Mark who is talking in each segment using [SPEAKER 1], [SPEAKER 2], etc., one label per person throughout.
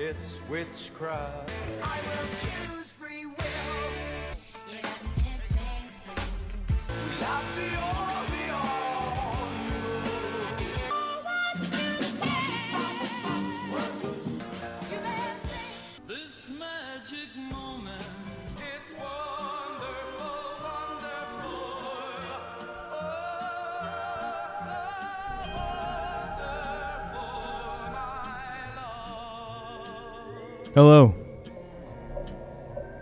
[SPEAKER 1] It's witchcraft.
[SPEAKER 2] Hello.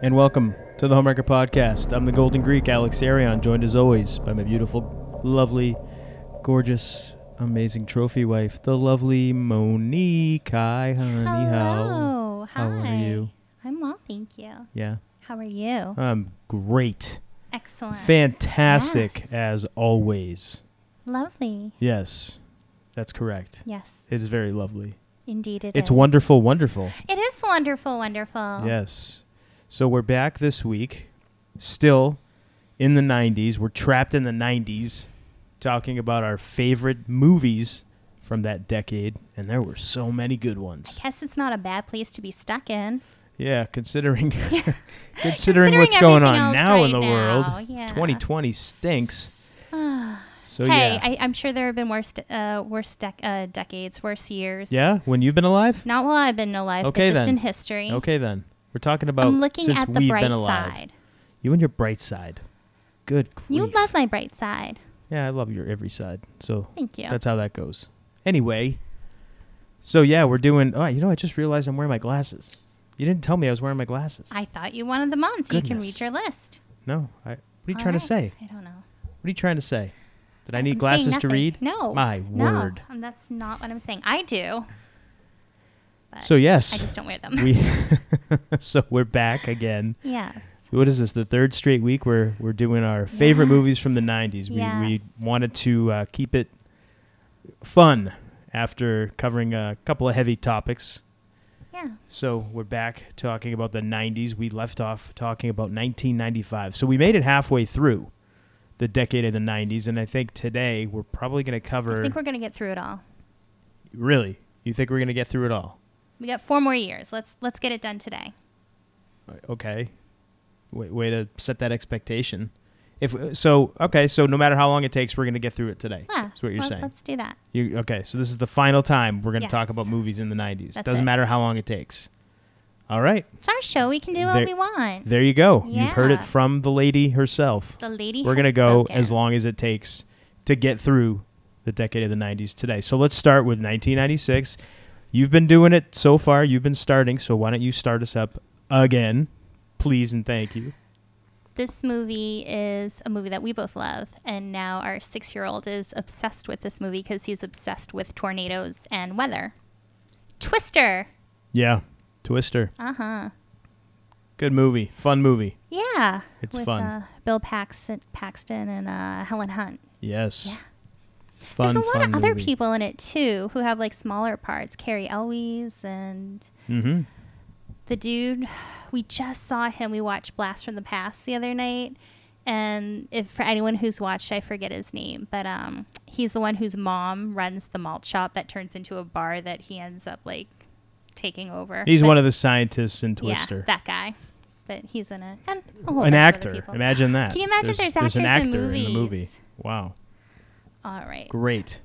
[SPEAKER 2] And welcome to the Homewrecker Podcast. I'm the Golden Greek, Alex Arion, joined as always by my beautiful, lovely, gorgeous, amazing trophy wife, the lovely Monique. Hi, honey. How?
[SPEAKER 3] Hello. Hi.
[SPEAKER 2] how are you?
[SPEAKER 3] I'm well, thank you.
[SPEAKER 2] Yeah,
[SPEAKER 3] How are you?
[SPEAKER 2] I'm great.
[SPEAKER 3] Excellent.
[SPEAKER 2] Fantastic,
[SPEAKER 3] Yes.
[SPEAKER 2] as always.
[SPEAKER 3] Lovely.
[SPEAKER 2] Yes, that's correct.
[SPEAKER 3] Yes,
[SPEAKER 2] It is very lovely.
[SPEAKER 3] indeed it
[SPEAKER 2] It's
[SPEAKER 3] is.
[SPEAKER 2] wonderful, wonderful.
[SPEAKER 3] It is wonderful, wonderful.
[SPEAKER 2] Yes. So we're back this week, still in the 90s. We're trapped in the 90s, talking about our favorite movies from that decade. And there were so many good ones.
[SPEAKER 3] Guess it's not a bad place to be stuck in.
[SPEAKER 2] Yeah, considering considering,
[SPEAKER 3] Considering
[SPEAKER 2] what's going
[SPEAKER 3] everything
[SPEAKER 2] on
[SPEAKER 3] else
[SPEAKER 2] now in the
[SPEAKER 3] right now,
[SPEAKER 2] world,
[SPEAKER 3] yeah.
[SPEAKER 2] 2020 stinks. so
[SPEAKER 3] hey,
[SPEAKER 2] yeah,
[SPEAKER 3] I, I'm sure there have been worse, uh, worse dec- uh, decades, worse years.
[SPEAKER 2] yeah. When you've been alive,
[SPEAKER 3] Not while I've been alive,
[SPEAKER 2] Okay,
[SPEAKER 3] but just
[SPEAKER 2] then.
[SPEAKER 3] in history.
[SPEAKER 2] okay then. We're talking about
[SPEAKER 3] I'm looking
[SPEAKER 2] since
[SPEAKER 3] at the
[SPEAKER 2] we've
[SPEAKER 3] bright
[SPEAKER 2] been alive.
[SPEAKER 3] side.
[SPEAKER 2] You and your bright side. Good grief.
[SPEAKER 3] You love my bright side.
[SPEAKER 2] Yeah, I love your every side. So
[SPEAKER 3] Thank you.
[SPEAKER 2] That's how that goes. Anyway, so yeah, we're doing. Oh, you know, I just realized I'm wearing my glasses. You didn't tell me I was wearing my glasses.
[SPEAKER 3] I thought you wanted them on so you can
[SPEAKER 2] Goodness.
[SPEAKER 3] read your list.
[SPEAKER 2] no. I, what are you
[SPEAKER 3] All
[SPEAKER 2] trying
[SPEAKER 3] right.
[SPEAKER 2] to say?
[SPEAKER 3] I don't know.
[SPEAKER 2] What are you trying to say? That I
[SPEAKER 3] I'm
[SPEAKER 2] need
[SPEAKER 3] saying
[SPEAKER 2] glasses to
[SPEAKER 3] nothing.
[SPEAKER 2] read?
[SPEAKER 3] No.
[SPEAKER 2] My
[SPEAKER 3] no,
[SPEAKER 2] word.
[SPEAKER 3] um, that's not what I'm saying. I do. But
[SPEAKER 2] So yes,
[SPEAKER 3] I just don't wear them.
[SPEAKER 2] we. so we're back again.
[SPEAKER 3] yes.
[SPEAKER 2] What is this? The third straight week where we're doing our favorite
[SPEAKER 3] Yes.
[SPEAKER 2] movies from the '90s. We we
[SPEAKER 3] Yes.
[SPEAKER 2] wanted to uh, keep it fun after covering a couple of heavy topics.
[SPEAKER 3] Yeah.
[SPEAKER 2] So we're back talking about the 90s. We left off talking about 1995. So we made it halfway through the decade of the 90s, and I think today we're probably going to
[SPEAKER 3] I
[SPEAKER 2] cover.
[SPEAKER 3] think we're gonna get through it all.
[SPEAKER 2] really, you think we're going to get through it all?
[SPEAKER 3] We got four more years. Let's let's get it done today.
[SPEAKER 2] Okay. Way, way to set that expectation. If so, okay. So no matter how long it takes, we're going to get through it today.
[SPEAKER 3] Yeah.
[SPEAKER 2] That's what you're
[SPEAKER 3] let-
[SPEAKER 2] saying.
[SPEAKER 3] Let's do that.
[SPEAKER 2] You, okay. So this is the final time we're going to talk
[SPEAKER 3] Yes.
[SPEAKER 2] about movies in the 90s.
[SPEAKER 3] That's
[SPEAKER 2] Doesn't
[SPEAKER 3] it.
[SPEAKER 2] matter how long it takes. All right.
[SPEAKER 3] It's our show. We can
[SPEAKER 2] There-
[SPEAKER 3] do what we want.
[SPEAKER 2] There you go. You've heard it
[SPEAKER 3] Yeah.
[SPEAKER 2] from the lady herself.
[SPEAKER 3] the lady.
[SPEAKER 2] We're
[SPEAKER 3] has
[SPEAKER 2] going to go
[SPEAKER 3] spoken.
[SPEAKER 2] as long as it takes to get through the decade of the 90s today. So let's start with 1996. You've been doing it so far. You've been starting. So why don't you start us up again? Please and thank you.
[SPEAKER 3] This movie is a movie that we both love, and now our six-year-old is obsessed with this movie because he's obsessed with tornadoes and weather. Twister.
[SPEAKER 2] Yeah. Twister.
[SPEAKER 3] Uh huh.
[SPEAKER 2] Good movie. Fun movie.
[SPEAKER 3] Yeah.
[SPEAKER 2] It's fun.
[SPEAKER 3] Uh, Bill Paxton, Paxton and uh, Helen Hunt.
[SPEAKER 2] Yes.
[SPEAKER 3] Yeah.
[SPEAKER 2] Fun,
[SPEAKER 3] There's a lot
[SPEAKER 2] fun
[SPEAKER 3] of other
[SPEAKER 2] movie.
[SPEAKER 3] people in it too who have like smaller parts. Carrie Elwes and
[SPEAKER 2] Mm-hmm.
[SPEAKER 3] the dude. We just saw him. We watched Blast from the Past the other night. And if for anyone who's watched, I forget his name, but um, he's the one whose mom runs the malt shop that turns into a bar that he ends up like taking over.
[SPEAKER 2] He's one of the scientists in Twister.
[SPEAKER 3] Yeah, that guy. But he's in it. And a whole bunch
[SPEAKER 2] An
[SPEAKER 3] of other
[SPEAKER 2] actor.
[SPEAKER 3] people.
[SPEAKER 2] Imagine that.
[SPEAKER 3] Can you imagine there's
[SPEAKER 2] an
[SPEAKER 3] actors in
[SPEAKER 2] actor in the
[SPEAKER 3] movies?
[SPEAKER 2] movie. Wow.
[SPEAKER 3] All right.
[SPEAKER 2] Great.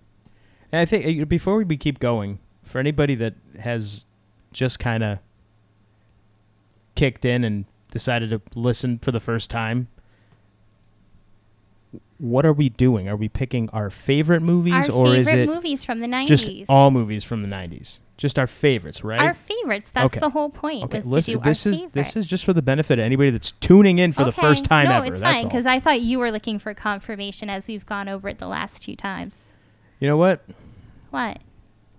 [SPEAKER 2] And I think uh, before we be- keep going, for anybody that has just kind of kicked in and decided to listen for the first time, what are we doing? Are we picking our favorite movies
[SPEAKER 3] our
[SPEAKER 2] or
[SPEAKER 3] favorite
[SPEAKER 2] is it
[SPEAKER 3] movies from the 90s.
[SPEAKER 2] just all movies from the 90s? Just our favorites, right?
[SPEAKER 3] our favorites. That's
[SPEAKER 2] Okay.
[SPEAKER 3] the whole point.
[SPEAKER 2] okay,
[SPEAKER 3] was
[SPEAKER 2] listen,
[SPEAKER 3] to do
[SPEAKER 2] this
[SPEAKER 3] our
[SPEAKER 2] is
[SPEAKER 3] favorite.
[SPEAKER 2] this is just for the benefit of anybody that's tuning in for the first
[SPEAKER 3] Okay.
[SPEAKER 2] time
[SPEAKER 3] no,
[SPEAKER 2] ever.
[SPEAKER 3] it's
[SPEAKER 2] that's
[SPEAKER 3] fine
[SPEAKER 2] all.
[SPEAKER 3] because I thought you were looking for confirmation as we've gone over it the last two times.
[SPEAKER 2] you know what?
[SPEAKER 3] What?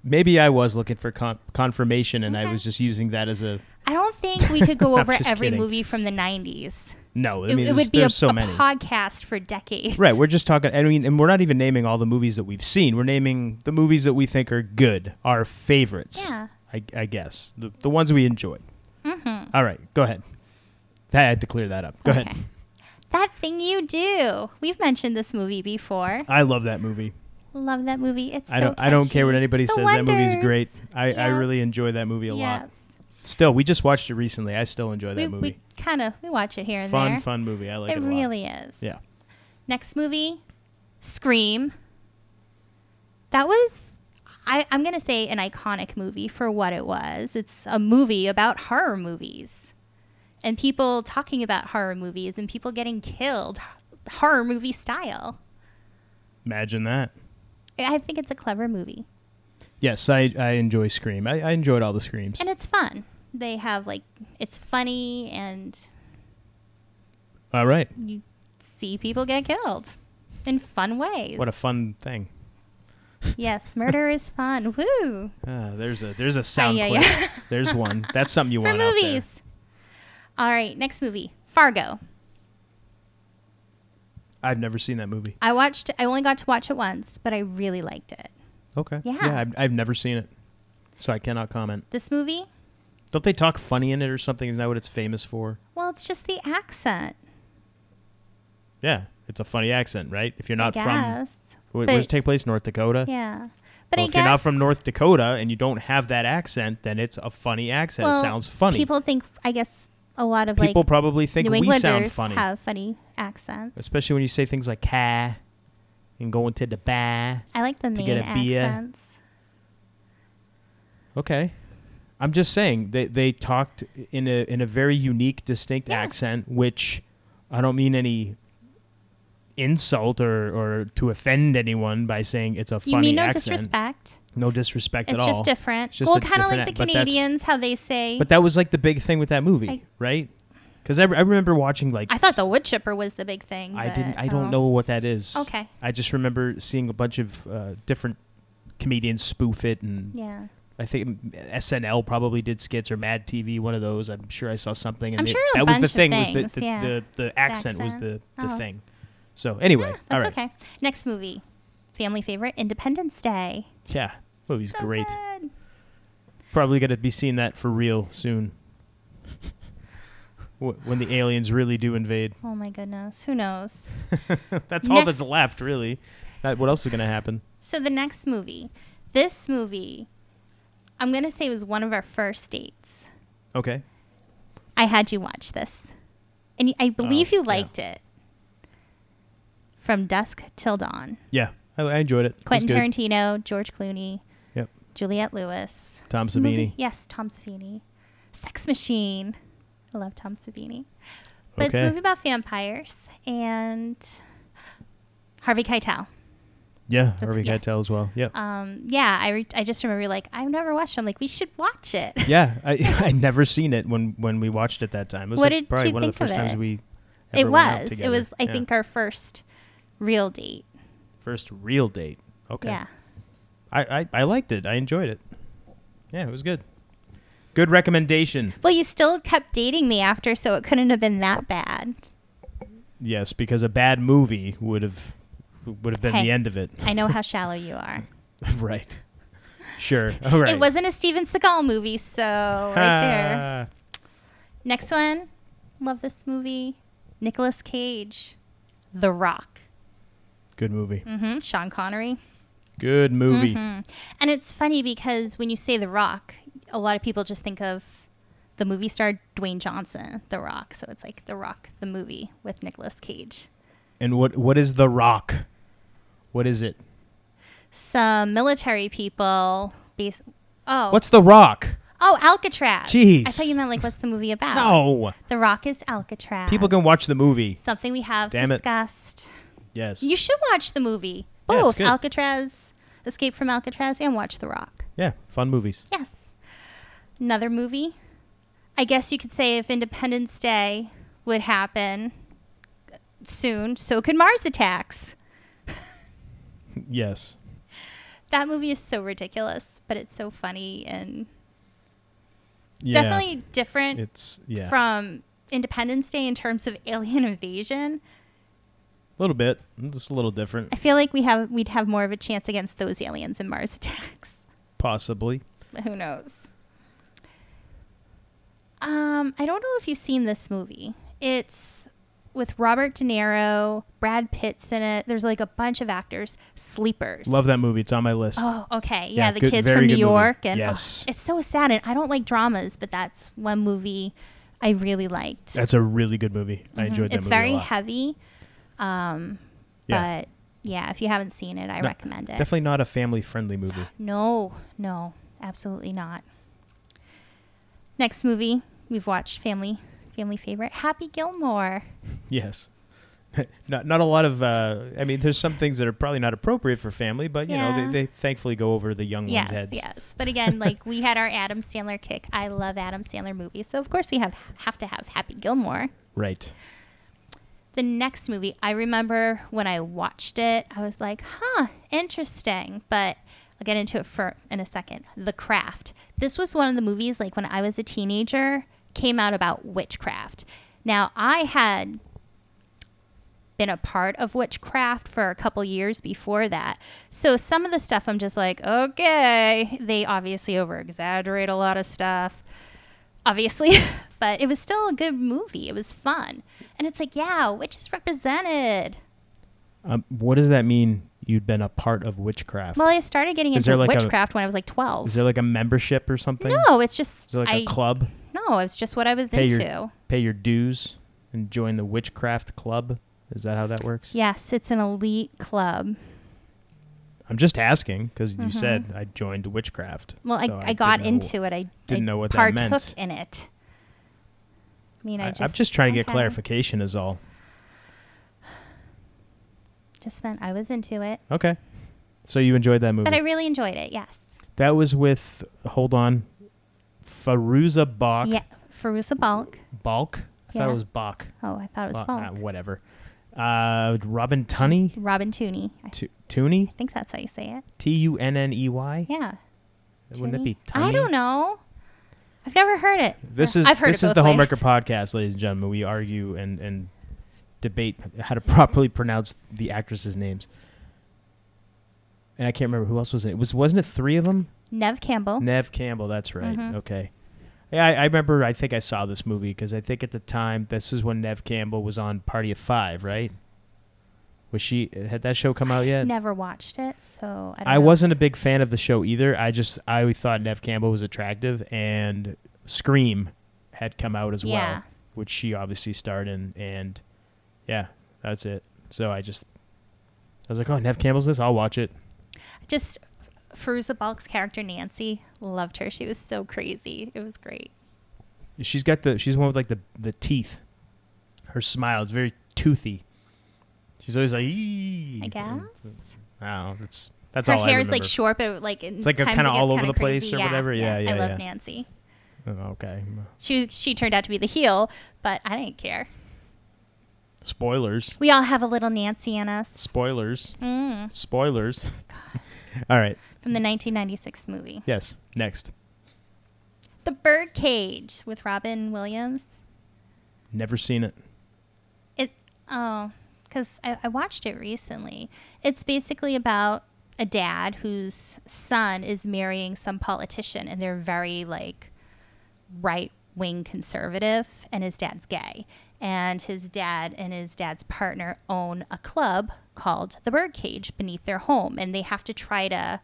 [SPEAKER 2] Maybe I was looking for con- confirmation, and I
[SPEAKER 3] Okay.
[SPEAKER 2] was just using that as a
[SPEAKER 3] I don't think we could go
[SPEAKER 2] I'm
[SPEAKER 3] over
[SPEAKER 2] just
[SPEAKER 3] every
[SPEAKER 2] kidding.
[SPEAKER 3] movie from the 90s.
[SPEAKER 2] No, I
[SPEAKER 3] It-
[SPEAKER 2] mean,
[SPEAKER 3] it,
[SPEAKER 2] there's-
[SPEAKER 3] would be a,
[SPEAKER 2] there's so
[SPEAKER 3] a
[SPEAKER 2] many.
[SPEAKER 3] podcast for decades.
[SPEAKER 2] Right, we're just talking. I mean, and we're not even naming all the movies that we've seen. We're naming the movies that we think are good, our favorites.
[SPEAKER 3] Yeah.
[SPEAKER 2] I, I guess the the ones we enjoyed. Mm-hmm. right, go ahead. I had to clear that up. Go ahead.
[SPEAKER 3] Okay. That thing you do. We've mentioned this movie before.
[SPEAKER 2] I love that movie.
[SPEAKER 3] Love that movie. It's
[SPEAKER 2] I
[SPEAKER 3] so
[SPEAKER 2] don't. I don't care what
[SPEAKER 3] catchy.
[SPEAKER 2] anybody
[SPEAKER 3] The
[SPEAKER 2] says. That movie's
[SPEAKER 3] Wonders.
[SPEAKER 2] great. I, I
[SPEAKER 3] Yes.
[SPEAKER 2] really enjoy that movie a
[SPEAKER 3] Yes.
[SPEAKER 2] lot. Still, we just watched it recently. I still enjoy that
[SPEAKER 3] We,
[SPEAKER 2] movie.
[SPEAKER 3] we kind of we watch it here and
[SPEAKER 2] Fun,
[SPEAKER 3] there.
[SPEAKER 2] fun movie. I like it,
[SPEAKER 3] it
[SPEAKER 2] a lot.
[SPEAKER 3] really is.
[SPEAKER 2] Yeah.
[SPEAKER 3] Next movie, Scream. That was, I, I'm going to say, an iconic movie for what it was. It's a movie about horror movies and people talking about horror movies and people getting killed, h- horror movie style.
[SPEAKER 2] Imagine that.
[SPEAKER 3] I I think it's a clever movie
[SPEAKER 2] Yes, I, I enjoy Scream. I, I enjoyed all the Screams.
[SPEAKER 3] and it's fun. They have, like, it's funny and
[SPEAKER 2] All right.
[SPEAKER 3] you see people get killed in fun ways.
[SPEAKER 2] What a fun thing.
[SPEAKER 3] yes, murder is fun. Woo!
[SPEAKER 2] Ah, there's a there's a sound
[SPEAKER 3] yeah,
[SPEAKER 2] clip.
[SPEAKER 3] yeah.
[SPEAKER 2] There's one. That's something you
[SPEAKER 3] for
[SPEAKER 2] want out there.
[SPEAKER 3] movies. All right, next movie, Fargo.
[SPEAKER 2] I've never seen that movie.
[SPEAKER 3] I watched. I only got to watch it once, but I really liked it.
[SPEAKER 2] Okay.
[SPEAKER 3] Yeah.
[SPEAKER 2] I've, I've never seen it, so I cannot comment.
[SPEAKER 3] This movie,
[SPEAKER 2] Don't they talk funny in it or something? Isn't that what it's famous for?
[SPEAKER 3] well, it's just the accent.
[SPEAKER 2] Yeah, it's a funny accent, right? If you're not
[SPEAKER 3] I
[SPEAKER 2] from
[SPEAKER 3] guess.
[SPEAKER 2] wh- where
[SPEAKER 3] but-
[SPEAKER 2] does it take place? North Dakota.
[SPEAKER 3] Yeah, but
[SPEAKER 2] Well,
[SPEAKER 3] I
[SPEAKER 2] if
[SPEAKER 3] guess
[SPEAKER 2] you're not from North Dakota and you don't have that accent, then it's a funny accent.
[SPEAKER 3] well,
[SPEAKER 2] it sounds funny.
[SPEAKER 3] People think. I guess a lot of
[SPEAKER 2] People
[SPEAKER 3] like
[SPEAKER 2] probably think
[SPEAKER 3] New
[SPEAKER 2] we
[SPEAKER 3] Englanders
[SPEAKER 2] sound funny,
[SPEAKER 3] have funny accents.
[SPEAKER 2] especially when you say things like "ca" and going to the bar.
[SPEAKER 3] I like the
[SPEAKER 2] To
[SPEAKER 3] main
[SPEAKER 2] get a beer.
[SPEAKER 3] accents.
[SPEAKER 2] Okay. I'm just saying they they talked in a in a very unique, distinct
[SPEAKER 3] Yes.
[SPEAKER 2] accent, which I don't mean any insult or, or to offend anyone by saying it's a funny
[SPEAKER 3] You mean no
[SPEAKER 2] accent.
[SPEAKER 3] disrespect?
[SPEAKER 2] No disrespect
[SPEAKER 3] It's
[SPEAKER 2] at all.
[SPEAKER 3] just different.
[SPEAKER 2] It's just
[SPEAKER 3] well,
[SPEAKER 2] a
[SPEAKER 3] kind of
[SPEAKER 2] different
[SPEAKER 3] like the
[SPEAKER 2] ac- but that's-
[SPEAKER 3] Canadians, how they say.
[SPEAKER 2] But that was like the big thing with that movie,
[SPEAKER 3] I-
[SPEAKER 2] right? Because I, re- I remember watching like
[SPEAKER 3] I thought the wood chipper was the big thing.
[SPEAKER 2] I
[SPEAKER 3] but,
[SPEAKER 2] didn't I don't
[SPEAKER 3] oh.
[SPEAKER 2] know what that is.
[SPEAKER 3] Okay.
[SPEAKER 2] I just remember seeing a bunch of uh, different comedians spoof it and
[SPEAKER 3] Yeah. Ah,
[SPEAKER 2] I think SNL probably did skits or Mad TV, one of those. I'm sure I saw something. And
[SPEAKER 3] I'm
[SPEAKER 2] they-
[SPEAKER 3] sure a
[SPEAKER 2] that was
[SPEAKER 3] bunch
[SPEAKER 2] the
[SPEAKER 3] of
[SPEAKER 2] thing was
[SPEAKER 3] things,
[SPEAKER 2] the the,
[SPEAKER 3] yeah.
[SPEAKER 2] the, the accent was the,
[SPEAKER 3] accent.
[SPEAKER 2] the
[SPEAKER 3] Oh.
[SPEAKER 2] thing. So anyway,
[SPEAKER 3] Ah,
[SPEAKER 2] all
[SPEAKER 3] that's
[SPEAKER 2] right,
[SPEAKER 3] okay. Next movie, family favorite, Independence Day.
[SPEAKER 2] yeah, movie's
[SPEAKER 3] So
[SPEAKER 2] great.
[SPEAKER 3] good.
[SPEAKER 2] Probably gonna be seeing that for real soon. Wh- when the aliens really do invade,
[SPEAKER 3] Oh my goodness, who knows?
[SPEAKER 2] that's all that's
[SPEAKER 3] Next.
[SPEAKER 2] left, really. That, what else is gonna happen?
[SPEAKER 3] So the next movie, this movie, I'm gonna say was one of our first dates.
[SPEAKER 2] Okay,
[SPEAKER 3] I had you watch this, and y- I believe you
[SPEAKER 2] Oh, yeah.
[SPEAKER 3] liked it. From dusk till dawn,
[SPEAKER 2] yeah, I, I enjoyed it. It was
[SPEAKER 3] Quentin
[SPEAKER 2] good.
[SPEAKER 3] Tarantino, George Clooney,
[SPEAKER 2] Yep,
[SPEAKER 3] Juliette Lewis.
[SPEAKER 2] Tom
[SPEAKER 3] It's a movie-
[SPEAKER 2] Savini.
[SPEAKER 3] Yes, Tom Savini. Sex Machine. I love Tom Savini. But it's
[SPEAKER 2] Okay.
[SPEAKER 3] a movie about vampires and Harvey Keitel.
[SPEAKER 2] Yeah,
[SPEAKER 3] That's-
[SPEAKER 2] Harvey
[SPEAKER 3] yes.
[SPEAKER 2] Keitel as well. Yep.
[SPEAKER 3] Um, yeah, I, re- I just remember you're like, I've never watched it. I'm like, we should watch it.
[SPEAKER 2] Yeah, I I never seen it when when we watched it that time. It was
[SPEAKER 3] What
[SPEAKER 2] like
[SPEAKER 3] did
[SPEAKER 2] probably
[SPEAKER 3] you
[SPEAKER 2] one of the
[SPEAKER 3] think of
[SPEAKER 2] first times
[SPEAKER 3] it?
[SPEAKER 2] we.
[SPEAKER 3] it
[SPEAKER 2] ever went out
[SPEAKER 3] was. It
[SPEAKER 2] together.
[SPEAKER 3] was, I
[SPEAKER 2] Yeah.
[SPEAKER 3] think, our first real date.
[SPEAKER 2] first real date. Okay.
[SPEAKER 3] Yeah.
[SPEAKER 2] I, I I liked it. I enjoyed it. Yeah, it was good. Good recommendation.
[SPEAKER 3] Well, you still kept dating me after, so it couldn't have been that bad.
[SPEAKER 2] Yes, because a bad movie would have would have been
[SPEAKER 3] Hey.
[SPEAKER 2] the end of it.
[SPEAKER 3] I know how shallow you are.
[SPEAKER 2] right. Sure. All right. Ah.
[SPEAKER 3] It wasn't a Steven Seagal movie, so right there. Next one. Love this movie. Nicolas Cage. The Rock.
[SPEAKER 2] Good movie.
[SPEAKER 3] hmm Sean Connery.
[SPEAKER 2] Good movie.
[SPEAKER 3] Mm-hmm. And it's funny because when you say The Rock, a lot of people just think of the movie star Dwayne Johnson, The Rock. So it's like The Rock, the movie with Nicolas Cage.
[SPEAKER 2] And what what is The Rock? What is it?
[SPEAKER 3] Some military people. Base- oh.
[SPEAKER 2] What's The Rock?
[SPEAKER 3] oh, Alcatraz. I
[SPEAKER 2] Jeez.
[SPEAKER 3] thought you meant like, what's the movie about?
[SPEAKER 2] No.
[SPEAKER 3] The Rock is Alcatraz.
[SPEAKER 2] People can watch the movie.
[SPEAKER 3] Something we have
[SPEAKER 2] Damn it.
[SPEAKER 3] discussed.
[SPEAKER 2] Yes.
[SPEAKER 3] You should watch the movie.
[SPEAKER 2] Yeah, it's
[SPEAKER 3] Both
[SPEAKER 2] good.
[SPEAKER 3] Alcatraz, Escape from Alcatraz, and Watch the Rock.
[SPEAKER 2] Yeah, fun movies.
[SPEAKER 3] Yes. Another movie. I guess you could say if Independence Day would happen soon, so could Mars Attacks.
[SPEAKER 2] Yes.
[SPEAKER 3] That movie is so ridiculous, but it's so funny and
[SPEAKER 2] Yeah.
[SPEAKER 3] Definitely different
[SPEAKER 2] It's yeah,
[SPEAKER 3] from Independence Day in terms of alien invasion.
[SPEAKER 2] a little bit, just a little different,
[SPEAKER 3] I feel like we have we'd have more of a chance against those aliens and Mars attacks.
[SPEAKER 2] possibly.
[SPEAKER 3] But who knows? Um, I don't know if you've seen this movie. It's with Robert De Niro, Brad Pitt's in it. There's like a bunch of actors. Sleepers.
[SPEAKER 2] Love that movie. It's on my list.
[SPEAKER 3] Oh, okay. Yeah,
[SPEAKER 2] Yeah,
[SPEAKER 3] the
[SPEAKER 2] good-
[SPEAKER 3] kids
[SPEAKER 2] very
[SPEAKER 3] from
[SPEAKER 2] good
[SPEAKER 3] New
[SPEAKER 2] movie.
[SPEAKER 3] York and oh,
[SPEAKER 2] Yes.
[SPEAKER 3] it's so sad and I don't like dramas, but that's one movie I really liked.
[SPEAKER 2] That's a really good movie. I
[SPEAKER 3] Mhm.
[SPEAKER 2] enjoyed that
[SPEAKER 3] It's
[SPEAKER 2] movie
[SPEAKER 3] very
[SPEAKER 2] a lot.
[SPEAKER 3] heavy. Um
[SPEAKER 2] Yeah.
[SPEAKER 3] but yeah, if you haven't seen it, I
[SPEAKER 2] No,
[SPEAKER 3] recommend it.
[SPEAKER 2] Definitely not a family-friendly movie.
[SPEAKER 3] No, no, absolutely not. Next movie we've watched family family favorite Happy Gilmore.
[SPEAKER 2] Yes. not not a lot of. Uh, I mean, there's some things that are probably not appropriate for family, but you know,
[SPEAKER 3] Yeah.
[SPEAKER 2] they, they thankfully go over the young
[SPEAKER 3] yes,
[SPEAKER 2] ones' heads.
[SPEAKER 3] yes. But again, like we had our Adam Sandler kick. I love Adam Sandler movies, so of course we have have to have Happy Gilmore.
[SPEAKER 2] Right.
[SPEAKER 3] The next movie, I remember when I watched it, I was like, huh, interesting. But I'll get into it for in a second. The Craft. This was one of the movies, like when I was a teenager, came out about witchcraft. Now, I had been a part of witchcraft for a couple years before that. So some of the stuff I'm just like, okay, they obviously over exaggerate a lot of stuff. Obviously, but it was still a good movie. It was fun. And it's like, yeah, witch is represented.
[SPEAKER 2] Um, what does that mean? You'd been a part of witchcraft.
[SPEAKER 3] Well, I started getting
[SPEAKER 2] Is
[SPEAKER 3] into
[SPEAKER 2] there like a-
[SPEAKER 3] witchcraft when I was like
[SPEAKER 2] Is
[SPEAKER 3] 12.
[SPEAKER 2] there like a membership or something?
[SPEAKER 3] No, it's
[SPEAKER 2] Is
[SPEAKER 3] just
[SPEAKER 2] there like
[SPEAKER 3] I
[SPEAKER 2] a club?
[SPEAKER 3] no, it's just what I was
[SPEAKER 2] Pay
[SPEAKER 3] into.
[SPEAKER 2] your- Pay your dues and join the witchcraft club. Is that how that works?
[SPEAKER 3] Yes, it's an elite club.
[SPEAKER 2] I'm just asking because you
[SPEAKER 3] Mhm.
[SPEAKER 2] said I joined witchcraft.
[SPEAKER 3] Well,
[SPEAKER 2] so
[SPEAKER 3] I, I got
[SPEAKER 2] didn't know-
[SPEAKER 3] into it. I
[SPEAKER 2] didn't
[SPEAKER 3] I
[SPEAKER 2] know what that
[SPEAKER 3] partook
[SPEAKER 2] meant.
[SPEAKER 3] in it. I mean, I,
[SPEAKER 2] I,
[SPEAKER 3] just
[SPEAKER 2] am just trying to get
[SPEAKER 3] okay.
[SPEAKER 2] clarification, is all.
[SPEAKER 3] Just meant I was into it,
[SPEAKER 2] Okay. So you enjoyed that movie?
[SPEAKER 3] but I really enjoyed it. Yes,
[SPEAKER 2] that was with hold on, Faruza Balk.
[SPEAKER 3] yeah, Faruza Balk.
[SPEAKER 2] Balk. I thought
[SPEAKER 3] Yeah.
[SPEAKER 2] it was Bach.
[SPEAKER 3] Oh, I thought it was
[SPEAKER 2] Ba- uh,
[SPEAKER 3] Balk.
[SPEAKER 2] whatever. Uh, Robin Tunney.
[SPEAKER 3] Robin Tooney. I
[SPEAKER 2] Tu- Tunney.
[SPEAKER 3] think that's how you say it.
[SPEAKER 2] T U N N E Y.
[SPEAKER 3] Yeah.
[SPEAKER 2] Wouldn't it
[SPEAKER 3] Tooney?
[SPEAKER 2] be?
[SPEAKER 3] I don't know. I've never heard it.
[SPEAKER 2] This
[SPEAKER 3] Uh,
[SPEAKER 2] is
[SPEAKER 3] I've heard
[SPEAKER 2] this
[SPEAKER 3] it
[SPEAKER 2] is
[SPEAKER 3] both
[SPEAKER 2] the
[SPEAKER 3] ways.
[SPEAKER 2] Homewrecker podcast, ladies and gentlemen. We argue and and debate how to properly pronounce the actresses' names. And I can't remember who else was in it. Was wasn't it three of them?
[SPEAKER 3] Nev Campbell.
[SPEAKER 2] Nev Campbell. That's right.
[SPEAKER 3] Mhm.
[SPEAKER 2] Okay. Yeah, I, I remember. I think I saw this movie because I think at the time this is when Nev Campbell was on Party of Five, right? Was she had that show come out yet?
[SPEAKER 3] Never watched it, so I, don't
[SPEAKER 2] I
[SPEAKER 3] know.
[SPEAKER 2] wasn't a big fan of the show either. I just I thought Nev Campbell was attractive, and Scream had come out as
[SPEAKER 3] Yeah.
[SPEAKER 2] well, which she obviously starred in, and yeah, that's it. So I just I was like, oh, Nev Campbell's this, I'll watch it.
[SPEAKER 3] Just Faruza Balk's character Nancy loved her. She was so crazy. It was great.
[SPEAKER 2] She's got the she's the one with like the the teeth. Her smile is very toothy. She's always like, "Ee."
[SPEAKER 3] I guess.
[SPEAKER 2] Wow, that's that's
[SPEAKER 3] her
[SPEAKER 2] all
[SPEAKER 3] hair
[SPEAKER 2] I
[SPEAKER 3] is like
[SPEAKER 2] remember.
[SPEAKER 3] short, but like in
[SPEAKER 2] It's, like, a
[SPEAKER 3] times it
[SPEAKER 2] kinda
[SPEAKER 3] gets
[SPEAKER 2] all over
[SPEAKER 3] kinda
[SPEAKER 2] the place
[SPEAKER 3] crazy.
[SPEAKER 2] or whatever. Yeah,
[SPEAKER 3] I
[SPEAKER 2] yeah,
[SPEAKER 3] love
[SPEAKER 2] yeah.
[SPEAKER 3] Nancy.
[SPEAKER 2] Oh, okay,
[SPEAKER 3] She was- she turned out to be the heel, but I didn't care.
[SPEAKER 2] spoilers,
[SPEAKER 3] We all have a little Nancy in us.
[SPEAKER 2] spoilers,
[SPEAKER 3] Mm,
[SPEAKER 2] spoilers. all right.
[SPEAKER 3] from the 1996 movie,
[SPEAKER 2] Yes. Next.
[SPEAKER 3] The Birdcage with Robin Williams.
[SPEAKER 2] Never seen it.
[SPEAKER 3] It oh, because I, I watched it recently. It's basically about a dad whose son is marrying some politician, and they're very like right wing conservative, and his dad's gay, and his dad and his dad's partner own a club called the Birdcage beneath their home, and they have to try to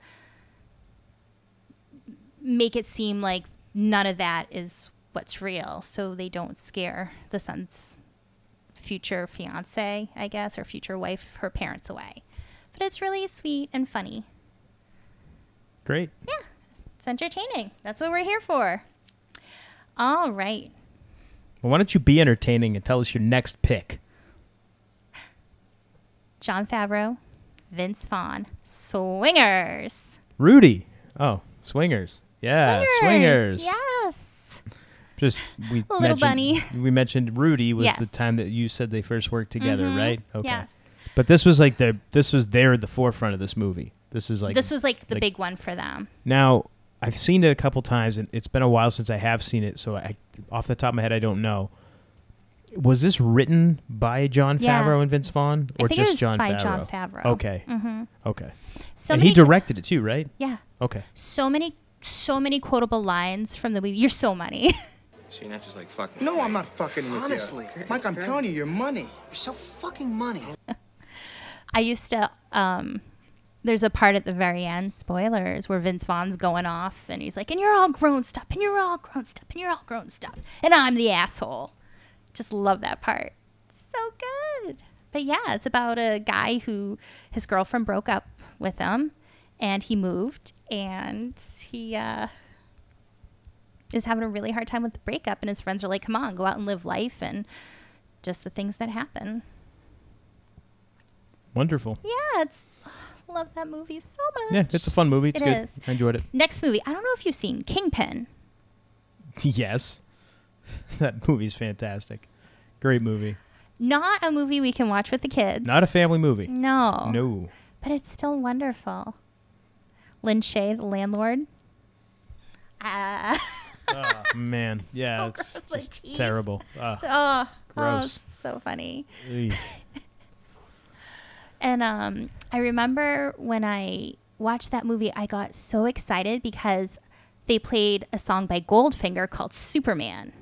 [SPEAKER 3] make it seem like none of that is what's real so they don't scare the son's future fiance, I guess, or future wife, her parents away. But it's really sweet and funny.
[SPEAKER 2] Great.
[SPEAKER 3] Yeah, it's entertaining. That's what we're here for. All right.
[SPEAKER 2] Well, why don't you be entertaining and tell us your next pick?
[SPEAKER 3] John Favreau, Vince Vaughn, Swingers.
[SPEAKER 2] Rudy. Oh, swingers. Yeah, swingers.
[SPEAKER 3] Yes.
[SPEAKER 2] Just we
[SPEAKER 3] Little
[SPEAKER 2] mentioned-
[SPEAKER 3] bunny.
[SPEAKER 2] We mentioned Rudy was the
[SPEAKER 3] Yes.
[SPEAKER 2] time that you said they first worked together,
[SPEAKER 3] Mhm.
[SPEAKER 2] right?
[SPEAKER 3] Yes.
[SPEAKER 2] But this was like the this was there at the forefront of this movie. This is like
[SPEAKER 3] this was like the
[SPEAKER 2] like-
[SPEAKER 3] big one for them.
[SPEAKER 2] now I've seen it a couple times, and it's been a while since I have seen it. So I, off the top of my head, I don't know. Was this written by John
[SPEAKER 3] Yeah.
[SPEAKER 2] Favreau and Vince Vaughn,
[SPEAKER 3] I
[SPEAKER 2] or
[SPEAKER 3] think
[SPEAKER 2] just
[SPEAKER 3] it was
[SPEAKER 2] John
[SPEAKER 3] by
[SPEAKER 2] Favreau?
[SPEAKER 3] John Favreau.
[SPEAKER 2] Okay,
[SPEAKER 3] Mm-hmm.
[SPEAKER 2] okay.
[SPEAKER 3] So
[SPEAKER 2] and
[SPEAKER 3] many,
[SPEAKER 2] he directed it too, right?
[SPEAKER 3] Yeah.
[SPEAKER 2] Okay.
[SPEAKER 3] So many, so many quotable lines from the movie. You're so money.
[SPEAKER 4] So you're not just like fucking.
[SPEAKER 5] No, I'm not fucking with
[SPEAKER 6] Honestly.
[SPEAKER 5] you. Mike, I'm telling you, your money.
[SPEAKER 6] You're so fucking money.
[SPEAKER 3] I used to. Um, there's a part at the very end, spoilers, where Vince Vaughn's going off and he's like, "And you're all grown stuff, and you're all grown stuff, and you're all grown stuff, and I'm the asshole." Just love that part. So good. But yeah, it's about a guy who his girlfriend broke up with him, and he moved, and he uh, is having a really hard time with the breakup, and his friends are like, "Come on, go out and live life," and just the things that happen.
[SPEAKER 2] Wonderful.
[SPEAKER 3] Yeah, it's love that movie so much.
[SPEAKER 2] Yeah, it's a fun movie. It's
[SPEAKER 3] It
[SPEAKER 2] good.
[SPEAKER 3] is.
[SPEAKER 2] I enjoyed it.
[SPEAKER 3] Next movie, I don't know if you've seen Kingpin.
[SPEAKER 2] yes, that movie's fantastic. Great movie.
[SPEAKER 3] Not a movie we can watch with the kids.
[SPEAKER 2] Not a family movie.
[SPEAKER 3] no,
[SPEAKER 2] No.
[SPEAKER 3] but it's still wonderful. Lynn Shay, the landlord. Ah,
[SPEAKER 2] Oh, man. Yeah, it's
[SPEAKER 3] gross, the
[SPEAKER 2] just
[SPEAKER 3] teeth.
[SPEAKER 2] terrible. Ugh.
[SPEAKER 3] oh,
[SPEAKER 2] Gross.
[SPEAKER 3] oh, so funny.
[SPEAKER 2] Eesh.
[SPEAKER 3] And um, I remember when I watched that movie, I got so excited because they played a song by Goldfinger called Superman.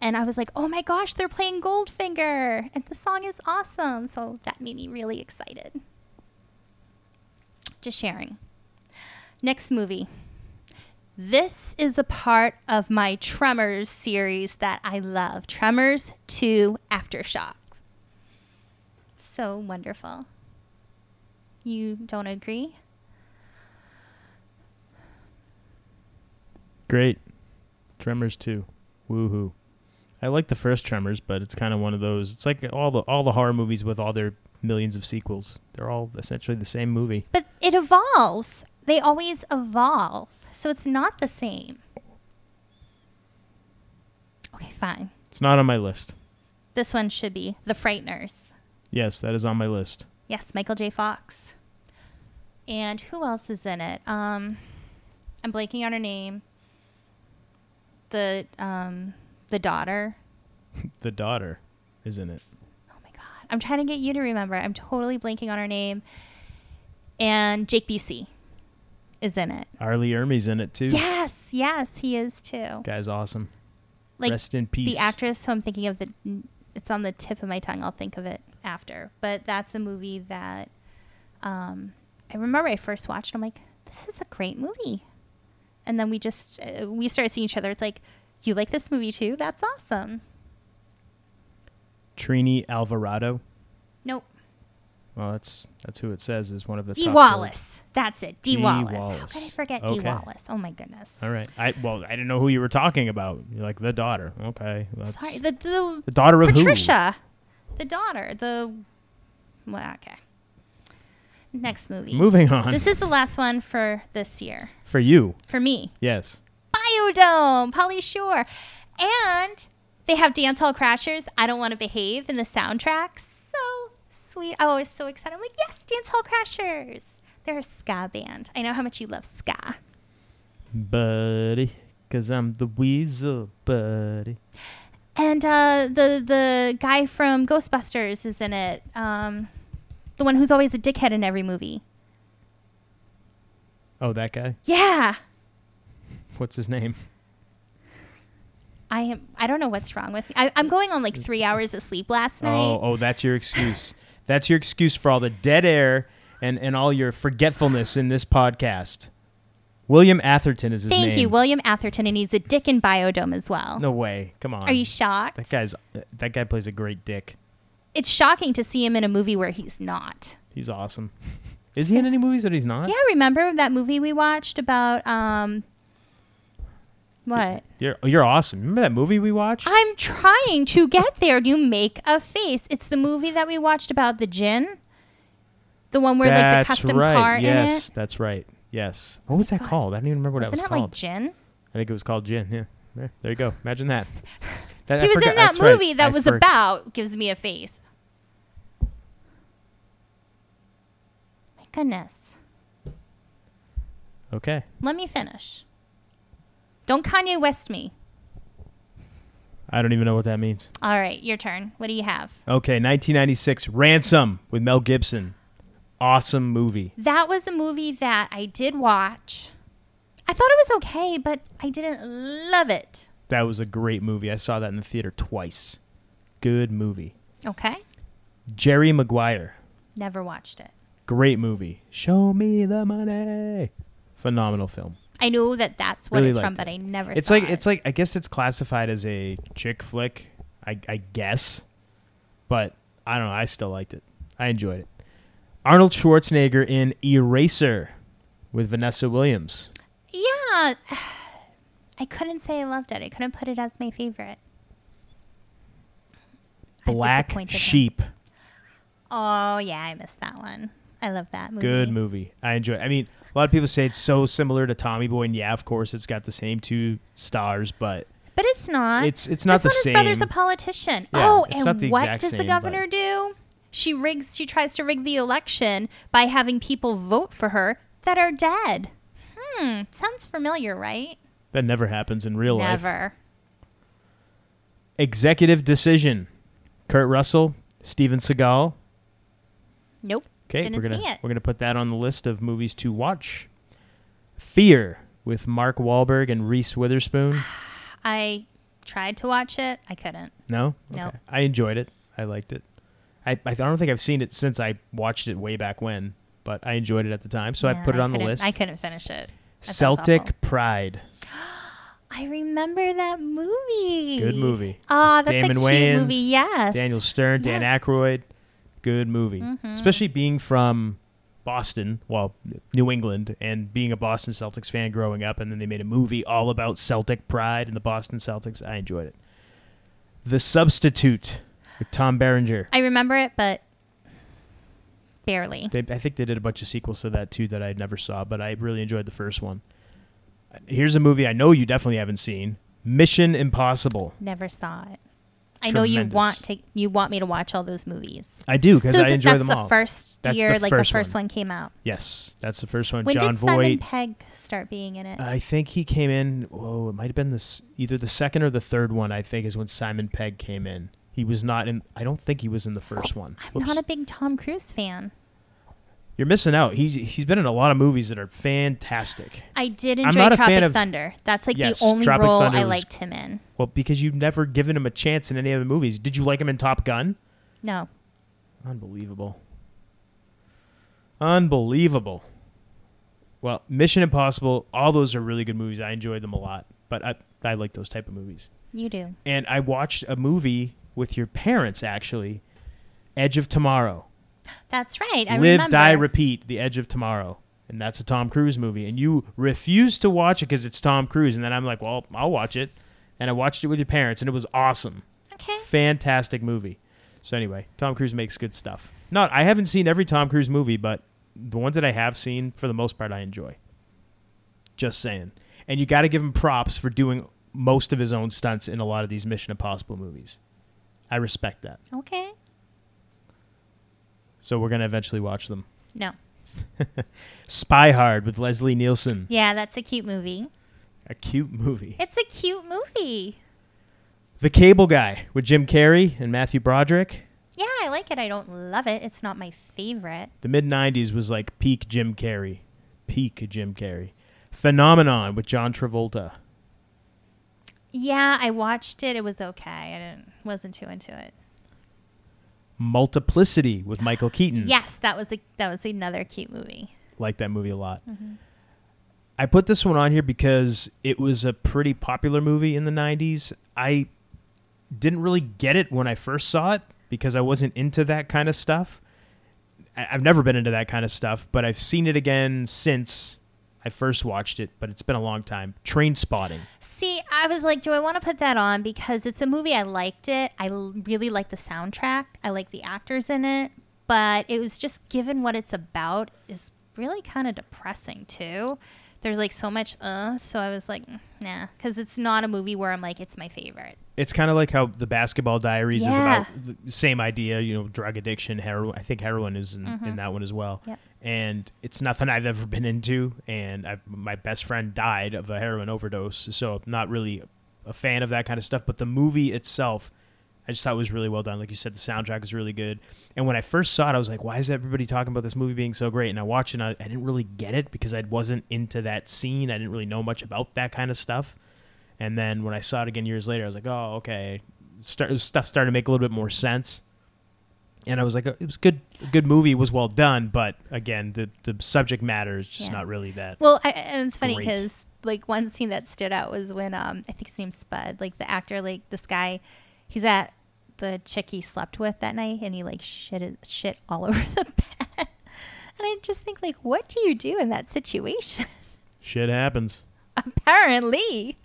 [SPEAKER 3] And I was like, oh my gosh, they're playing Goldfinger. And the song is awesome. So that made me really excited. Just sharing. Next movie. This is a part of my Tremors series that I love Tremors 2 Aftershocks so wonderful. You don't agree?
[SPEAKER 2] Great. Tremors too. Woohoo. I like the first Tremors, but it's kind of one of those. It's like all the all the horror movies with all their millions of sequels. They're all essentially the same movie.
[SPEAKER 3] But it evolves. They always evolve. So it's not the same. Okay, fine.
[SPEAKER 2] It's not on my list.
[SPEAKER 3] This one should be The Frighteners.
[SPEAKER 2] Yes, that is on my list.
[SPEAKER 3] Yes, Michael J. Fox. And who else is in it? Um, I'm blanking on her name. The um, the daughter.
[SPEAKER 2] The daughter is in it.
[SPEAKER 3] Oh my god! I'm trying to get you to remember. I'm totally blanking on her name. And Jake Busey is in it.
[SPEAKER 2] Arlie Ermey's in it too.
[SPEAKER 3] Yes, yes, he is too.
[SPEAKER 2] Guy's awesome.
[SPEAKER 3] Like
[SPEAKER 2] Rest in peace.
[SPEAKER 3] the actress who I'm thinking of. The it's on the tip of my tongue. I'll think of it after. But that's a movie that um, I remember I first watched. I'm like, this is a great movie. And then we just uh, we started seeing each other. It's like, you like this movie too? That's awesome.
[SPEAKER 2] Trini Alvarado.
[SPEAKER 3] Nope.
[SPEAKER 2] Well, that's that's who it says is one of the
[SPEAKER 3] D
[SPEAKER 2] top
[SPEAKER 3] Wallace. That's it. D
[SPEAKER 2] Dee
[SPEAKER 3] Wallace. How
[SPEAKER 2] Wallace.
[SPEAKER 3] could I forget D
[SPEAKER 2] Okay.
[SPEAKER 3] Wallace? Oh my goodness.
[SPEAKER 2] four. All right. I well, I didn't know who you were talking about. You're like the daughter. Okay. That's
[SPEAKER 3] Sorry. The, the,
[SPEAKER 2] the daughter of who?
[SPEAKER 3] Patricia. The daughter. The well, okay. Next movie.
[SPEAKER 2] Moving on.
[SPEAKER 3] This is the last one for this year.
[SPEAKER 2] for you.
[SPEAKER 3] For me.
[SPEAKER 2] Yes.
[SPEAKER 3] Biodome, Polly Shore. And they have Dance Hall Crashers, I Don't Want to Behave in the soundtrack. So sweet. I was so excited. I'm like, yes, Dance Hall Crashers. They're a ska band. I know how much you love ska.
[SPEAKER 2] buddy, cause I'm the weasel, buddy.
[SPEAKER 3] And uh, the the guy from Ghostbusters is in it. Um, the one who's always a dickhead in every movie.
[SPEAKER 2] Oh, that guy.
[SPEAKER 3] Yeah,
[SPEAKER 2] What's his name?
[SPEAKER 3] I am. I don't know what's wrong with me. I, I'm going on like three hours of sleep last night.
[SPEAKER 2] Oh, oh, that's your excuse. that's your excuse for all the dead air and and all your forgetfulness in this podcast. William Atherton is his
[SPEAKER 3] Thank
[SPEAKER 2] name.
[SPEAKER 3] you, William Atherton, and he's a dick in Biodome as well.
[SPEAKER 2] No way. Come on.
[SPEAKER 3] Are you shocked?
[SPEAKER 2] that guy's that guy plays a great dick.
[SPEAKER 3] It's shocking to see him in a movie where he's not.
[SPEAKER 2] He's awesome. Is he in any movies that he's not?
[SPEAKER 3] Yeah, remember that movie we watched about um, what?
[SPEAKER 2] You're you're awesome. Remember that movie we watched?
[SPEAKER 3] I'm trying to get there. You make a face. It's the movie that we watched about the gin. The one where like the
[SPEAKER 2] that's
[SPEAKER 3] custom
[SPEAKER 2] right.
[SPEAKER 3] car
[SPEAKER 2] yes, that's right. Yes. What was that called? I don't even remember
[SPEAKER 3] in
[SPEAKER 2] what
[SPEAKER 3] it. Wasn't
[SPEAKER 2] that was
[SPEAKER 3] it
[SPEAKER 2] called.
[SPEAKER 3] like gin?
[SPEAKER 2] I think it was called Gin. Yeah, there, there you go. Imagine that. That- I
[SPEAKER 3] he was
[SPEAKER 2] forgot-
[SPEAKER 3] in that
[SPEAKER 2] that's right.
[SPEAKER 3] movie that
[SPEAKER 2] I
[SPEAKER 3] was
[SPEAKER 2] for-
[SPEAKER 3] about gives me a face. My goodness.
[SPEAKER 2] Okay,
[SPEAKER 3] Let me finish. Don't Kanye West me.
[SPEAKER 2] I don't even know what that means.
[SPEAKER 3] All right, your turn. What do you have?
[SPEAKER 2] Okay, 1996, Ransom with Mel Gibson. Awesome movie.
[SPEAKER 3] That was a movie that I did watch. I thought it was okay, but I didn't love it.
[SPEAKER 2] That was a great movie. I saw that in the theater twice. Good movie.
[SPEAKER 3] Okay.
[SPEAKER 2] Jerry Maguire.
[SPEAKER 3] Never watched it.
[SPEAKER 2] Great movie. Show me the money. Phenomenal film.
[SPEAKER 3] I know that that's what
[SPEAKER 2] Really
[SPEAKER 3] it's from,
[SPEAKER 2] liked
[SPEAKER 3] but
[SPEAKER 2] it.
[SPEAKER 3] I never
[SPEAKER 2] It's
[SPEAKER 3] saw
[SPEAKER 2] like
[SPEAKER 3] it.
[SPEAKER 2] it's like I guess it's classified as a chick flick. I I guess, but I don't know. I still liked it. I enjoyed it. Arnold Schwarzenegger in Eraser with Vanessa Williams.
[SPEAKER 3] Yeah. I couldn't say I loved it. I couldn't put it as my favorite. I've
[SPEAKER 2] Black
[SPEAKER 3] disappointed him.
[SPEAKER 2] Sheep.
[SPEAKER 3] Oh, yeah, I missed that one. I love that movie.
[SPEAKER 2] Good movie. I enjoy. it. I mean, a lot of people say it's so similar to Tommy Boy, and yeah, of course, it's got the same two stars, but
[SPEAKER 3] But it's not.
[SPEAKER 2] It's- it's not
[SPEAKER 3] this
[SPEAKER 2] the
[SPEAKER 3] one, His brother's a
[SPEAKER 2] same.
[SPEAKER 3] politician.
[SPEAKER 2] Yeah,
[SPEAKER 3] oh,
[SPEAKER 2] it's
[SPEAKER 3] and
[SPEAKER 2] not the
[SPEAKER 3] what
[SPEAKER 2] exact
[SPEAKER 3] does the
[SPEAKER 2] same,
[SPEAKER 3] governor
[SPEAKER 2] but-
[SPEAKER 3] do? She rigs. She tries to rig the election by having people vote for her that are dead. Hmm. Sounds familiar, right?
[SPEAKER 2] that never happens in real life.
[SPEAKER 3] Never.
[SPEAKER 2] Executive Decision. Kurt Russell, Steven Seagal.
[SPEAKER 3] Nope.
[SPEAKER 2] Okay,
[SPEAKER 3] Didn't
[SPEAKER 2] we're gonna
[SPEAKER 3] see it.
[SPEAKER 2] we're gonna put that on the list of movies to watch. Fear with Mark Wahlberg and Reese Witherspoon.
[SPEAKER 3] I tried to watch it. I couldn't.
[SPEAKER 2] No,
[SPEAKER 3] No.
[SPEAKER 2] I enjoyed it. I liked it. I I don't think I've seen it since I watched it way back when, but I enjoyed it at the time, so I
[SPEAKER 3] Yeah,
[SPEAKER 2] put it on the
[SPEAKER 3] couldn't-
[SPEAKER 2] list.
[SPEAKER 3] I couldn't finish it. That sounds awful.
[SPEAKER 2] Celtic Pride.
[SPEAKER 3] I remember that movie.
[SPEAKER 2] Good movie.
[SPEAKER 3] Oh, that's a
[SPEAKER 2] Damon
[SPEAKER 3] cute
[SPEAKER 2] Wayans,
[SPEAKER 3] movie. Yes.
[SPEAKER 2] Daniel Stern, Dan
[SPEAKER 3] Yes. Mm-hmm.
[SPEAKER 2] Aykroyd. Good movie. Especially being from Boston, well, New England, and being a Boston Celtics fan growing up. And then they made a movie all about Celtic pride and the Boston Celtics. I enjoyed it. The Substitute with Tom Berenger.
[SPEAKER 3] I remember it, but barely.
[SPEAKER 2] They, I think they did a bunch of sequels to that too that I never saw, but I really enjoyed the first one. Here's a movie I know you definitely haven't seen Mission Impossible.
[SPEAKER 3] Never saw it. I know you
[SPEAKER 2] Tremendous.
[SPEAKER 3] want to. You want me to watch all those movies.
[SPEAKER 2] I do because
[SPEAKER 3] So
[SPEAKER 2] I
[SPEAKER 3] is it-
[SPEAKER 2] enjoy
[SPEAKER 3] that's
[SPEAKER 2] them
[SPEAKER 3] the
[SPEAKER 2] all.
[SPEAKER 3] first
[SPEAKER 2] That's the
[SPEAKER 3] year, like
[SPEAKER 2] first
[SPEAKER 3] the first
[SPEAKER 2] one.
[SPEAKER 3] one. came out.
[SPEAKER 2] Yes, that's the first one.
[SPEAKER 3] When
[SPEAKER 2] John
[SPEAKER 3] did Simon
[SPEAKER 2] Voight. Uh,
[SPEAKER 3] Pegg start being in it?
[SPEAKER 2] I think he came in. Whoa, it might have been this either the second or the third one. I think is when Simon Pegg came in. He was not in. I don't think he was in the first one.
[SPEAKER 3] I'm
[SPEAKER 2] Whoops.
[SPEAKER 3] not a big Tom Cruise fan.
[SPEAKER 2] You're missing out. He's he's been in a lot of movies that are fantastic.
[SPEAKER 3] I did
[SPEAKER 2] I'm
[SPEAKER 3] enjoy
[SPEAKER 2] not a fan
[SPEAKER 3] Tropic
[SPEAKER 2] of-
[SPEAKER 3] Thunder. That's like
[SPEAKER 2] Yes,
[SPEAKER 3] the only
[SPEAKER 2] Tropic
[SPEAKER 3] role
[SPEAKER 2] Thunder
[SPEAKER 3] I
[SPEAKER 2] was-
[SPEAKER 3] liked him in.
[SPEAKER 2] Well, because you've never given him a chance in any of the movies. Did you like him in Top Gun?
[SPEAKER 3] No,
[SPEAKER 2] Unbelievable. Unbelievable. Well, Mission Impossible. All those are really good movies. I enjoyed them a lot. But I I like those type of movies.
[SPEAKER 3] you do.
[SPEAKER 2] and I watched a movie with your parents actually, Edge of Tomorrow.
[SPEAKER 3] That's right. I
[SPEAKER 2] Live,
[SPEAKER 3] remember.
[SPEAKER 2] die, repeat. The Edge of Tomorrow, and that's a Tom Cruise movie. And you refused to watch it because it's Tom Cruise. And then I'm like, well, I'll watch it, and I watched it with your parents, and it was awesome,
[SPEAKER 3] okay.
[SPEAKER 2] fantastic movie. So anyway, Tom Cruise makes good stuff. Not I haven't seen every Tom Cruise movie, but the ones that I have seen, for the most part, I enjoy. Just saying. And you got to give him props for doing most of his own stunts in a lot of these Mission Impossible movies. I respect that.
[SPEAKER 3] Okay.
[SPEAKER 2] So we're going to eventually watch them.
[SPEAKER 3] No.
[SPEAKER 2] Spy Hard with Leslie Nielsen.
[SPEAKER 3] Yeah, that's a cute movie.
[SPEAKER 2] A cute movie.
[SPEAKER 3] It's a cute movie.
[SPEAKER 2] The Cable Guy with Jim Carrey and Matthew Broderick.
[SPEAKER 3] Yeah, I like it. I don't love it. It's not my favorite.
[SPEAKER 2] The mid 90s was like peak Jim Carrey. Peak Jim Carrey. Phenomenon with John Travolta.
[SPEAKER 3] Yeah, I watched it. It was okay. I didn't wasn't too into it.
[SPEAKER 2] Multiplicity with Michael Keaton.
[SPEAKER 3] Yes, that was a that was another cute movie.
[SPEAKER 2] like that movie a lot. I put this one on here because it was a pretty popular movie in the 90s. I didn't really get it when I first saw it because I wasn't into that kind of stuff. I- I've never been into that kind of stuff, but I've seen it again since I first watched it, but it's been a long time. Train Spotting.
[SPEAKER 3] See, I was like, do I want to put that on because it's a movie I liked it. I l- really like the soundtrack. I like the actors in it, but it was just given what it's about is really kind of depressing too. there's like so much uh, so I was like, "Mm, nah, because it's not a movie where I'm like it's my favorite.
[SPEAKER 2] It's kind of like how the Basketball Diaries
[SPEAKER 3] Yeah.
[SPEAKER 2] is about the same idea, you know, drug addiction, heroin. I think heroin is in, in that one as well.
[SPEAKER 3] Mm-hmm. Yep.
[SPEAKER 2] And it's nothing I've ever been into. And I, my best friend died of a heroin overdose. So I'm not really a fan of that kind of stuff. But the movie itself, I just thought was really well done. Like you said, the soundtrack was really good. And when I first saw it, I was like, why is everybody talking about this movie being so great? And I watched it and I, I didn't really get it because I wasn't into that scene. I didn't really know much about that kind of stuff. And then when I saw it again years later, I was like, oh, okay. Start, stuff started to make a little bit more sense. And I was like, oh, it was good. a Good movie it was well done, but again, the the subject matter is just
[SPEAKER 3] Yeah.
[SPEAKER 2] not really that.
[SPEAKER 3] Well, I, and it's funny
[SPEAKER 2] Great.
[SPEAKER 3] because like one scene that stood out was when um I think his name's Spud, like the actor, like this guy, he's at the chick he slept with that night, and he like shit his- shit all over the bed. And I just think like, what do you do in that situation?
[SPEAKER 2] Shit happens.
[SPEAKER 3] Apparently,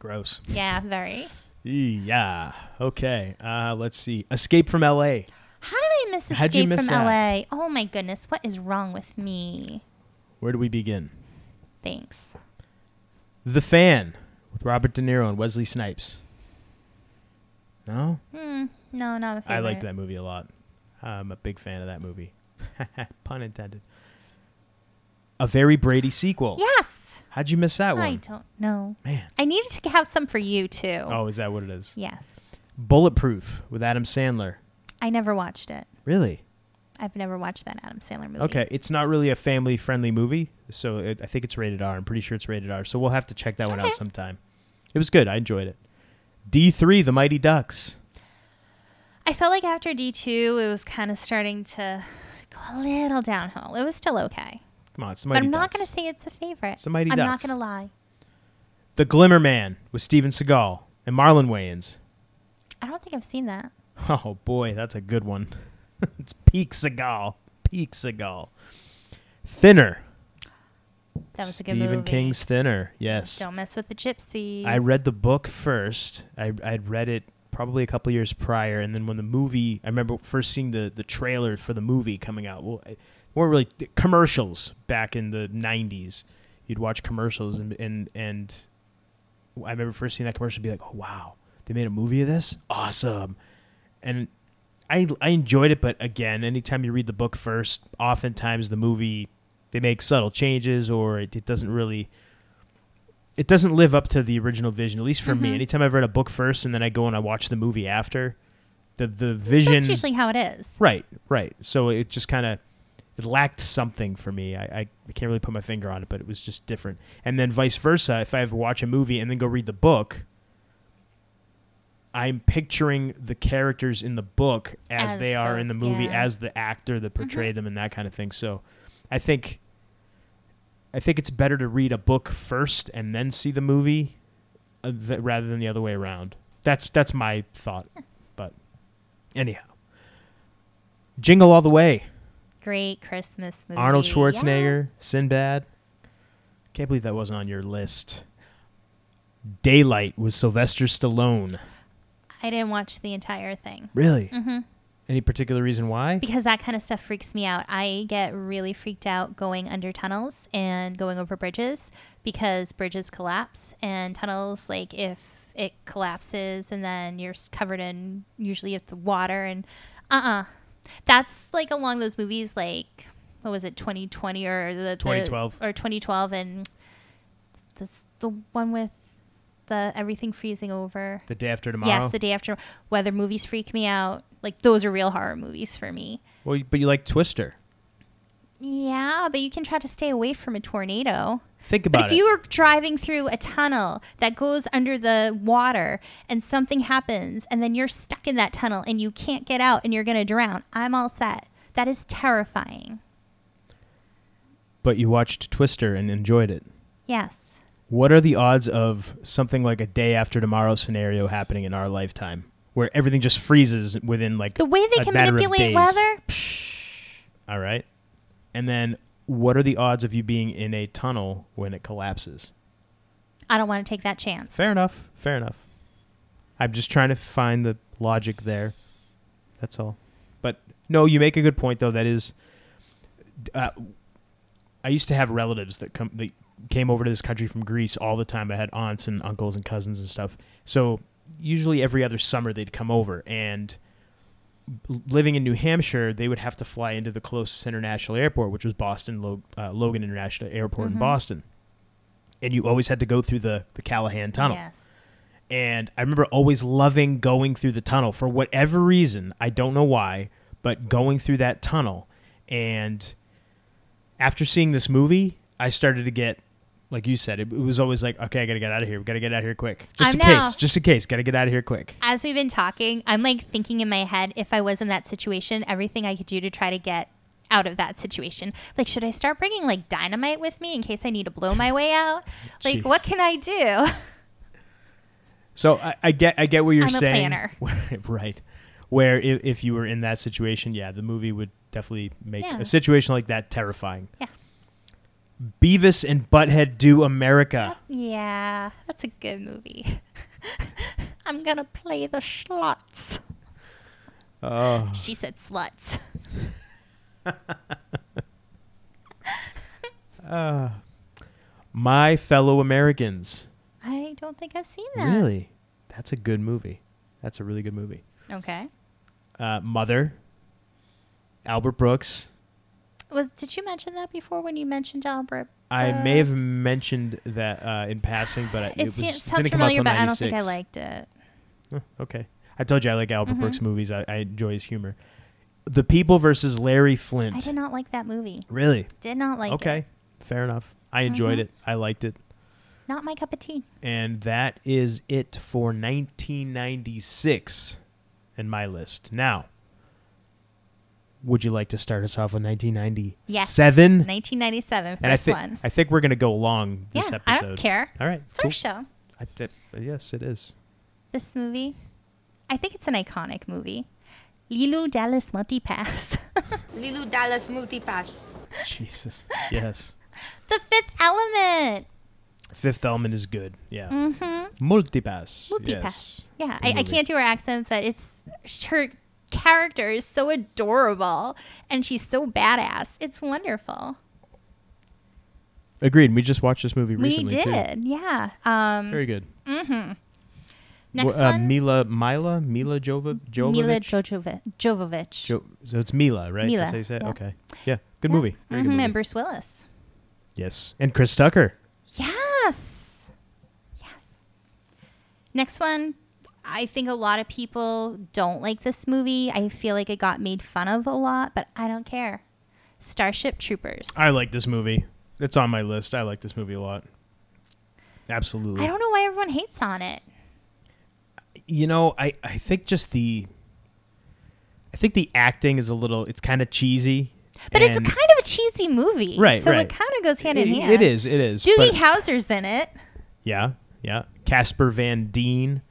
[SPEAKER 2] Gross.
[SPEAKER 3] yeah, very.
[SPEAKER 2] Yeah. Okay. Uh, let's see. Escape from L.A.
[SPEAKER 3] How did I miss Escape
[SPEAKER 2] How'd you miss
[SPEAKER 3] from
[SPEAKER 2] that?
[SPEAKER 3] LA? Oh my goodness, what is wrong with me?
[SPEAKER 2] Where do we begin?
[SPEAKER 3] Thanks.
[SPEAKER 2] The Fan with Robert De Niro and Wesley Snipes. No,
[SPEAKER 3] Hmm. No, not a favorite.
[SPEAKER 2] I liked that movie a lot. I'm a big fan of that movie. Pun intended. A very Brady sequel.
[SPEAKER 3] Yes.
[SPEAKER 2] How'd you miss that
[SPEAKER 3] I
[SPEAKER 2] one?
[SPEAKER 3] don't know.
[SPEAKER 2] Man.
[SPEAKER 3] I needed to have some for you too.
[SPEAKER 2] Oh, is that what it is?
[SPEAKER 3] Yes.
[SPEAKER 2] Bulletproof with Adam Sandler.
[SPEAKER 3] I never watched it.
[SPEAKER 2] Really?
[SPEAKER 3] I've never watched that Adam Sandler movie.
[SPEAKER 2] Okay, it's not really a family-friendly movie, so it, I think it's rated R. I'm pretty sure it's rated R. So we'll have to check that one out
[SPEAKER 3] Okay.
[SPEAKER 2] sometime. It was good. I enjoyed it. D3, The Mighty Ducks.
[SPEAKER 3] I felt like after D2, it was kind of starting to go a little downhill. It was still okay.
[SPEAKER 2] Come on, it's The
[SPEAKER 3] But
[SPEAKER 2] Mighty
[SPEAKER 3] I'm not
[SPEAKER 2] Ducks.
[SPEAKER 3] going to say it's a favorite.
[SPEAKER 2] It's the Mighty
[SPEAKER 3] I'm not
[SPEAKER 2] Ducks.
[SPEAKER 3] going to lie.
[SPEAKER 2] The Glimmer Man with Steven Seagal and Marlon Wayans.
[SPEAKER 3] I don't think I've seen that.
[SPEAKER 2] Oh boy, that's a good one. it's peak Seagal. Peak Seagal. Thinner.
[SPEAKER 3] That was
[SPEAKER 2] Stephen
[SPEAKER 3] a good movie.
[SPEAKER 2] King's Thinner. Yes.
[SPEAKER 3] Don't mess with the gypsies.
[SPEAKER 2] I read the book first. I I'd read it probably a couple years prior, and then when the movie, I remember first seeing the the trailer for the movie coming out. Well, it weren't really commercials back in the '90s. You'd watch commercials, and and and I remember first seeing that commercial, and be like, "Oh wow, they made a movie of this! Awesome!" And I I enjoyed it, but again, anytime you read the book first, oftentimes the movie they make subtle changes or it, it doesn't really it doesn't live up to the original vision at least for me
[SPEAKER 3] Mhm.
[SPEAKER 2] anytime i've read a book first and then i go and i watch the movie after the the vision
[SPEAKER 3] That's usually how it is.
[SPEAKER 2] right right so it just kind of it lacked something for me I, I I can't really put my finger on it but it was just different and then vice versa if i ever watch a movie and then go read the book i'm picturing the characters in the book as,
[SPEAKER 3] As
[SPEAKER 2] they are in the
[SPEAKER 3] those,
[SPEAKER 2] movie
[SPEAKER 3] yeah. Mm-hmm.
[SPEAKER 2] as the actor that portrayed them and that kind of thing so i think i think it's better to read a book first and then see the movie uh, th- rather than the other way around that's that's my thought but anyhow jingle all the way
[SPEAKER 3] Great Christmas movie.
[SPEAKER 2] Arnold
[SPEAKER 3] Yes.
[SPEAKER 2] Schwarzenegger, Sinbad. Can't believe that wasn't on your list. Daylight with Sylvester Stallone.
[SPEAKER 3] I didn't watch the entire thing.
[SPEAKER 2] Really?
[SPEAKER 3] hmm
[SPEAKER 2] Any particular reason why?
[SPEAKER 3] Because that kind of stuff freaks me out. I get really freaked out going under tunnels and going over bridges because bridges collapse and tunnels, like if it collapses and then you're s- covered in usually if the water and uh uh That's like along those movies, like what was it, 2020 or the the-
[SPEAKER 2] 2012.
[SPEAKER 3] or 2012 and this, the one with the everything freezing over.
[SPEAKER 2] The day after tomorrow.
[SPEAKER 3] Yes, the day after. Whether movies freak me out, like those are real horror movies for me.
[SPEAKER 2] well, you- but you like Twister.
[SPEAKER 3] Yeah, but you can try to stay away from a tornado.
[SPEAKER 2] Think
[SPEAKER 3] But
[SPEAKER 2] about
[SPEAKER 3] if
[SPEAKER 2] it.
[SPEAKER 3] you are driving through a tunnel that goes under the water and something happens and then you're stuck in that tunnel and you can't get out and you're going to drown, I'm all set. That is terrifying.
[SPEAKER 2] but you watched Twister and enjoyed it.
[SPEAKER 3] Yes.
[SPEAKER 2] What are the odds of something like a day after tomorrow scenario happening in our lifetime? Where everything just freezes within like
[SPEAKER 3] The way they
[SPEAKER 2] a
[SPEAKER 3] can
[SPEAKER 2] matter of
[SPEAKER 3] manipulate
[SPEAKER 2] days?
[SPEAKER 3] weather,
[SPEAKER 2] All right. And then what are the odds of you being in a tunnel when it collapses?
[SPEAKER 3] I don't want to take that chance.
[SPEAKER 2] Fair enough. Fair enough. I'm just trying to find the logic there. That's all. But no, you make a good point though. That is, uh, I used to have relatives that come that came over to this country from Greece all the time. I had aunts and uncles and cousins and stuff. So usually every other summer they'd come over and living in New Hampshire, they would have to fly into the closest international airport, which was Boston Log- uh, Logan International Airport in Boston. And you always had to go through the the Callahan Tunnel.
[SPEAKER 3] Yes.
[SPEAKER 2] And I remember always loving going through the tunnel for whatever reason. I don't know why, but going through that tunnel. And after seeing this movie, I started to get, like you said, it, it was always like, okay, I got to get out of here. We got to get out of here quick. Just
[SPEAKER 3] I
[SPEAKER 2] in
[SPEAKER 3] know.
[SPEAKER 2] case. Just in case. Got to get out of here quick.
[SPEAKER 3] As we've been talking, I'm like thinking in my head if I was in that situation, everything I could do to try to get out of that situation. Like, should I start bringing like dynamite with me in case I need to blow my way out? Like,
[SPEAKER 2] Jeez.
[SPEAKER 3] what can I do?
[SPEAKER 2] So I, I get I get what you're
[SPEAKER 3] I'm a
[SPEAKER 2] saying.
[SPEAKER 3] planner.
[SPEAKER 2] right. Where if, if you were in that situation, yeah, the movie would definitely make
[SPEAKER 3] Yeah.
[SPEAKER 2] a situation like that terrifying.
[SPEAKER 3] Yeah.
[SPEAKER 2] Beavis and Butthead do America.
[SPEAKER 3] Yeah, that's a good movie. I'm gonna play the sluts.
[SPEAKER 2] Oh.
[SPEAKER 3] She said sluts.
[SPEAKER 2] My Fellow Americans.
[SPEAKER 3] I don't think I've seen that.
[SPEAKER 2] Really? That's a good movie. That's a really good movie.
[SPEAKER 3] Okay.
[SPEAKER 2] Uh, Mother. Albert Brooks.
[SPEAKER 3] Was did you mention that before when you mentioned Albert?
[SPEAKER 2] I may have
[SPEAKER 3] Brooks?
[SPEAKER 2] mentioned that uh, in passing, but I, it,
[SPEAKER 3] It,
[SPEAKER 2] was
[SPEAKER 3] se- it
[SPEAKER 2] didn't
[SPEAKER 3] sounds
[SPEAKER 2] come out
[SPEAKER 3] familiar,
[SPEAKER 2] till
[SPEAKER 3] but I don't think I
[SPEAKER 2] 96.
[SPEAKER 3] liked it.
[SPEAKER 2] Huh, Okay. I told you I like Albert
[SPEAKER 3] Mm-hmm.
[SPEAKER 2] Brooks movies. I, I enjoy his humor. The People versus Larry Flint.
[SPEAKER 3] I did not like that movie.
[SPEAKER 2] Really?
[SPEAKER 3] Did not like
[SPEAKER 2] okay.
[SPEAKER 3] it. Mm-hmm.
[SPEAKER 2] Fair enough. I enjoyed it. I liked it.
[SPEAKER 3] Not my cup of tea.
[SPEAKER 2] And that is it for 1996 in my list. Now, would you like to start us off with 1997?
[SPEAKER 3] 1997, first
[SPEAKER 2] and I think
[SPEAKER 3] one.
[SPEAKER 2] I think we're going to go along this
[SPEAKER 3] Yeah,
[SPEAKER 2] episode.
[SPEAKER 3] I don't care.
[SPEAKER 2] All right.
[SPEAKER 3] It's
[SPEAKER 2] cool.
[SPEAKER 3] our show.
[SPEAKER 2] I, that, yes, it is.
[SPEAKER 3] This movie, I think it's an iconic movie. Lilo Dallas Multipass.
[SPEAKER 6] Lilu Dallas Multipass.
[SPEAKER 2] Jesus. Yes.
[SPEAKER 3] the Fifth Element.
[SPEAKER 2] Fifth Element is good. Yeah. Mm-hmm. Multipass.
[SPEAKER 3] Multipass.
[SPEAKER 2] Yes.
[SPEAKER 3] Yeah,
[SPEAKER 2] Good
[SPEAKER 3] I, I
[SPEAKER 2] movie.
[SPEAKER 3] can't do her accent, but it's her character is so adorable and she's so badass. It's wonderful.
[SPEAKER 2] Agreed. We just watched this movie recently
[SPEAKER 3] we
[SPEAKER 2] too.
[SPEAKER 3] did, yeah. Um,
[SPEAKER 2] Very good.
[SPEAKER 3] next
[SPEAKER 2] Well, uh,
[SPEAKER 3] one,
[SPEAKER 2] Mila Mila Mila Jova Jovovich.
[SPEAKER 3] Mila Jojovi- Jovovich.
[SPEAKER 2] jo- so it's Mila, right?
[SPEAKER 3] Mila,
[SPEAKER 2] That's how you say it?
[SPEAKER 3] yeah.
[SPEAKER 2] Okay. Yeah. Good
[SPEAKER 3] Yeah.
[SPEAKER 2] movie. Very good
[SPEAKER 3] Mhm,
[SPEAKER 2] movie.
[SPEAKER 3] And Bruce Willis.
[SPEAKER 2] Yes. And Chris Tucker.
[SPEAKER 3] Yes. Yes. Next one. I think a lot of people don't like this movie. I feel like it got made fun of a lot, but I don't care. Starship Troopers.
[SPEAKER 2] I like this movie. It's on my list. I like this movie a lot. Absolutely.
[SPEAKER 3] I don't know why everyone hates on it.
[SPEAKER 2] you know, I, I think just the I think the acting is a little it's kind of cheesy.
[SPEAKER 3] But it's
[SPEAKER 2] and-
[SPEAKER 3] kind of a cheesy movie.
[SPEAKER 2] Right,
[SPEAKER 3] So
[SPEAKER 2] right.
[SPEAKER 3] it kind of goes hand in
[SPEAKER 2] it-
[SPEAKER 3] hand.
[SPEAKER 2] It is, it is.
[SPEAKER 3] Doogie
[SPEAKER 2] but-
[SPEAKER 3] Howser's in it.
[SPEAKER 2] Yeah, yeah. Casper Van Deen,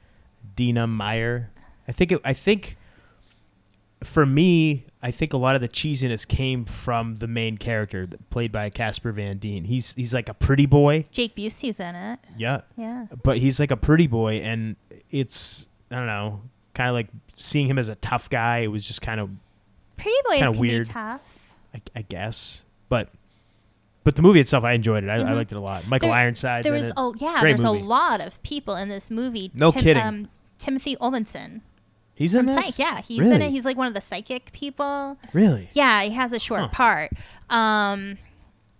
[SPEAKER 2] Dina Meyer. I think. It, I think. For me, I think a lot of the cheesiness came from the main character, that- played by Casper Van Deen. He's he's like a pretty boy.
[SPEAKER 3] Jake Busey's in it.
[SPEAKER 2] Yeah,
[SPEAKER 3] Yeah.
[SPEAKER 2] but he's like a pretty boy, and it's I don't know, kind of like seeing him as a tough guy. It was just kind of
[SPEAKER 3] Pretty boys
[SPEAKER 2] Kinda
[SPEAKER 3] can
[SPEAKER 2] weird.
[SPEAKER 3] be tough.
[SPEAKER 2] I, I guess, but. But the movie itself, I enjoyed it. I, I liked it a lot. Michael
[SPEAKER 3] Mm-hmm. There-
[SPEAKER 2] Ironside's
[SPEAKER 3] There
[SPEAKER 2] in
[SPEAKER 3] was
[SPEAKER 2] it.
[SPEAKER 3] a yeah.
[SPEAKER 2] Great
[SPEAKER 3] There's
[SPEAKER 2] movie.
[SPEAKER 3] a lot of people in this movie. um,
[SPEAKER 2] No kidding.
[SPEAKER 3] Timothy Olmanson
[SPEAKER 2] He's in
[SPEAKER 3] from
[SPEAKER 2] this.
[SPEAKER 3] Psych. Yeah, he's
[SPEAKER 2] really?
[SPEAKER 3] in it. He's like one of the psychic people.
[SPEAKER 2] really.
[SPEAKER 3] Yeah, he has a short
[SPEAKER 2] Huh.
[SPEAKER 3] part. Um,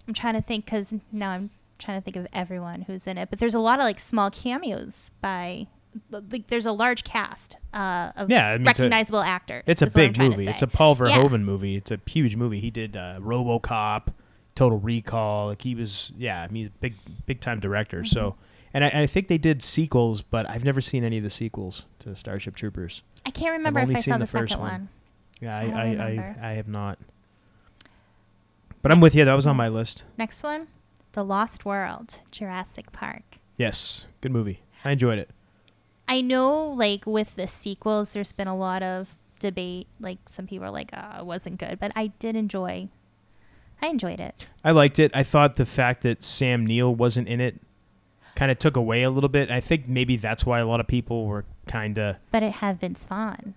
[SPEAKER 3] I'm trying to think because now I'm trying to think of everyone who's in it. But there's a lot of like small cameos by like there's a large cast uh, of
[SPEAKER 2] Yeah, I mean, it's a-
[SPEAKER 3] recognizable actors.
[SPEAKER 2] It's a
[SPEAKER 3] is what I'm
[SPEAKER 2] big
[SPEAKER 3] trying to
[SPEAKER 2] movie. It's
[SPEAKER 3] say.
[SPEAKER 2] a Paul
[SPEAKER 3] Yeah.
[SPEAKER 2] Verhoeven movie. It's a huge movie. He did uh, RoboCop, Total Recall. Like he was, yeah, I mean, he's a big, big time director. So,
[SPEAKER 3] Mm-hmm.
[SPEAKER 2] and I, I think they did sequels, but I've never seen any of the sequels to Starship Troopers.
[SPEAKER 3] I can't remember
[SPEAKER 2] only
[SPEAKER 3] if I
[SPEAKER 2] seen
[SPEAKER 3] saw
[SPEAKER 2] the
[SPEAKER 3] the,
[SPEAKER 2] first
[SPEAKER 3] second
[SPEAKER 2] one.
[SPEAKER 3] one.
[SPEAKER 2] Yeah,
[SPEAKER 3] I don't
[SPEAKER 2] I, I,
[SPEAKER 3] remember.
[SPEAKER 2] I, I have not. But I'm with you. That was on my list.
[SPEAKER 3] Next one, The Lost World, Jurassic Park.
[SPEAKER 2] Yes, good movie. I enjoyed it.
[SPEAKER 3] I know, like with the sequels, there's been a lot of debate. Like some people are like, "Oh, it wasn't good," but I did enjoy. I enjoyed it.
[SPEAKER 2] I liked it. I thought the fact that Sam Neill wasn't in it kind of took away a little bit. I think maybe that's why a lot of people were kind of
[SPEAKER 3] But it had Vince Vaughn.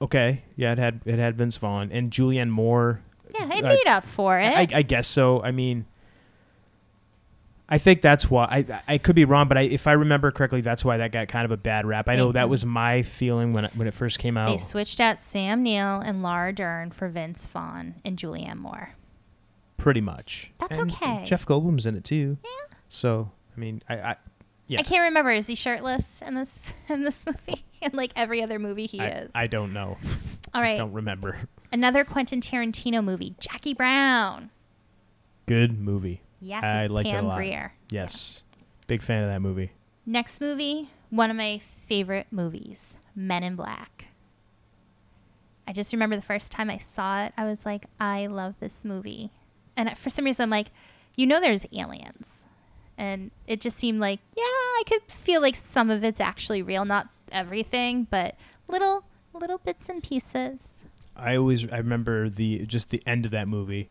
[SPEAKER 2] Okay, yeah, it had it had Vince Vaughn and Julianne Moore
[SPEAKER 3] Yeah, it
[SPEAKER 2] I-
[SPEAKER 3] made up for it.
[SPEAKER 2] I, I guess so. I mean, I think that's why I I could be wrong, but I, if I remember correctly, that's why that got kind of a bad rap. I know that was my feeling when it, when it first came
[SPEAKER 3] Mm-hmm. They
[SPEAKER 2] out.
[SPEAKER 3] switched out Sam Neill and Laura Dern for Vince Vaughn and Julianne Moore.
[SPEAKER 2] pretty much.
[SPEAKER 3] That's
[SPEAKER 2] And
[SPEAKER 3] okay.
[SPEAKER 2] Jeff Goldblum's in it too,
[SPEAKER 3] Yeah.
[SPEAKER 2] so I mean, I, I yeah.
[SPEAKER 3] I can't remember. Is he shirtless in this in this movie? in like every other movie he
[SPEAKER 2] I,
[SPEAKER 3] is.
[SPEAKER 2] I don't know.
[SPEAKER 3] All
[SPEAKER 2] I
[SPEAKER 3] right.
[SPEAKER 2] don't remember.
[SPEAKER 3] Another Quentin Tarantino movie, Jackie Brown.
[SPEAKER 2] Good movie.
[SPEAKER 3] Yes, with
[SPEAKER 2] I liked
[SPEAKER 3] Pam
[SPEAKER 2] it a lot.
[SPEAKER 3] Grier.
[SPEAKER 2] Yes, big fan of that movie.
[SPEAKER 3] Next movie, one of my favorite movies, Men in Black. I just remember the first time I saw it, I was like, I love this movie. And I- for some reason, I'm like, you know, there's aliens. And it just seemed like, yeah, I could feel like some of it's actually real, not everything, but little, little bits and pieces.
[SPEAKER 2] I always I remember the just the end of that movie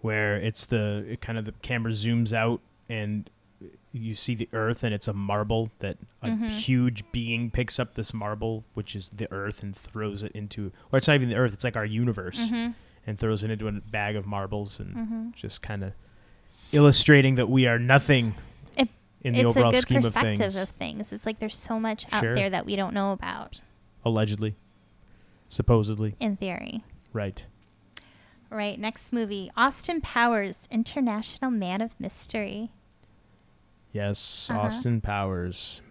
[SPEAKER 2] where it's the it kind of the camera zooms out and you see the earth and it's a marble that a
[SPEAKER 3] Mm-hmm.
[SPEAKER 2] huge being picks up this marble which is the earth and throws it into or it's not even the earth it's like our universe
[SPEAKER 3] Mm-hmm.
[SPEAKER 2] and throws it into a bag of marbles and just kind of illustrating that we are nothing
[SPEAKER 3] It,
[SPEAKER 2] in the
[SPEAKER 3] it's a
[SPEAKER 2] overall
[SPEAKER 3] good
[SPEAKER 2] scheme of
[SPEAKER 3] perspective
[SPEAKER 2] things
[SPEAKER 3] of things. It's like there's so much out
[SPEAKER 2] Sure.
[SPEAKER 3] there that we don't know about,
[SPEAKER 2] allegedly supposedly
[SPEAKER 3] in theory.
[SPEAKER 2] right
[SPEAKER 3] Right, next movie Austin Powers, International Man of Mystery.
[SPEAKER 2] yes
[SPEAKER 3] Uh-huh.
[SPEAKER 2] austin powers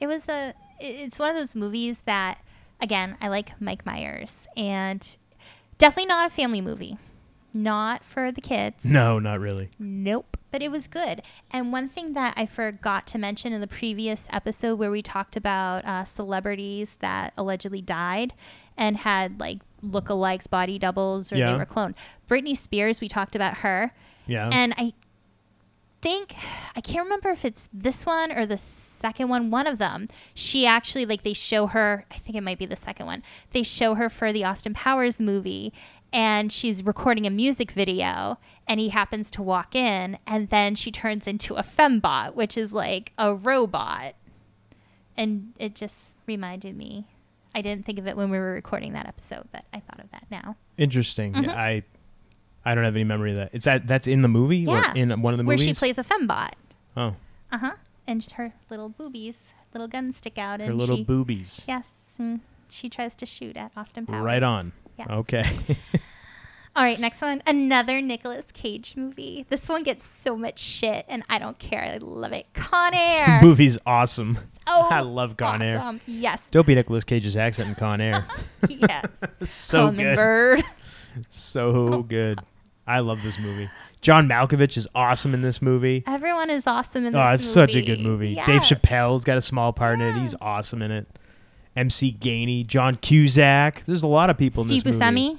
[SPEAKER 3] It was a i- it's one of those movies that again, I like Mike Myers and definitely not a family movie. Not for the kids.
[SPEAKER 2] no not really
[SPEAKER 3] Nope. But it was good. And one thing that I forgot to mention in the previous episode where we talked about uh, celebrities that allegedly died and had like lookalikes, body doubles, or
[SPEAKER 2] Yeah.
[SPEAKER 3] they were cloned. Britney Spears, we talked about her.
[SPEAKER 2] yeah
[SPEAKER 3] And I think I can't remember if it's this one or the second one, one of them. She actually like they show her, I think it might be the second one. They show her for the Austin Powers movie and she's recording a music video and he happens to walk in and then she turns into a fembot, which is like a robot. And it just reminded me. I didn't think of it when we were recording that episode, but I thought of that now.
[SPEAKER 2] Interesting.
[SPEAKER 3] Mm-hmm.
[SPEAKER 2] I I don't have any memory of that. It's that that's in the movie
[SPEAKER 3] Yeah.
[SPEAKER 2] or in one of the
[SPEAKER 3] Where
[SPEAKER 2] movies.
[SPEAKER 3] she plays a fembot.
[SPEAKER 2] oh,
[SPEAKER 3] Uh huh. And her little boobies, little guns stick out, and
[SPEAKER 2] her little
[SPEAKER 3] she,
[SPEAKER 2] boobies.
[SPEAKER 3] yes, and she tries to shoot at Austin Powers.
[SPEAKER 2] Right on.
[SPEAKER 3] Yes.
[SPEAKER 2] Okay.
[SPEAKER 3] All right, next one, another Nicolas Cage movie. This one gets so much shit, and I don't care. I love it. Con Air.
[SPEAKER 2] movie's awesome.
[SPEAKER 3] Oh,
[SPEAKER 2] I love Con Air.
[SPEAKER 3] awesome. Yes.
[SPEAKER 2] Don't be Nicolas Cage's accent in Con Air.
[SPEAKER 3] yes.
[SPEAKER 2] so
[SPEAKER 3] Conan
[SPEAKER 2] good.
[SPEAKER 3] Bird.
[SPEAKER 2] So good. I love this movie. John Malkovich is awesome in this movie.
[SPEAKER 3] Everyone is awesome in this
[SPEAKER 2] oh, it's
[SPEAKER 3] movie.
[SPEAKER 2] such a good movie. Dave
[SPEAKER 3] Yes.
[SPEAKER 2] Chappelle's got a small part in it.
[SPEAKER 3] Yeah.
[SPEAKER 2] He's awesome in it. MC Gainey, John Cusack. There's a lot of people
[SPEAKER 3] Steve
[SPEAKER 2] in this movie.
[SPEAKER 3] Buscemi.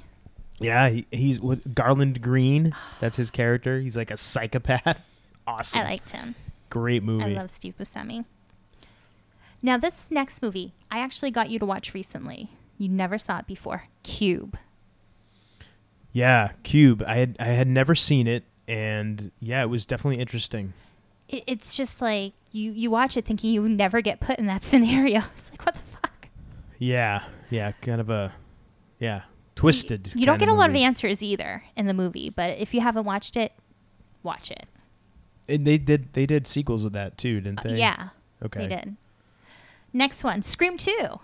[SPEAKER 2] Yeah, he, he's what, Garland Green. That's his character. He's like a psychopath. Awesome.
[SPEAKER 3] I liked him.
[SPEAKER 2] Great movie.
[SPEAKER 3] I love Steve Buscemi. Now, this next movie, I actually got you to watch recently. You never saw it before. Cube.
[SPEAKER 2] yeah, Cube. I had I had never seen it, and yeah, it was definitely interesting.
[SPEAKER 3] It, it's just like you you watch it thinking you would never get put in that scenario. It's like what the fuck.
[SPEAKER 2] Yeah, yeah, kind of a yeah twisted.
[SPEAKER 3] You don't
[SPEAKER 2] kind
[SPEAKER 3] get a lot of
[SPEAKER 2] movie.
[SPEAKER 3] answers either in the movie, but if you haven't watched it, watch it.
[SPEAKER 2] And they did they did sequels of that too, didn't they?
[SPEAKER 3] Uh, yeah,
[SPEAKER 2] Okay.
[SPEAKER 3] we did. Next one, Scream Two,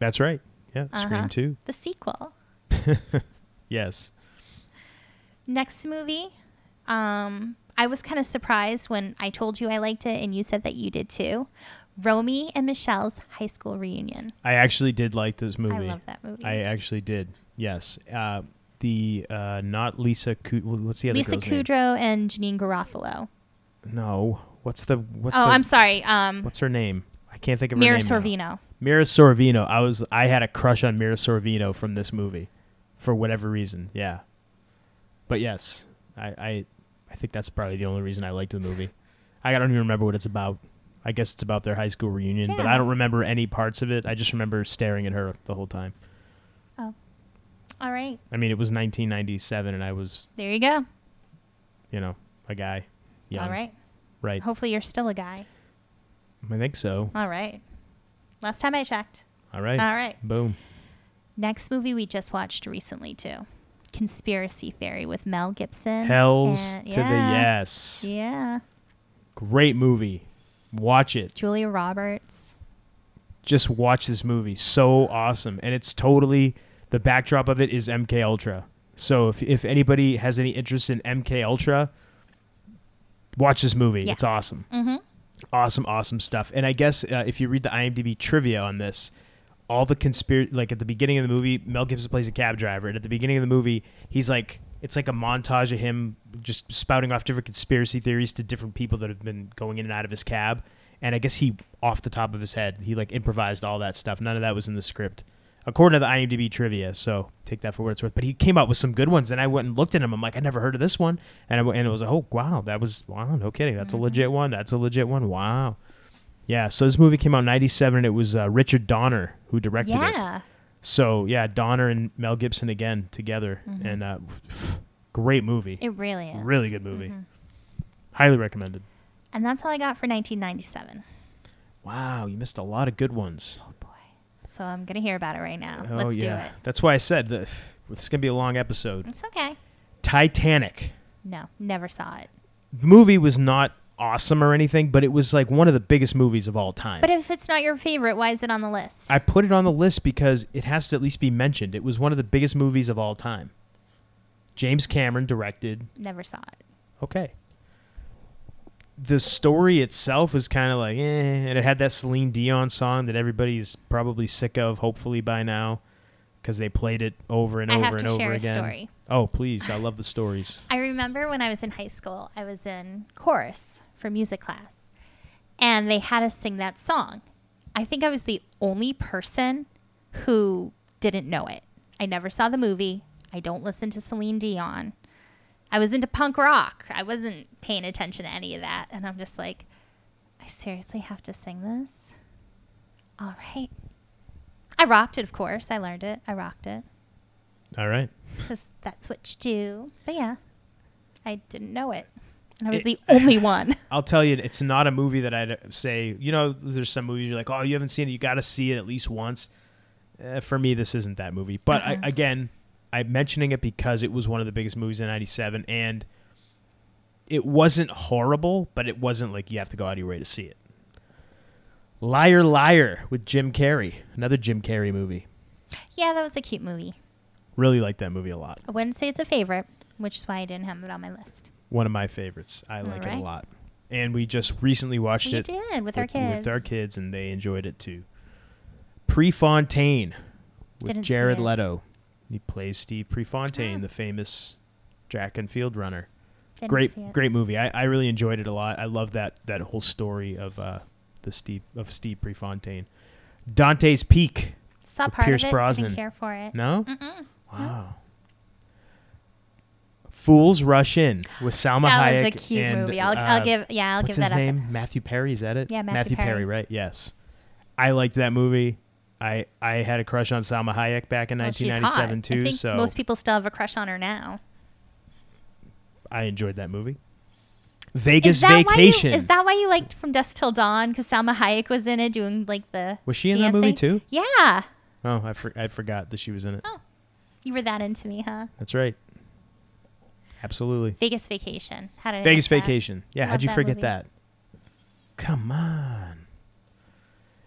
[SPEAKER 2] That's right. Yeah,
[SPEAKER 3] Uh-huh.
[SPEAKER 2] Scream Two.
[SPEAKER 3] the sequel.
[SPEAKER 2] Yes.
[SPEAKER 3] Next movie, um, I was kind of surprised when I told you I liked it and you said that you did too. Romy and Michelle's high school reunion.
[SPEAKER 2] I actually did like this movie.
[SPEAKER 3] I love that movie.
[SPEAKER 2] I actually did. Yes. Uh, the uh, not Lisa. Kud- what's the other
[SPEAKER 3] Lisa
[SPEAKER 2] girl's name?
[SPEAKER 3] Kudrow and Janine Garofalo.
[SPEAKER 2] No. What's the what's
[SPEAKER 3] oh,
[SPEAKER 2] the,
[SPEAKER 3] I'm sorry. Um,
[SPEAKER 2] what's her name? I can't think of her
[SPEAKER 3] Mira
[SPEAKER 2] name. now.
[SPEAKER 3] Sorvino.
[SPEAKER 2] Mira Sorvino. I was I had a crush on Mira Sorvino from this movie for whatever reason. Yeah. But yes, I I, I think that's probably the only reason I liked the movie. I don't even remember what it's about. I guess it's about their high school reunion, but
[SPEAKER 3] Yeah.
[SPEAKER 2] I don't remember any parts of it. I just remember staring at her the whole time.
[SPEAKER 3] All right,
[SPEAKER 2] I mean, it was 1997 and I was,
[SPEAKER 3] there you go.
[SPEAKER 2] you know, a guy. Young.
[SPEAKER 3] All right.
[SPEAKER 2] Right.
[SPEAKER 3] Hopefully, you're still a guy.
[SPEAKER 2] I think so.
[SPEAKER 3] All right. Last time I checked.
[SPEAKER 2] All right.
[SPEAKER 3] All right.
[SPEAKER 2] Boom.
[SPEAKER 3] Next movie we just watched recently too, Conspiracy Theory with Mel Gibson.
[SPEAKER 2] Hells
[SPEAKER 3] and-
[SPEAKER 2] to the yes.
[SPEAKER 3] Yeah.
[SPEAKER 2] Great movie. Watch it.
[SPEAKER 3] Julia Roberts.
[SPEAKER 2] just watch this movie. So awesome, and it's totally the backdrop of it is MK Ultra. So if if anybody has any interest in MK Ultra, watch this movie.
[SPEAKER 3] Yes.
[SPEAKER 2] It's awesome,
[SPEAKER 3] Mhm.
[SPEAKER 2] awesome, awesome stuff. And I guess uh, if you read the IMDb trivia on this, all the conspiracy like at the beginning of the movie, Mel Gibson plays a cab driver, and at the beginning of the movie, he's like. It's like a montage of him just spouting off different conspiracy theories to different people that have been going in and out of his cab and I guess he off the top of his head he like improvised all that stuff. None of that was in the script, according to the IMDb trivia. So take that for what it's worth. But he came out with some good ones, and I went and looked at him. I'm like, I never heard of this one, and I, went- and it was like, oh wow, that was wow, no kidding, that's a legit one. That's a legit one. Wow, yeah. So this movie came out in '97, and it was uh, Richard Donner who directed it.
[SPEAKER 3] Yeah.
[SPEAKER 2] So yeah, Donner and Mel Gibson again together, and uh, great movie,
[SPEAKER 3] Mm-hmm. It Mm-hmm. really is.
[SPEAKER 2] really good movie, highly recommended.
[SPEAKER 3] And that's all I got for 1997.
[SPEAKER 2] Wow, you missed a lot of good ones.
[SPEAKER 3] So I'm going to hear about it right now.
[SPEAKER 2] Oh,
[SPEAKER 3] Let's do it.
[SPEAKER 2] That's why I said that it's going to be a long episode.
[SPEAKER 3] It's okay.
[SPEAKER 2] Titanic.
[SPEAKER 3] No, never saw it.
[SPEAKER 2] The movie was not awesome or anything, but it was like one of the biggest movies of all time.
[SPEAKER 3] But if it's not your favorite, why is it on the list?
[SPEAKER 2] I put it on the list because it has to at least be mentioned. It was one of the biggest movies of all time. James Cameron directed.
[SPEAKER 3] never saw it.
[SPEAKER 2] Okay. The story itself was kind of like, eh, and it had that Celine Dion song that everybody's probably sick of, hopefully by now, because they played it over and
[SPEAKER 3] I
[SPEAKER 2] over
[SPEAKER 3] have
[SPEAKER 2] and
[SPEAKER 3] to
[SPEAKER 2] over
[SPEAKER 3] share a
[SPEAKER 2] again.
[SPEAKER 3] story.
[SPEAKER 2] Oh, please! I love the stories.
[SPEAKER 3] I remember when I was in high school, I was in chorus for music class, and they had us sing that song. I think I was the only person who didn't know it. I never saw the movie. I don't listen to Celine Dion. I was into punk rock. I wasn't paying attention to any of that. And I'm just like, I seriously have to sing this? All right. I rocked it, of course. I learned it. I rocked it
[SPEAKER 2] All right.
[SPEAKER 3] because that's what you do. But yeah, I didn't know it, and I was
[SPEAKER 2] It-
[SPEAKER 3] the only one.
[SPEAKER 2] I'll tell you, it's not a movie that I'd say. You know, there's some movies you're like, oh, you haven't seen it, you got to see it at least once. Uh, for me, this isn't that movie. But I, again, I'm mentioning it because it was one of the biggest movies in '97, and it wasn't horrible, but it wasn't like you have to go out of your way to see it. Liar, liar with Jim Carrey, another Jim Carrey movie.
[SPEAKER 3] yeah, that was a cute movie.
[SPEAKER 2] Really like that movie a lot.
[SPEAKER 3] I wouldn't say it's a favorite, which is why I didn't have it on my list.
[SPEAKER 2] One of my favorites. I like it
[SPEAKER 3] right.
[SPEAKER 2] a lot. And we just recently watched
[SPEAKER 3] We
[SPEAKER 2] it.
[SPEAKER 3] did with our kids.
[SPEAKER 2] With our kids, and they enjoyed it too. Prefontaine with
[SPEAKER 3] Didn't see
[SPEAKER 2] Jared
[SPEAKER 3] it.
[SPEAKER 2] Leto. He plays Steve Prefontaine,
[SPEAKER 3] Ah.
[SPEAKER 2] the famous track and field runner.
[SPEAKER 3] Didn't see
[SPEAKER 2] great,
[SPEAKER 3] it.
[SPEAKER 2] great movie. I, I really enjoyed it a lot. I love that that whole story of uh, the Steve of Steve Prefontaine. Dante's Peak.
[SPEAKER 3] Saw
[SPEAKER 2] with
[SPEAKER 3] part
[SPEAKER 2] Pierce
[SPEAKER 3] of it.
[SPEAKER 2] Brosnan.
[SPEAKER 3] Didn't care for it.
[SPEAKER 2] No.
[SPEAKER 3] Mm-mm.
[SPEAKER 2] Wow. Fools Rush In with Salma
[SPEAKER 3] That
[SPEAKER 2] Hayek.
[SPEAKER 3] was a cute
[SPEAKER 2] and,
[SPEAKER 3] movie. I'll,
[SPEAKER 2] uh,
[SPEAKER 3] I'll give. Yeah, I'll
[SPEAKER 2] what's
[SPEAKER 3] give that
[SPEAKER 2] his name?
[SPEAKER 3] up.
[SPEAKER 2] Matthew Perry. Is that it?
[SPEAKER 3] Yeah, Matthew
[SPEAKER 2] Perry.
[SPEAKER 3] Perry.
[SPEAKER 2] Right. Yes. I liked that movie. I I had a crush on Salma Hayek back in
[SPEAKER 3] Well, she's hot.
[SPEAKER 2] 1997 too.
[SPEAKER 3] I think
[SPEAKER 2] so
[SPEAKER 3] most people still have a crush on her now.
[SPEAKER 2] I enjoyed that movie.
[SPEAKER 3] Is
[SPEAKER 2] Vegas
[SPEAKER 3] that
[SPEAKER 2] Vacation.
[SPEAKER 3] why you? Is that why you liked From Dusk Till Dawn? Because Salma Hayek was in it doing like the.
[SPEAKER 2] Was she in that movie too?
[SPEAKER 3] dancing? Yeah,
[SPEAKER 2] oh, I for, I forgot that she was in it.
[SPEAKER 3] Oh. you were that into me, huh?
[SPEAKER 2] That's right. Absolutely.
[SPEAKER 3] Vegas Vacation. How did I
[SPEAKER 2] Vegas
[SPEAKER 3] miss that?
[SPEAKER 2] Vacation. Yeah,
[SPEAKER 3] Love
[SPEAKER 2] how'd you
[SPEAKER 3] that
[SPEAKER 2] forget
[SPEAKER 3] movie.
[SPEAKER 2] that? Come on.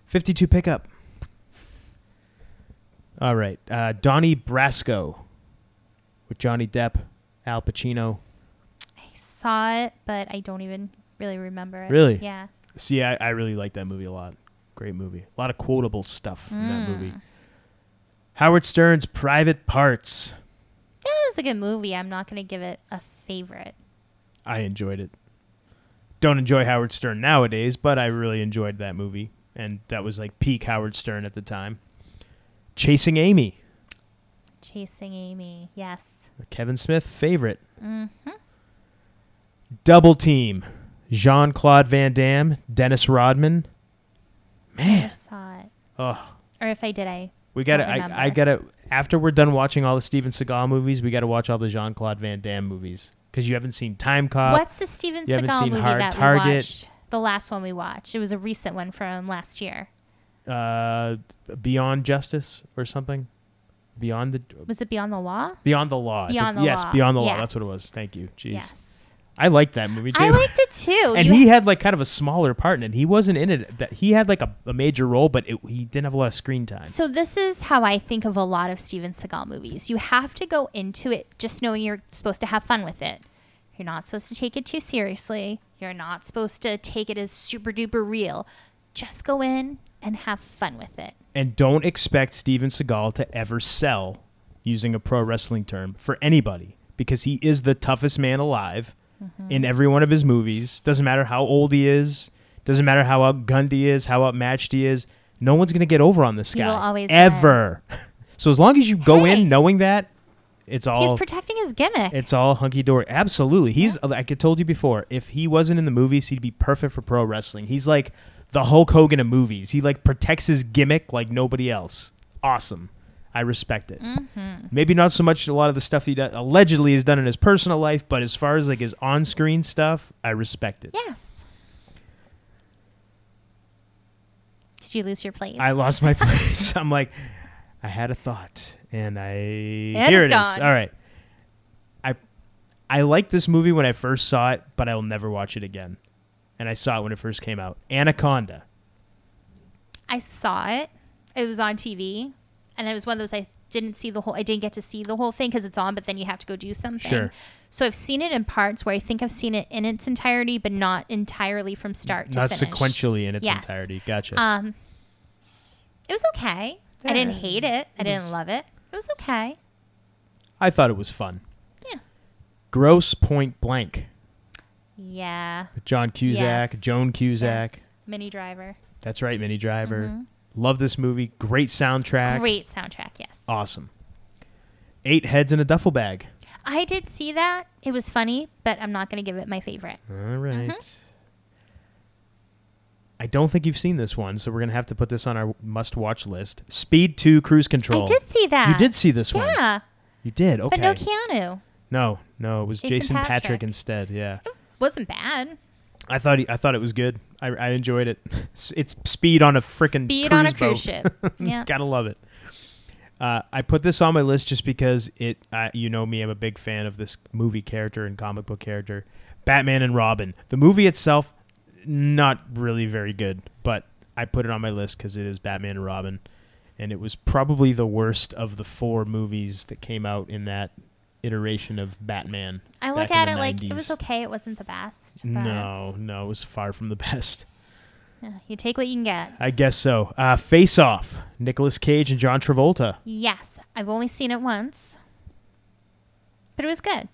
[SPEAKER 2] 52 pickup. All right. Uh, Donnie Brasco with Johnny Depp, Al Pacino.
[SPEAKER 3] I saw it, but I don't even really remember it.
[SPEAKER 2] Really?
[SPEAKER 3] Yeah.
[SPEAKER 2] See, I, I really like that movie a lot. Great movie. A lot of quotable stuff in that movie.
[SPEAKER 3] Mm.
[SPEAKER 2] Howard Stern's Private Parts.
[SPEAKER 3] It was a good movie. I'm not gonna give it a favorite.
[SPEAKER 2] I enjoyed it. Don't enjoy Howard Stern nowadays, but I really enjoyed that movie. And that was like peak Howard Stern at the time. Chasing Amy,
[SPEAKER 3] Chasing Amy. Yes.
[SPEAKER 2] a Kevin Smith favorite.
[SPEAKER 3] Mm-hmm.
[SPEAKER 2] Double Team, Jean Claude Van Damme, Dennis Rodman.
[SPEAKER 3] I
[SPEAKER 2] Man,
[SPEAKER 3] saw it.
[SPEAKER 2] oh,
[SPEAKER 3] Or if I did, I.
[SPEAKER 2] we gotta.
[SPEAKER 3] Don't remember.
[SPEAKER 2] I, I gotta. After we're done watching all the Steven Seagal movies, we gotta watch all the Jean Claude Van Damme movies because you haven't seen Time Cop.
[SPEAKER 3] What's the Steven
[SPEAKER 2] Uh, you haven't
[SPEAKER 3] Seagal
[SPEAKER 2] seen
[SPEAKER 3] movie
[SPEAKER 2] Hard
[SPEAKER 3] that
[SPEAKER 2] Target?
[SPEAKER 3] we watched? The last one we watched. It was a recent one from last year.
[SPEAKER 2] uh, Beyond Justice or something. Beyond the
[SPEAKER 3] Was it Beyond the Law?
[SPEAKER 2] Beyond the Law. I think-
[SPEAKER 3] Beyond the
[SPEAKER 2] yes,
[SPEAKER 3] Law.
[SPEAKER 2] Beyond the Law.
[SPEAKER 3] Yes.
[SPEAKER 2] That's what it was. Thank you. Jeez.
[SPEAKER 3] Yes.
[SPEAKER 2] I liked that movie too.
[SPEAKER 3] I liked it too.
[SPEAKER 2] and
[SPEAKER 3] You-
[SPEAKER 2] he had like kind of a smaller part in it. He wasn't in it. That he had like a, a major role, but it, he didn't have a lot of screen time.
[SPEAKER 3] So this is how I think of a lot of Steven Seagal movies. You have to go into it just knowing you're supposed to have fun with it. You're not supposed to take it too seriously. You're not supposed to take it as super duper real. Just go in and have fun with it.
[SPEAKER 2] And don't expect Steven Seagal to ever sell, using a pro wrestling term, for anybody because he is the toughest man alive
[SPEAKER 3] Mm-hmm.
[SPEAKER 2] in every one of his movies. Doesn't matter how old he is. Doesn't matter how outgunned he is, how outmatched he is. No one's gonna get over on this
[SPEAKER 3] He
[SPEAKER 2] guy
[SPEAKER 3] will always
[SPEAKER 2] ever. so as long as you go
[SPEAKER 3] Hey.
[SPEAKER 2] in knowing that, it's all
[SPEAKER 3] He's protecting his gimmick.
[SPEAKER 2] It's all hunky dory. Absolutely. He's like I told you before, if he wasn't in the movies, he'd be perfect for pro wrestling. He's like the Hulk Hogan of movies. He like protects his gimmick like nobody else. Awesome. I respect it. Maybe not so much a lot of the stuff he do- allegedly has done in his personal life, but as far as like his on-screen stuff, I respect it.
[SPEAKER 3] yes. Did you lose your place?
[SPEAKER 2] I lost my place. I'm like, I had a thought, and I
[SPEAKER 3] And
[SPEAKER 2] here it
[SPEAKER 3] it's
[SPEAKER 2] is.
[SPEAKER 3] gone.
[SPEAKER 2] All right, I I liked this movie when I first saw it, but I will never watch it again. And I saw it when it first came out. Anaconda.
[SPEAKER 3] I saw it. It was on TV, and it was one of those I didn't see the whole. I didn't get to see the whole thing because it's on, but then you have to go do something.
[SPEAKER 2] Sure.
[SPEAKER 3] So I've seen it in parts where I think I've seen it in its entirety, but not entirely from start to
[SPEAKER 2] Not
[SPEAKER 3] finish.
[SPEAKER 2] sequentially in its
[SPEAKER 3] Yes.
[SPEAKER 2] entirety. Gotcha.
[SPEAKER 3] Um, it was okay. I didn't hate it. I didn't love it. It was okay.
[SPEAKER 2] I thought it was fun.
[SPEAKER 3] Yeah.
[SPEAKER 2] Gross Point Blank.
[SPEAKER 3] Yeah.
[SPEAKER 2] John Cusack,
[SPEAKER 3] Yes.
[SPEAKER 2] Joan Cusack.
[SPEAKER 3] Yes. Mini Driver.
[SPEAKER 2] That's right, Mini Driver. Love this movie. Great soundtrack.
[SPEAKER 3] Mm-hmm. Great soundtrack. Yes.
[SPEAKER 2] Awesome. Eight heads in a duffel bag.
[SPEAKER 3] I did see that. It was funny, but I'm not going to give it my favorite.
[SPEAKER 2] All right. I don't think you've seen this one, so we're gonna have to put this on our must-watch list. Speed Two Cruise Control.
[SPEAKER 3] I did see that.
[SPEAKER 2] You did see this one.
[SPEAKER 3] Yeah.
[SPEAKER 2] You did. Okay.
[SPEAKER 3] But no Keanu.
[SPEAKER 2] no, no, it was Jason,
[SPEAKER 3] Jason
[SPEAKER 2] Patrick.
[SPEAKER 3] Patrick. Oh.
[SPEAKER 2] instead. Yeah.
[SPEAKER 3] wasn't bad.
[SPEAKER 2] I thought he, I thought it was good. I, I enjoyed it. It's, it's speed on a frickin'
[SPEAKER 3] Speed
[SPEAKER 2] cruise
[SPEAKER 3] on a cruise
[SPEAKER 2] boat.
[SPEAKER 3] ship. Yeah.
[SPEAKER 2] Gotta love it. Uh, I put this on my list just because it. Uh, you know me, I'm a big fan of this movie character and comic book character, Batman and Robin. The movie itself, not really very good, but I put it on my list because it is Batman and Robin, and it was probably the worst of the four movies that came out in that iteration of Batman.
[SPEAKER 3] I
[SPEAKER 2] back
[SPEAKER 3] look
[SPEAKER 2] in
[SPEAKER 3] at
[SPEAKER 2] the
[SPEAKER 3] it like it was
[SPEAKER 2] 90s.
[SPEAKER 3] okay. It wasn't the best. But
[SPEAKER 2] No, no, it was far from the best.
[SPEAKER 3] yeah, uh, You take what you can get.
[SPEAKER 2] I guess so. Uh, Face Off, Nicolas Cage and John Travolta.
[SPEAKER 3] Yes. I've only seen it once. But it was good.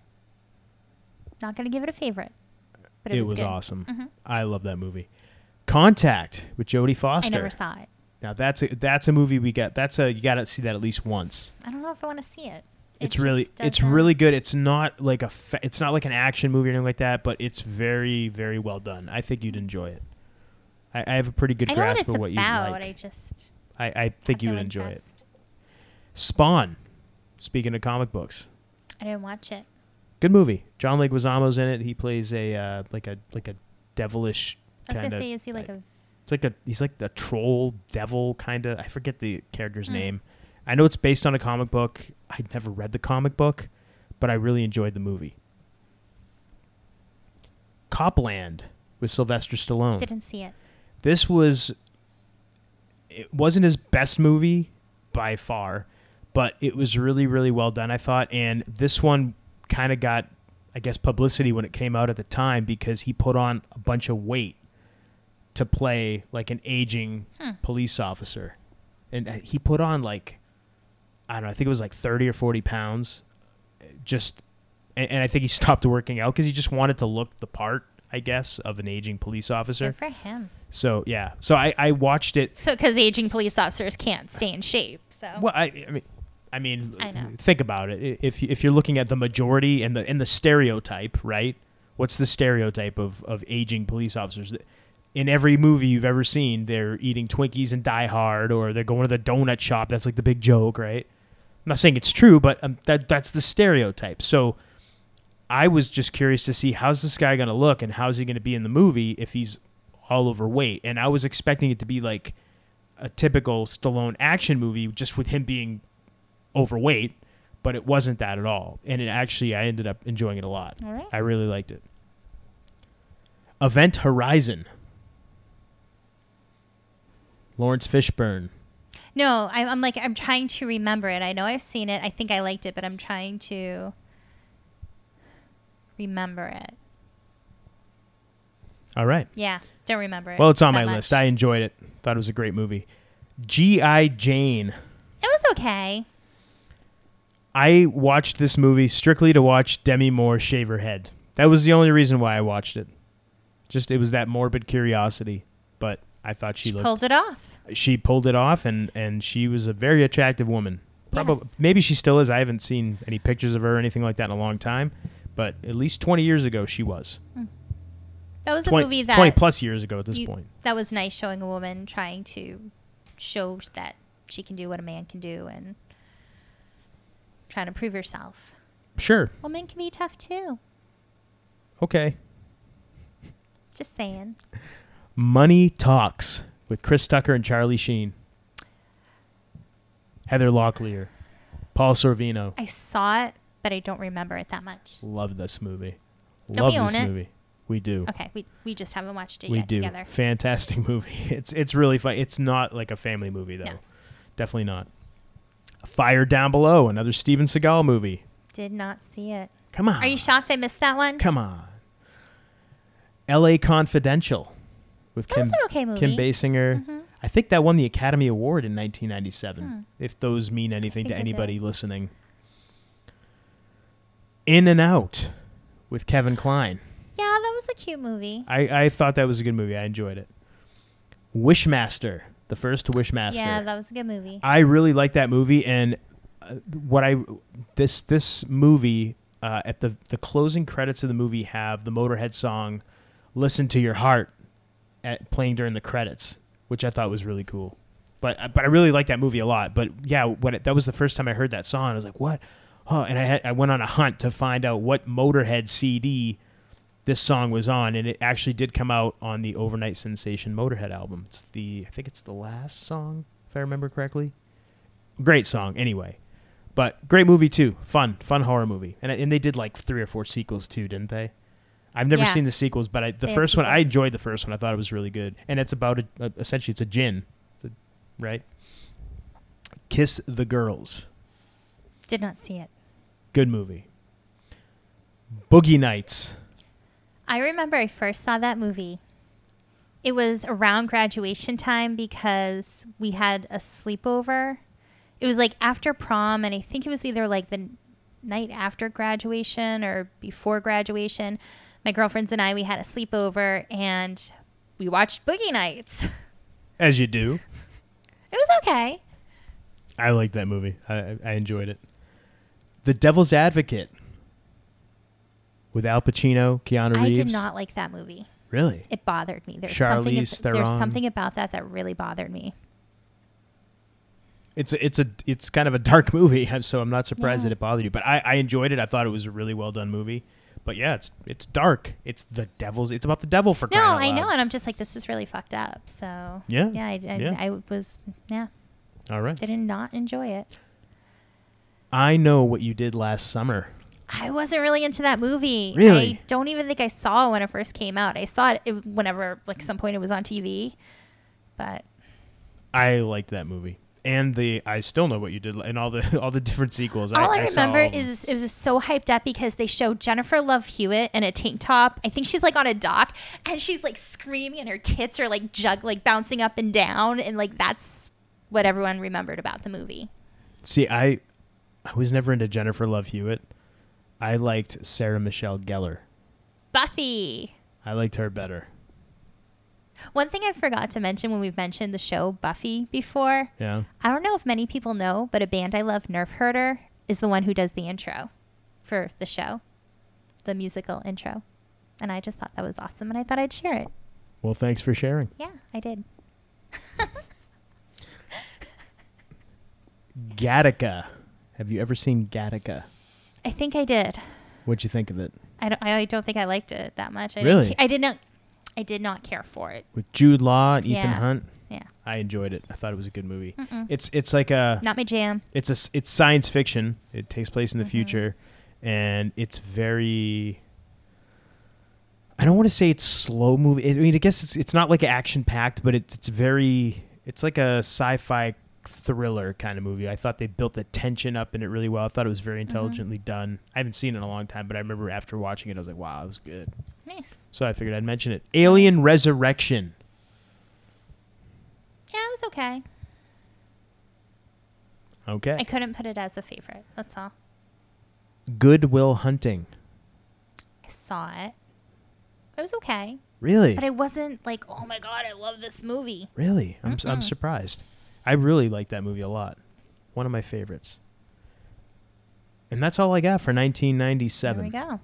[SPEAKER 3] Not going to give it a favorite. But it,
[SPEAKER 2] it
[SPEAKER 3] was,
[SPEAKER 2] was
[SPEAKER 3] good. Mm-hmm.
[SPEAKER 2] awesome. I love that movie. Contact with Jodie Foster.
[SPEAKER 3] I never saw it.
[SPEAKER 2] Now that's a that's a movie we got. That's a you got to see that at least once.
[SPEAKER 3] I don't know if I want to see it. It
[SPEAKER 2] It's really
[SPEAKER 3] just
[SPEAKER 2] it's
[SPEAKER 3] doesn't-
[SPEAKER 2] really good. It's not like a fa- it's not like an action movie or anything like that, but it's very very well done. I think you'd enjoy it. I, I have a pretty good
[SPEAKER 3] I know what
[SPEAKER 2] grasp
[SPEAKER 3] it's
[SPEAKER 2] of what you
[SPEAKER 3] about. I
[SPEAKER 2] like.
[SPEAKER 3] just
[SPEAKER 2] I, I think you would enjoy it.
[SPEAKER 3] it.
[SPEAKER 2] Spawn. Speaking of comic books,
[SPEAKER 3] I didn't watch it.
[SPEAKER 2] good movie. John Leguizamo's in it. He plays a uh, like a like a devilish.
[SPEAKER 3] I was
[SPEAKER 2] kind
[SPEAKER 3] gonna
[SPEAKER 2] of
[SPEAKER 3] say, is he like a?
[SPEAKER 2] It's like a he's like the troll devil kind of. I forget the character's name. I know it's based on a comic book. I'd never read the comic book, but I really enjoyed the movie. Copland with Sylvester Stallone.
[SPEAKER 3] Didn't see it.
[SPEAKER 2] This was it wasn't his best movie by far, but it was really really well done I thought and this one kind of got I guess publicity when it came out at the time because he put on a bunch of weight to play like an aging police officer. And uh, he put on like I don't know, I think it was like 30 or 40 pounds uh, just and, and I think he stopped working out cuz he just wanted to look the part, I guess, of an aging police officer.
[SPEAKER 3] Good for him.
[SPEAKER 2] So, yeah. So I I watched it
[SPEAKER 3] So, because aging police officers can't stay in shape, so
[SPEAKER 2] Well, I, I mean, I mean,
[SPEAKER 3] I know.
[SPEAKER 2] think about it. I- If you- if you're looking at the majority and the and the stereotype, right? What's the stereotype of of aging police officers? In every movie you've ever seen, they're eating Twinkies and Die Hard, or they're going to the donut shop. That's like the big joke, right? I'm not saying it's true, but um, that that's the stereotype. So. I was just curious to see how's this guy going to look and how's he going to be in the movie if he's all overweight. And I was expecting it to be like a typical Stallone action movie, just with him being overweight, but it wasn't that at all. And it actually, I ended up enjoying it a lot.
[SPEAKER 3] All right.
[SPEAKER 2] I really liked it. Event Horizon. Lawrence Fishburne.
[SPEAKER 3] No, I, I'm like I'm trying to remember it. I know I've seen it. I think I liked it, but I'm trying to remember it.
[SPEAKER 2] All right.
[SPEAKER 3] Yeah, don't remember it.
[SPEAKER 2] Well, it's on my
[SPEAKER 3] that much.
[SPEAKER 2] list. I enjoyed it. Thought it was a great movie. G.I. Jane.
[SPEAKER 3] it was okay.
[SPEAKER 2] I watched this movie strictly to watch Demi Moore shave her head. That was the only reason why I watched it. Just it was that morbid curiosity, but I thought she,
[SPEAKER 3] She
[SPEAKER 2] looked
[SPEAKER 3] pulled it off.
[SPEAKER 2] she pulled it off and and she was a very attractive woman. Probably
[SPEAKER 3] Yes.
[SPEAKER 2] maybe she still is. I haven't seen any pictures of her or anything like that in a long time, but at least 20 years ago she was.
[SPEAKER 3] That was a
[SPEAKER 2] 20,
[SPEAKER 3] movie that
[SPEAKER 2] 20 plus years ago at this
[SPEAKER 3] you-
[SPEAKER 2] point.
[SPEAKER 3] that was nice showing a woman trying to show that she can do what a man can do and trying to prove herself.
[SPEAKER 2] Sure.
[SPEAKER 3] Well, men can be tough too.
[SPEAKER 2] Okay.
[SPEAKER 3] Just saying.
[SPEAKER 2] Money Talks with Chris Tucker and Charlie Sheen. Heather Locklear, Paul Sorvino.
[SPEAKER 3] I saw it, but I don't remember it that much.
[SPEAKER 2] Love this movie.
[SPEAKER 3] Don't
[SPEAKER 2] Love
[SPEAKER 3] we own
[SPEAKER 2] this
[SPEAKER 3] it?
[SPEAKER 2] movie. We do.
[SPEAKER 3] Okay, we we just haven't watched it
[SPEAKER 2] we
[SPEAKER 3] yet
[SPEAKER 2] do.
[SPEAKER 3] together.
[SPEAKER 2] Fantastic movie. It's it's really fun. It's not like a family movie though.
[SPEAKER 3] No.
[SPEAKER 2] Definitely not. Fire Down Below, another Steven Seagal movie.
[SPEAKER 3] Did not see it.
[SPEAKER 2] Come on.
[SPEAKER 3] Are you shocked I missed that one?
[SPEAKER 2] Come on. L.A. Confidential with
[SPEAKER 3] That
[SPEAKER 2] Kim,
[SPEAKER 3] was an okay movie. Mm-hmm.
[SPEAKER 2] Kim Basinger. I think that won the Academy Award in 1997, if those mean anything to
[SPEAKER 3] Hmm. think it did.
[SPEAKER 2] anybody listening. In and Out with Kevin Klein.
[SPEAKER 3] Yeah, that was a cute movie.
[SPEAKER 2] I, I thought that was a good movie. I enjoyed it. Wishmaster, the first Wishmaster.
[SPEAKER 3] Yeah, that was a good movie.
[SPEAKER 2] I really like that movie, and uh, what I this this movie uh, at the the closing credits of the movie have the Motorhead song "Listen to Your Heart" at playing during the credits, which I thought was really cool. But but I really like that movie a lot. But yeah, what it, that was the first time I heard that song. I was like, what? Oh, and I had, I went on a hunt to find out what Motorhead CD this song was on, and it actually did come out on the Overnight Sensation Motorhead album. It's the I think it's the last song, if I remember correctly. Great song, anyway. But great movie too. Fun, fun horror movie, and and they did like three or four sequels too, didn't they? I've never
[SPEAKER 3] Yeah.
[SPEAKER 2] seen the sequels, but I, the
[SPEAKER 3] They had
[SPEAKER 2] first one I
[SPEAKER 3] sequels.
[SPEAKER 2] enjoyed. The first one I thought it was really good, and it's about a, a essentially it's a gin, It's a- right? Kiss the Girls,
[SPEAKER 3] Did not see it.
[SPEAKER 2] good movie. Boogie Nights.
[SPEAKER 3] I remember I first saw that movie. It was around graduation time because we had a sleepover. It was like after prom, and I think it was either like the n- night after graduation or before graduation. My girlfriends and I, we had a sleepover and we watched Boogie Nights. it
[SPEAKER 2] As you do.
[SPEAKER 3] was okay.
[SPEAKER 2] I liked that movie. I- I, I enjoyed it. The Devil's Advocate with Al Pacino, Keanu
[SPEAKER 3] I
[SPEAKER 2] Reeves.
[SPEAKER 3] did not like that movie.
[SPEAKER 2] really.
[SPEAKER 3] It bothered me. There's something, ab-
[SPEAKER 2] Charlize
[SPEAKER 3] there's
[SPEAKER 2] Theron.
[SPEAKER 3] something about that that really bothered me.
[SPEAKER 2] It's a, it's a it's kind of a dark movie, so I'm not surprised
[SPEAKER 3] Yeah.
[SPEAKER 2] that it bothered you. But I, I enjoyed it. I thought it was a really well done movie. But yeah, it's it's dark. It's the devil's. It's about the devil for
[SPEAKER 3] No,
[SPEAKER 2] crying out
[SPEAKER 3] I know,
[SPEAKER 2] loud.
[SPEAKER 3] and I'm just like, this is really fucked up. So
[SPEAKER 2] Yeah,
[SPEAKER 3] yeah, I, I,
[SPEAKER 2] yeah.
[SPEAKER 3] I was yeah,
[SPEAKER 2] All right.
[SPEAKER 3] did not enjoy it.
[SPEAKER 2] I know what you did last summer.
[SPEAKER 3] I wasn't really into that movie.
[SPEAKER 2] Really?
[SPEAKER 3] I don't even think I saw it when it first came out. I saw it, it whenever, like, some point it was on TV, but
[SPEAKER 2] I liked that movie. And the I still know what you did, and all the all the different sequels.
[SPEAKER 3] all I,
[SPEAKER 2] I saw
[SPEAKER 3] remember
[SPEAKER 2] all of them.
[SPEAKER 3] is it was just so hyped up because they showed Jennifer Love Hewitt in a tank top. I think she's like on a dock and she's like screaming and her tits are like jug like bouncing up and down and like that's what everyone remembered about the movie.
[SPEAKER 2] See, I I was never into Jennifer Love Hewitt. I liked Sarah Michelle Gellar.
[SPEAKER 3] Buffy.
[SPEAKER 2] I liked her better.
[SPEAKER 3] One thing I forgot to mention when we've mentioned the show Buffy before,
[SPEAKER 2] Yeah.
[SPEAKER 3] I don't know if many people know, but a band I love, Nerf Herder, is the one who does the intro for the show, the musical intro. And I just thought that was awesome and I thought I'd share it.
[SPEAKER 2] Well, thanks for sharing.
[SPEAKER 3] Yeah, I did.
[SPEAKER 2] Gattaca. Have you ever seen Gattaca?
[SPEAKER 3] I think I did.
[SPEAKER 2] What'd you think of it?
[SPEAKER 3] I don't, I don't think I liked it that much. I
[SPEAKER 2] Really?
[SPEAKER 3] Didn't, ca- I did not. I did not care for it.
[SPEAKER 2] With Jude Law and Ethan
[SPEAKER 3] Yeah.
[SPEAKER 2] Hunt.
[SPEAKER 3] Yeah.
[SPEAKER 2] I I enjoyed it. I thought it was a good movie. It's it's like a
[SPEAKER 3] Not my jam.
[SPEAKER 2] it's a s- it's science fiction. It takes place in the future, and it's very. I don't want to say it's slow movie. I mean, I guess it's it's not like action packed, but it's it's very it's like a sci-fi thriller kind of movie. I thought they built the tension up in it really well. I thought it was very intelligently done. I haven't seen it in a long time, but I remember after watching it, I was like, wow, it was good.
[SPEAKER 3] Nice.
[SPEAKER 2] So I figured I'd mention it. Alien Resurrection.
[SPEAKER 3] Yeah, it was okay.
[SPEAKER 2] Okay.
[SPEAKER 3] I couldn't put it as a favorite. That's all.
[SPEAKER 2] Goodwill Hunting.
[SPEAKER 3] I saw it. It was okay,
[SPEAKER 2] Really?
[SPEAKER 3] but I wasn't like, oh my god, I love this movie.
[SPEAKER 2] Really? I'm, s am surprised. I really like that movie a lot. One of my favorites. And that's all I got for 1997.
[SPEAKER 3] There we go.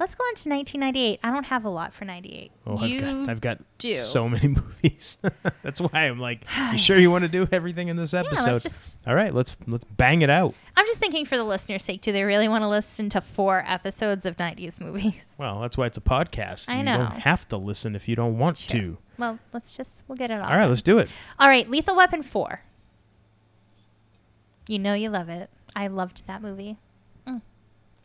[SPEAKER 3] Let's go on to 1998. I don't have a lot for 98.
[SPEAKER 2] Oh, I've
[SPEAKER 3] you
[SPEAKER 2] got, I've got
[SPEAKER 3] do.
[SPEAKER 2] so many movies. that's why I'm like, you sure you want to do everything in this
[SPEAKER 3] let's
[SPEAKER 2] episode?
[SPEAKER 3] just-
[SPEAKER 2] All right, let's let's bang it out.
[SPEAKER 3] I'm just thinking for the listener's sake, do they really want to listen to four episodes of 90s movies?
[SPEAKER 2] Well, that's why it's a podcast.
[SPEAKER 3] I
[SPEAKER 2] you
[SPEAKER 3] know.
[SPEAKER 2] don't have to listen if you don't want
[SPEAKER 3] Sure.
[SPEAKER 2] to.
[SPEAKER 3] Well, let's just we'll get it off.
[SPEAKER 2] All right, let's do it.
[SPEAKER 3] All right, Lethal Weapon 4. You know you love it. I loved that movie. Mm. So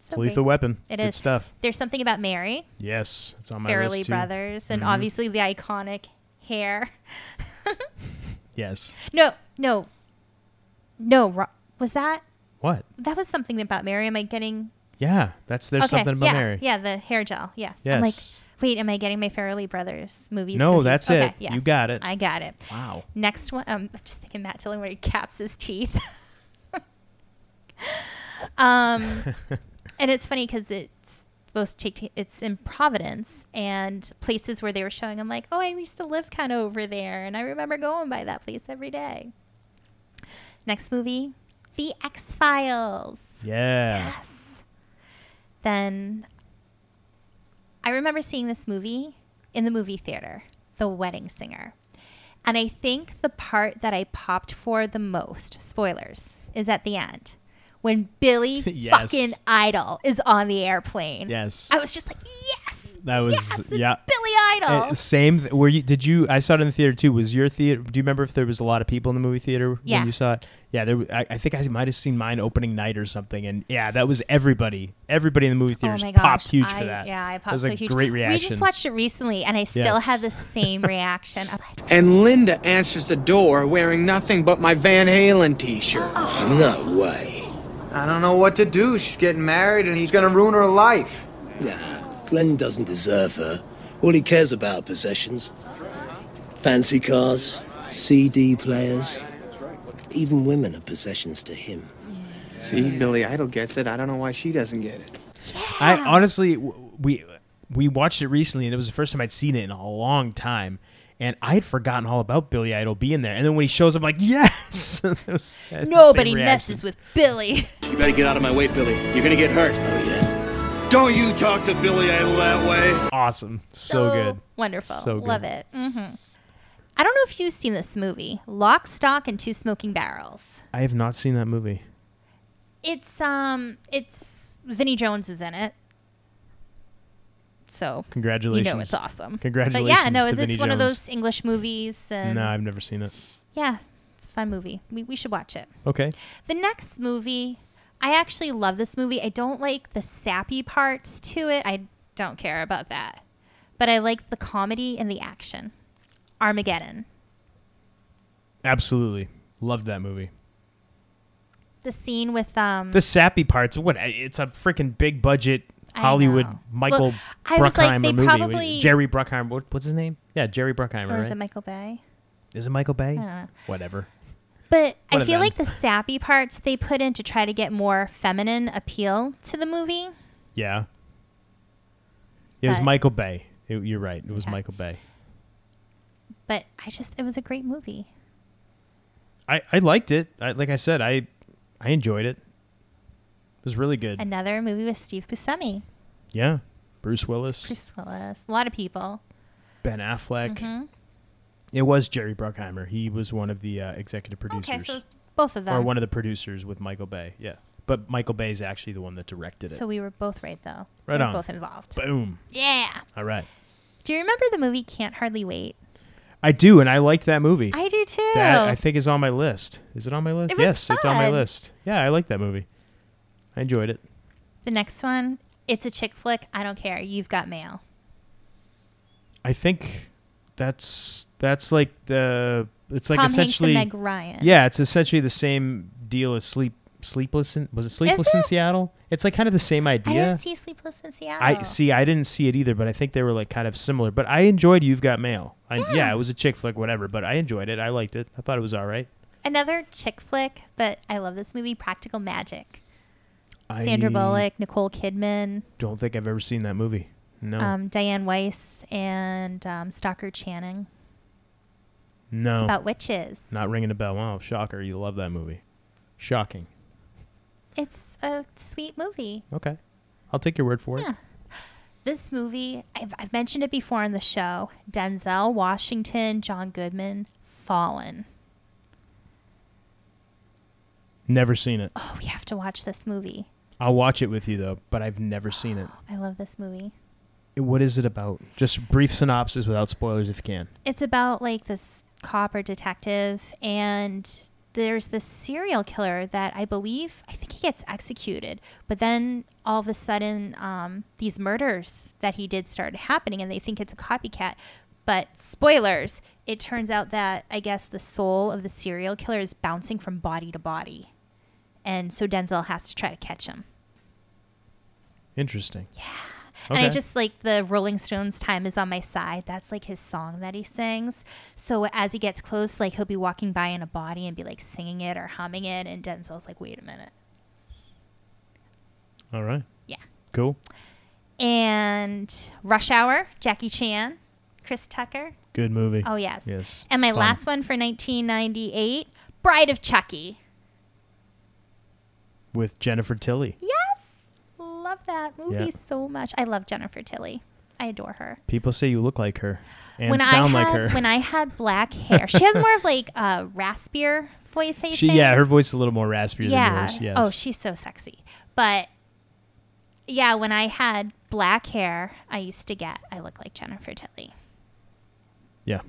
[SPEAKER 2] It's Lethal
[SPEAKER 3] great.
[SPEAKER 2] Weapon.
[SPEAKER 3] It
[SPEAKER 2] Good
[SPEAKER 3] is.
[SPEAKER 2] stuff.
[SPEAKER 3] There's something about Mary,
[SPEAKER 2] Yes, it's on my
[SPEAKER 3] Farrelly
[SPEAKER 2] list too. Mm-hmm.
[SPEAKER 3] Brothers, and obviously the iconic hair.
[SPEAKER 2] Yes.
[SPEAKER 3] no, no. No, Ro- was that
[SPEAKER 2] What?
[SPEAKER 3] that was something about Mary. Am I getting
[SPEAKER 2] Yeah, that's there's something about
[SPEAKER 3] yeah,
[SPEAKER 2] Mary.
[SPEAKER 3] Yeah, the hair gel. Yes. I'm like,
[SPEAKER 2] Yes.
[SPEAKER 3] wait, am I getting my Farrelly Brothers movies?
[SPEAKER 2] No,
[SPEAKER 3] confused?
[SPEAKER 2] that's
[SPEAKER 3] okay,
[SPEAKER 2] it.
[SPEAKER 3] yes.
[SPEAKER 2] You got it.
[SPEAKER 3] I got it.
[SPEAKER 2] Wow.
[SPEAKER 3] Next one, um, I'm just thinking Matt Dillon where he caps his teeth. um, and it's funny because it's supposed to take it's in Providence and places where they were showing. I'm like, oh, I used to live kind of over there, and I remember going by that place every day. Next movie, The X Files.
[SPEAKER 2] Yeah.
[SPEAKER 3] Yes. Then I remember seeing this movie in the movie theater, The Wedding Singer. And I think the part that I popped for the most, spoilers, is at the end when Billy
[SPEAKER 2] Yes.
[SPEAKER 3] fucking Idol is on the airplane.
[SPEAKER 2] Yes.
[SPEAKER 3] I was just like, yes.
[SPEAKER 2] That was-
[SPEAKER 3] yes, it's
[SPEAKER 2] yeah.
[SPEAKER 3] Billy
[SPEAKER 2] Uh,
[SPEAKER 3] Idol.
[SPEAKER 2] same. Th- were you? Did you? I saw it in the theater too. Was your theater? Do you remember if there was a lot of people in the movie theater
[SPEAKER 3] Yeah.
[SPEAKER 2] when you saw it? Yeah. There. w- I, I think I might have seen mine opening night or something. And yeah, that was everybody. Everybody in the movie theaters popped huge
[SPEAKER 3] Oh I,
[SPEAKER 2] for that.
[SPEAKER 3] Yeah, I popped
[SPEAKER 2] That was
[SPEAKER 3] so
[SPEAKER 2] a
[SPEAKER 3] huge.
[SPEAKER 2] great
[SPEAKER 3] We
[SPEAKER 2] reaction.
[SPEAKER 3] just watched it recently, and I still had the
[SPEAKER 2] Yes.
[SPEAKER 3] same reaction. I'm like,
[SPEAKER 5] And Linda answers the door wearing nothing but my Van Halen t shirt.
[SPEAKER 7] No way.
[SPEAKER 5] I don't know what to do. She's getting married and he's gonna ruin her life.
[SPEAKER 7] Nah, Glenn doesn't deserve her. All he cares about are possessions, fancy cars, CD players. Even women are possessions to him.
[SPEAKER 5] See, Billy Idol gets it. I don't know why she doesn't get it.
[SPEAKER 2] I honestly w- we we watched it recently, and it was the first time I'd seen it in a long time. And I had forgotten all about Billy Idol being there. And then when he shows up, I'm like, yes! It was- I had the same
[SPEAKER 3] nobody
[SPEAKER 2] reaction.
[SPEAKER 3] messes with Billy.
[SPEAKER 8] You better get out of my way, Billy. You're gonna get hurt.
[SPEAKER 7] Oh, yeah.
[SPEAKER 8] Don't you talk to Billy Idol that way.
[SPEAKER 2] Awesome. So, good.
[SPEAKER 3] Wonderful.
[SPEAKER 2] So good.
[SPEAKER 3] Love it. hmm I don't know if you've seen this movie, Lock, Stock, and Two Smoking Barrels.
[SPEAKER 2] I have not seen that movie.
[SPEAKER 3] It's um, it's Vinnie Jones is in it. So you
[SPEAKER 2] Congratulations.
[SPEAKER 3] know it's awesome.
[SPEAKER 2] Congratulations.
[SPEAKER 3] But yeah, no,
[SPEAKER 2] to
[SPEAKER 3] it's,
[SPEAKER 2] Vinnie
[SPEAKER 3] it's one of
[SPEAKER 2] Jones.
[SPEAKER 3] those English movies, and
[SPEAKER 2] No, I've never seen it.
[SPEAKER 3] yeah, it's a fun movie. We we should watch it.
[SPEAKER 2] Okay.
[SPEAKER 3] The next movie, I actually love this movie. I don't like the sappy parts to it. I don't care about that. But I like the comedy and the action. Armageddon.
[SPEAKER 2] Absolutely. Loved that movie.
[SPEAKER 3] The scene with um
[SPEAKER 2] The sappy parts, what? It's a freaking big budget
[SPEAKER 3] I
[SPEAKER 2] Hollywood
[SPEAKER 3] know.
[SPEAKER 2] Michael
[SPEAKER 3] Well, I was like,
[SPEAKER 2] Bruckheimer
[SPEAKER 3] they
[SPEAKER 2] movie. What-
[SPEAKER 3] probably-
[SPEAKER 2] Jerry Bruckheimer. What, what's his name? Yeah, Jerry Bruckheimer,
[SPEAKER 3] or is
[SPEAKER 2] right?
[SPEAKER 3] it Michael Bay?
[SPEAKER 2] Is it Michael Bay?
[SPEAKER 3] dunno.
[SPEAKER 2] Whatever.
[SPEAKER 3] But
[SPEAKER 2] One
[SPEAKER 3] I
[SPEAKER 2] of
[SPEAKER 3] feel
[SPEAKER 2] them.
[SPEAKER 3] like the sappy parts they put in to try to get more feminine appeal to the movie.
[SPEAKER 2] Yeah. It was
[SPEAKER 3] But-
[SPEAKER 2] Michael Bay. It- you're right. It was
[SPEAKER 3] Okay.
[SPEAKER 2] Michael Bay.
[SPEAKER 3] But I just it was a great movie.
[SPEAKER 2] I, I liked it. I, like I said, I I enjoyed it. It was really good.
[SPEAKER 3] Another movie with Steve Buscemi,
[SPEAKER 2] yeah. Bruce Willis,
[SPEAKER 3] Bruce Willis, a lot of people.
[SPEAKER 2] Ben Affleck.
[SPEAKER 3] Mm-hmm.
[SPEAKER 2] It was Jerry Bruckheimer. He was one of the uh, executive producers.
[SPEAKER 3] Okay, so it's both of them.
[SPEAKER 2] or one of the producers with Michael Bay. Yeah. But Michael Bay is actually the one that directed it.
[SPEAKER 3] so we were both right though.
[SPEAKER 2] Right
[SPEAKER 3] we were
[SPEAKER 2] on.
[SPEAKER 3] both involved.
[SPEAKER 2] Boom.
[SPEAKER 3] Yeah.
[SPEAKER 2] All right.
[SPEAKER 3] Do you remember the movie Can't Hardly Wait?
[SPEAKER 2] I do, and I liked that movie.
[SPEAKER 3] I do too.
[SPEAKER 2] that I think is on my list. Is it on my list?
[SPEAKER 3] It was
[SPEAKER 2] yes, it's on my
[SPEAKER 3] fun.
[SPEAKER 2] list. Yeah, I like that movie. I enjoyed it.
[SPEAKER 3] the next one, it's a chick flick. I don't care. You've got mail.
[SPEAKER 2] I think that's that's like the it's like
[SPEAKER 3] Tom Hanks and
[SPEAKER 2] essentially
[SPEAKER 3] Meg Ryan.
[SPEAKER 2] yeah, it's essentially the same deal as sleep sleepless in was it sleepless in
[SPEAKER 3] it?
[SPEAKER 2] Seattle? It's like kind of the same
[SPEAKER 3] I
[SPEAKER 2] idea.
[SPEAKER 3] didn't see Sleepless in Seattle.
[SPEAKER 2] I see. I didn't see it either, but I think they were like kind of similar. But I enjoyed You've Got Mail. I, yeah. it was a chick flick, whatever. But I enjoyed it. I liked it. I thought it was all right.
[SPEAKER 3] Another chick flick, but I love this movie, Practical Magic. Sandra
[SPEAKER 2] I
[SPEAKER 3] Bullock, Nicole Kidman,
[SPEAKER 2] Don't think I've ever seen that movie. No,
[SPEAKER 3] um, Diane Weiss, and um, Stalker Channing. It's
[SPEAKER 2] no,
[SPEAKER 3] about witches.
[SPEAKER 2] not ringing a bell. Wow, shocker! You love that movie. Shocking.
[SPEAKER 3] It's a sweet movie.
[SPEAKER 2] Okay, I'll take your word for it.
[SPEAKER 3] Yeah. This movie, I've, I've mentioned it before on the show Denzel Washington, John Goodman, Fallen.
[SPEAKER 2] Never seen it.
[SPEAKER 3] Oh, we have to watch this movie.
[SPEAKER 2] I'll watch it with you though, but I've never seen it.
[SPEAKER 3] I love this movie.
[SPEAKER 2] It- What is it about? Just brief synopsis without spoilers, if you can.
[SPEAKER 3] It's about like this cop or detective, and there's this serial killer that I believe, I think he gets executed, but then all of a sudden, um, these murders that he did start happening, and they think it's a copycat. But spoilers, it turns out that I guess the soul of the serial killer is bouncing from body to body. And so Denzel has to try to catch him.
[SPEAKER 2] Interesting. Yeah.
[SPEAKER 3] And I just like the Rolling Stones "Time Is on My Side." That's like his song that he sings. So as he gets close, like he'll be walking by in a body and be like singing it or humming it, and Denzel's like, "Wait a minute."
[SPEAKER 2] all right.
[SPEAKER 3] Yeah.
[SPEAKER 2] Cool.
[SPEAKER 3] And Rush Hour, Jackie Chan, Chris Tucker.
[SPEAKER 2] Good movie.
[SPEAKER 3] Oh yes.
[SPEAKER 2] Yes.
[SPEAKER 3] And my
[SPEAKER 2] Fun.
[SPEAKER 3] last one for 1998, Bride of Chucky.
[SPEAKER 2] with Jennifer Tilly.
[SPEAKER 3] Yes, love that movie
[SPEAKER 2] Yeah.
[SPEAKER 3] so much. I love Jennifer Tilly. I adore her.
[SPEAKER 2] People say you look like her and
[SPEAKER 3] when
[SPEAKER 2] sound
[SPEAKER 3] I
[SPEAKER 2] like
[SPEAKER 3] had,
[SPEAKER 2] her.
[SPEAKER 3] When I had black hair, she has more of like a raspier voice. I
[SPEAKER 2] she,
[SPEAKER 3] think.
[SPEAKER 2] yeah, her voice is a little more raspier
[SPEAKER 3] yeah.
[SPEAKER 2] than yours. Yes.
[SPEAKER 3] Oh, she's so sexy. But yeah, when I had black hair, I used to get I look like Jennifer Tilly.
[SPEAKER 2] yeah.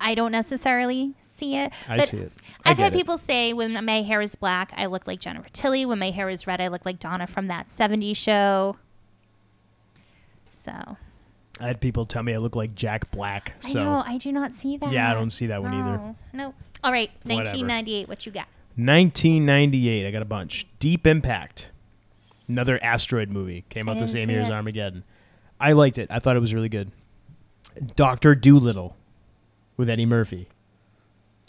[SPEAKER 3] I don't necessarily see it.
[SPEAKER 2] I
[SPEAKER 3] but
[SPEAKER 2] see it. I
[SPEAKER 3] I've had
[SPEAKER 2] get it.
[SPEAKER 3] people say when my hair is black, I look like Jennifer Tilly. When my hair is red, I look like Donna from that '70s show. So
[SPEAKER 2] I had people tell me I look like Jack Black. So
[SPEAKER 3] I know I do not see that.
[SPEAKER 2] Yeah, I don't see that one either.
[SPEAKER 3] No. All right,
[SPEAKER 2] Whatever.
[SPEAKER 3] 1998. What you got?
[SPEAKER 2] 1998, I got a bunch. Deep Impact, another asteroid movie, came
[SPEAKER 3] I
[SPEAKER 2] out the
[SPEAKER 3] didn't
[SPEAKER 2] same
[SPEAKER 3] see
[SPEAKER 2] year as
[SPEAKER 3] it.
[SPEAKER 2] Armageddon. I liked it. I thought it was really good. Doctor Doolittle with Eddie Murphy.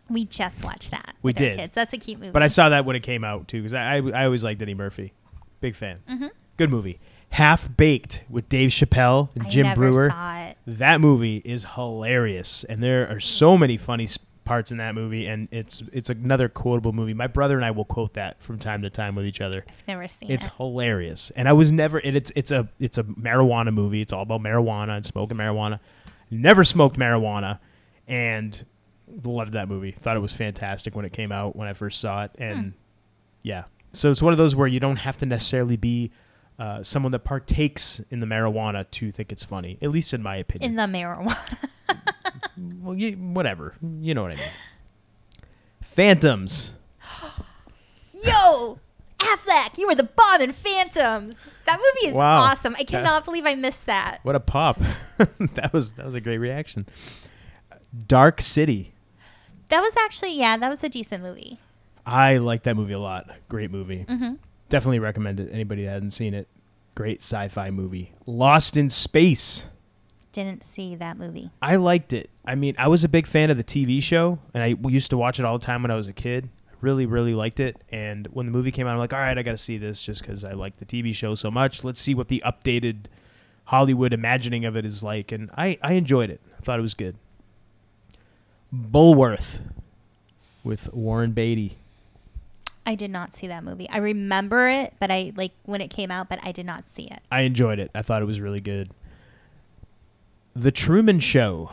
[SPEAKER 3] We just watched that.
[SPEAKER 2] We
[SPEAKER 3] with our
[SPEAKER 2] did.
[SPEAKER 3] kids. That's a cute movie.
[SPEAKER 2] But I saw that when it came out too, because I, I I always liked Eddie Murphy, big fan. Mm-hmm. Good movie. Half Baked with Dave Chappelle and
[SPEAKER 3] I
[SPEAKER 2] Jim
[SPEAKER 3] never
[SPEAKER 2] Brewer.
[SPEAKER 3] saw it.
[SPEAKER 2] That movie is hilarious, and there are so many funny s- parts in that movie, and it's it's another quotable movie. My brother and I will quote that from time to time with each other.
[SPEAKER 3] Never seen
[SPEAKER 2] It's
[SPEAKER 3] it.
[SPEAKER 2] hilarious, and I was never. And it's it's a it's a marijuana movie. It's all about marijuana and smoking marijuana. Never smoked marijuana, and loved that movie. Thought it was fantastic when it came out when I first saw it, and yeah. So it's one of those where you don't have to necessarily be uh, someone that partakes in the marijuana to think it's funny. At least in my opinion.
[SPEAKER 3] In the marijuana.
[SPEAKER 2] well, you, whatever. You know what I mean. Phantoms.
[SPEAKER 3] Yo, Affleck, you were the bomb in Phantoms. That movie is
[SPEAKER 2] Wow.
[SPEAKER 3] awesome. I cannot believe I missed that.
[SPEAKER 2] What a pop! that was that was a great reaction. Dark City.
[SPEAKER 3] That was actually yeah, that was a decent movie.
[SPEAKER 2] I like that movie a lot. Great movie. Definitely recommend it. Anybody that hasn't seen it, great sci-fi movie. Lost in Space.
[SPEAKER 3] Didn't see that movie.
[SPEAKER 2] I liked it. I mean, I was a big fan of the TV show, and I we used to watch it all the time when I was a kid. I really, really liked it. And when the movie came out, I'm like, all right, I got to see this just because I like the TV show so much. Let's see what the updated Hollywood imagining of it is like. And I, I enjoyed it. I thought it was good. Bullworth with Warren Beatty.
[SPEAKER 3] I did not see that movie. I remember it, but I like when it came out, but I did not see it.
[SPEAKER 2] I enjoyed it. I thought it was really good. The Truman Show.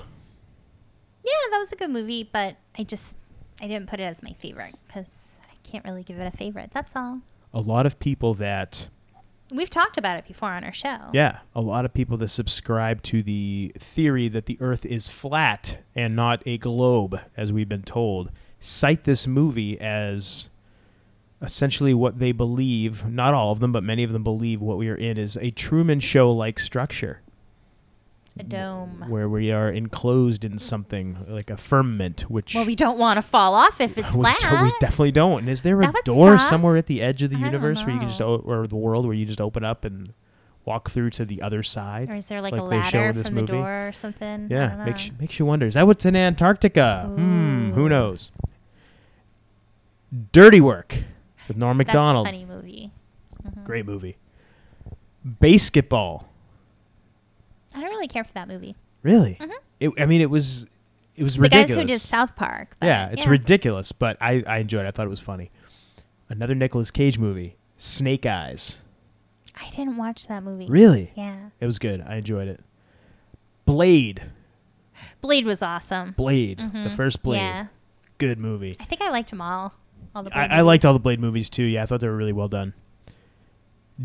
[SPEAKER 3] Yeah, that was a good movie, but I just I didn't put it as my favorite because I can't really give it a favorite. That's all.
[SPEAKER 2] A lot of people that
[SPEAKER 3] We've talked about it before on our show.
[SPEAKER 2] Yeah, a lot of people that subscribe to the theory that the Earth is flat and not a globe, as we've been told, cite this movie as essentially what they believe. Not all of them, but many of them believe what we are in is a Truman Show-like structure
[SPEAKER 3] A dome.
[SPEAKER 2] where we are enclosed in something like a firmament, which
[SPEAKER 3] Well, we don't want to fall off if it's
[SPEAKER 2] we,
[SPEAKER 3] flat.
[SPEAKER 2] do- we definitely don't. And is there a
[SPEAKER 3] That would
[SPEAKER 2] door
[SPEAKER 3] suck.
[SPEAKER 2] somewhere at the edge of the
[SPEAKER 3] I don't
[SPEAKER 2] universe where you can just
[SPEAKER 3] know.
[SPEAKER 2] o- or the world where you just open up and walk through to the other side?
[SPEAKER 3] or is there like, a
[SPEAKER 2] they show
[SPEAKER 3] ladder
[SPEAKER 2] in this
[SPEAKER 3] from the
[SPEAKER 2] movie?
[SPEAKER 3] door or something? I
[SPEAKER 2] Yeah,
[SPEAKER 3] don't
[SPEAKER 2] makes
[SPEAKER 3] know.
[SPEAKER 2] makes you wonder. Is that what's in Antarctica? Hmm, who knows? Dirty Work with Norm
[SPEAKER 3] That's a
[SPEAKER 2] Macdonald.
[SPEAKER 3] funny movie.
[SPEAKER 2] Great movie. Basketball.
[SPEAKER 3] I don't really care for that movie.
[SPEAKER 2] Really? It, I mean, it was it was
[SPEAKER 3] Mm-hmm. The
[SPEAKER 2] ridiculous.
[SPEAKER 3] guys who did South Park. But
[SPEAKER 2] yeah, it's ridiculous, but I I enjoyed. it. I thought it was funny. Another Nicolas Cage movie, Snake Eyes.
[SPEAKER 3] I didn't watch that movie.
[SPEAKER 2] Really?
[SPEAKER 3] Yeah.
[SPEAKER 2] It was good. I enjoyed it. Blade.
[SPEAKER 3] Blade was awesome.
[SPEAKER 2] Blade. The first Blade.
[SPEAKER 3] Mm-hmm. Yeah.
[SPEAKER 2] Good movie.
[SPEAKER 3] I think I liked them all. All the Blade
[SPEAKER 2] I, I
[SPEAKER 3] movies.
[SPEAKER 2] liked all the Blade movies too. Yeah, I thought they were really well done.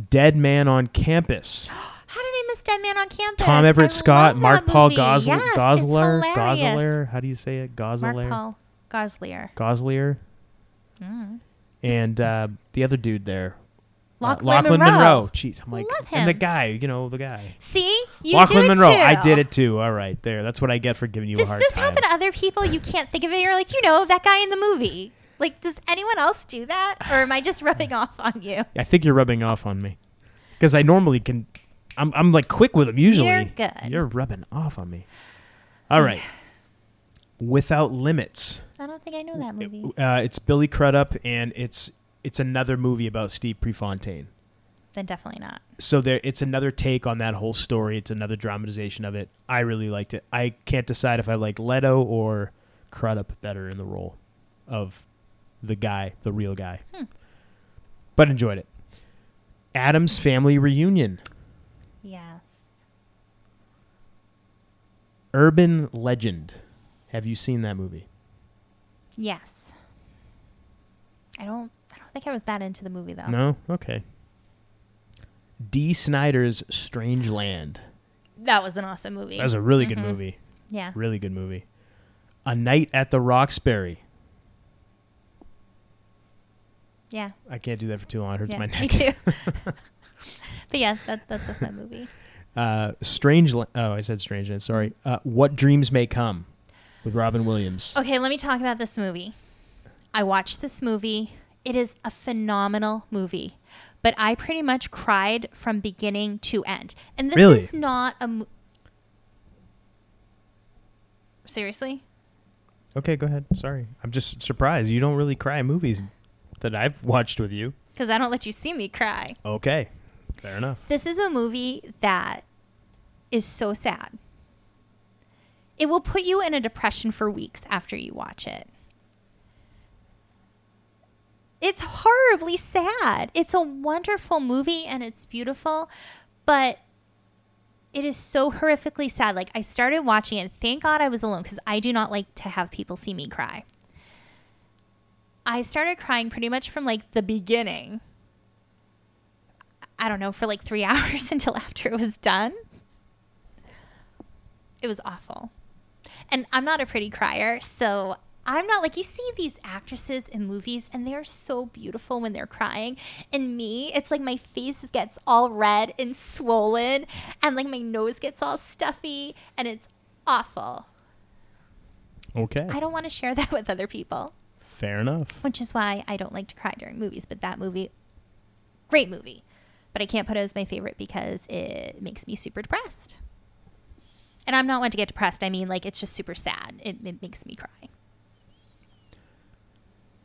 [SPEAKER 2] Dead Man on Campus.
[SPEAKER 3] How did I miss Dead Man on Campus?
[SPEAKER 2] Tom
[SPEAKER 3] I
[SPEAKER 2] Everett
[SPEAKER 3] love
[SPEAKER 2] Scott,
[SPEAKER 3] that
[SPEAKER 2] Mark Paul
[SPEAKER 3] movie.
[SPEAKER 2] Gosler,
[SPEAKER 3] Yes, it's
[SPEAKER 2] Gosler,
[SPEAKER 3] hilarious.
[SPEAKER 2] Gosler. How do you say it? Gosler, Uh,
[SPEAKER 3] Mark Paul Mm. Gosler.
[SPEAKER 2] Gosler, and uh, the other dude there, uh,
[SPEAKER 3] Lachlan
[SPEAKER 2] Monroe.
[SPEAKER 3] Monroe.
[SPEAKER 2] Jeez, I'm like,
[SPEAKER 3] Love
[SPEAKER 2] and the
[SPEAKER 3] him.
[SPEAKER 2] guy, you know, the guy,
[SPEAKER 3] See, you
[SPEAKER 2] Lachlan
[SPEAKER 3] did it
[SPEAKER 2] Monroe.
[SPEAKER 3] Too.
[SPEAKER 2] I did it too. All right, there. That's what I get for giving you a
[SPEAKER 3] Does
[SPEAKER 2] hard
[SPEAKER 3] this
[SPEAKER 2] time.
[SPEAKER 3] happen to other people? You can't think of it. You're like, you know, that guy in the movie. Like, does anyone else do that, or am I just rubbing off on you?
[SPEAKER 2] I think you're rubbing off on me because I normally can. I'm I'm like quick with them usually.
[SPEAKER 3] You're good.
[SPEAKER 2] You're rubbing off on me. All right. Without limits.
[SPEAKER 3] I don't think I know that movie.
[SPEAKER 2] Uh, it's Billy Crudup, and it's it's another movie about Steve Prefontaine.
[SPEAKER 3] Then definitely not.
[SPEAKER 2] So there, it's another take on that whole story. It's another dramatization of it. I really liked it. I can't decide if I like Leto or Crudup better in the role of the guy, the real guy.
[SPEAKER 3] Hmm.
[SPEAKER 2] But enjoyed it. Adam's Family Reunion.
[SPEAKER 3] Yes.
[SPEAKER 2] Urban Legend. Have you seen that movie?
[SPEAKER 3] Yes. I don't. I don't think I was that into the movie though.
[SPEAKER 2] No? Okay. D. Snyder's Strange Land.
[SPEAKER 3] That was an awesome movie.
[SPEAKER 2] That was a really good
[SPEAKER 3] Mm-hmm.
[SPEAKER 2] movie.
[SPEAKER 3] yeah.
[SPEAKER 2] Really good movie. A Night at the Roxbury.
[SPEAKER 3] Yeah.
[SPEAKER 2] I can't do that for too long. It hurts
[SPEAKER 3] yeah.
[SPEAKER 2] my neck.
[SPEAKER 3] Me too. but yeah, that, that's a fun movie.
[SPEAKER 2] Uh, Strange. La- oh, I said Strange Land. Sorry. Uh, what Dreams May Come with Robin Williams.
[SPEAKER 3] Okay, let me talk about this movie. I watched this movie. It is a phenomenal movie, but I pretty much cried from beginning to end. And this
[SPEAKER 2] Really?
[SPEAKER 3] is not a. Mo- Seriously?
[SPEAKER 2] Okay, go ahead. Sorry. I'm just surprised. You don't really cry at movies that I've watched with you.
[SPEAKER 3] Because I don't let you see me cry.
[SPEAKER 2] Okay. Fair enough.
[SPEAKER 3] This is a movie that is so sad. It will put you in a depression for weeks after you watch it. It's horribly sad. It's a wonderful movie and it's beautiful, but it is so horrifically sad. Like, I started watching it. Thank God I was alone because I do not like to have people see me cry. I started crying pretty much from like the beginning. I don't know, for like three hours until after it was done. It was awful. And I'm not a pretty crier, so I'm not like you see these actresses in movies and they're so beautiful when they're crying. And me, it's like my face is- gets all red and swollen and like my nose gets all stuffy and it's awful.
[SPEAKER 2] Okay.
[SPEAKER 3] I don't want to share that with other people,
[SPEAKER 2] Fair enough.
[SPEAKER 3] which is why I don't like to cry during movies, but that movie great movie. But I can't put it as my favorite because it makes me super depressed. And I'm not one to get depressed. I mean, like, it's just super sad. It, it makes me cry.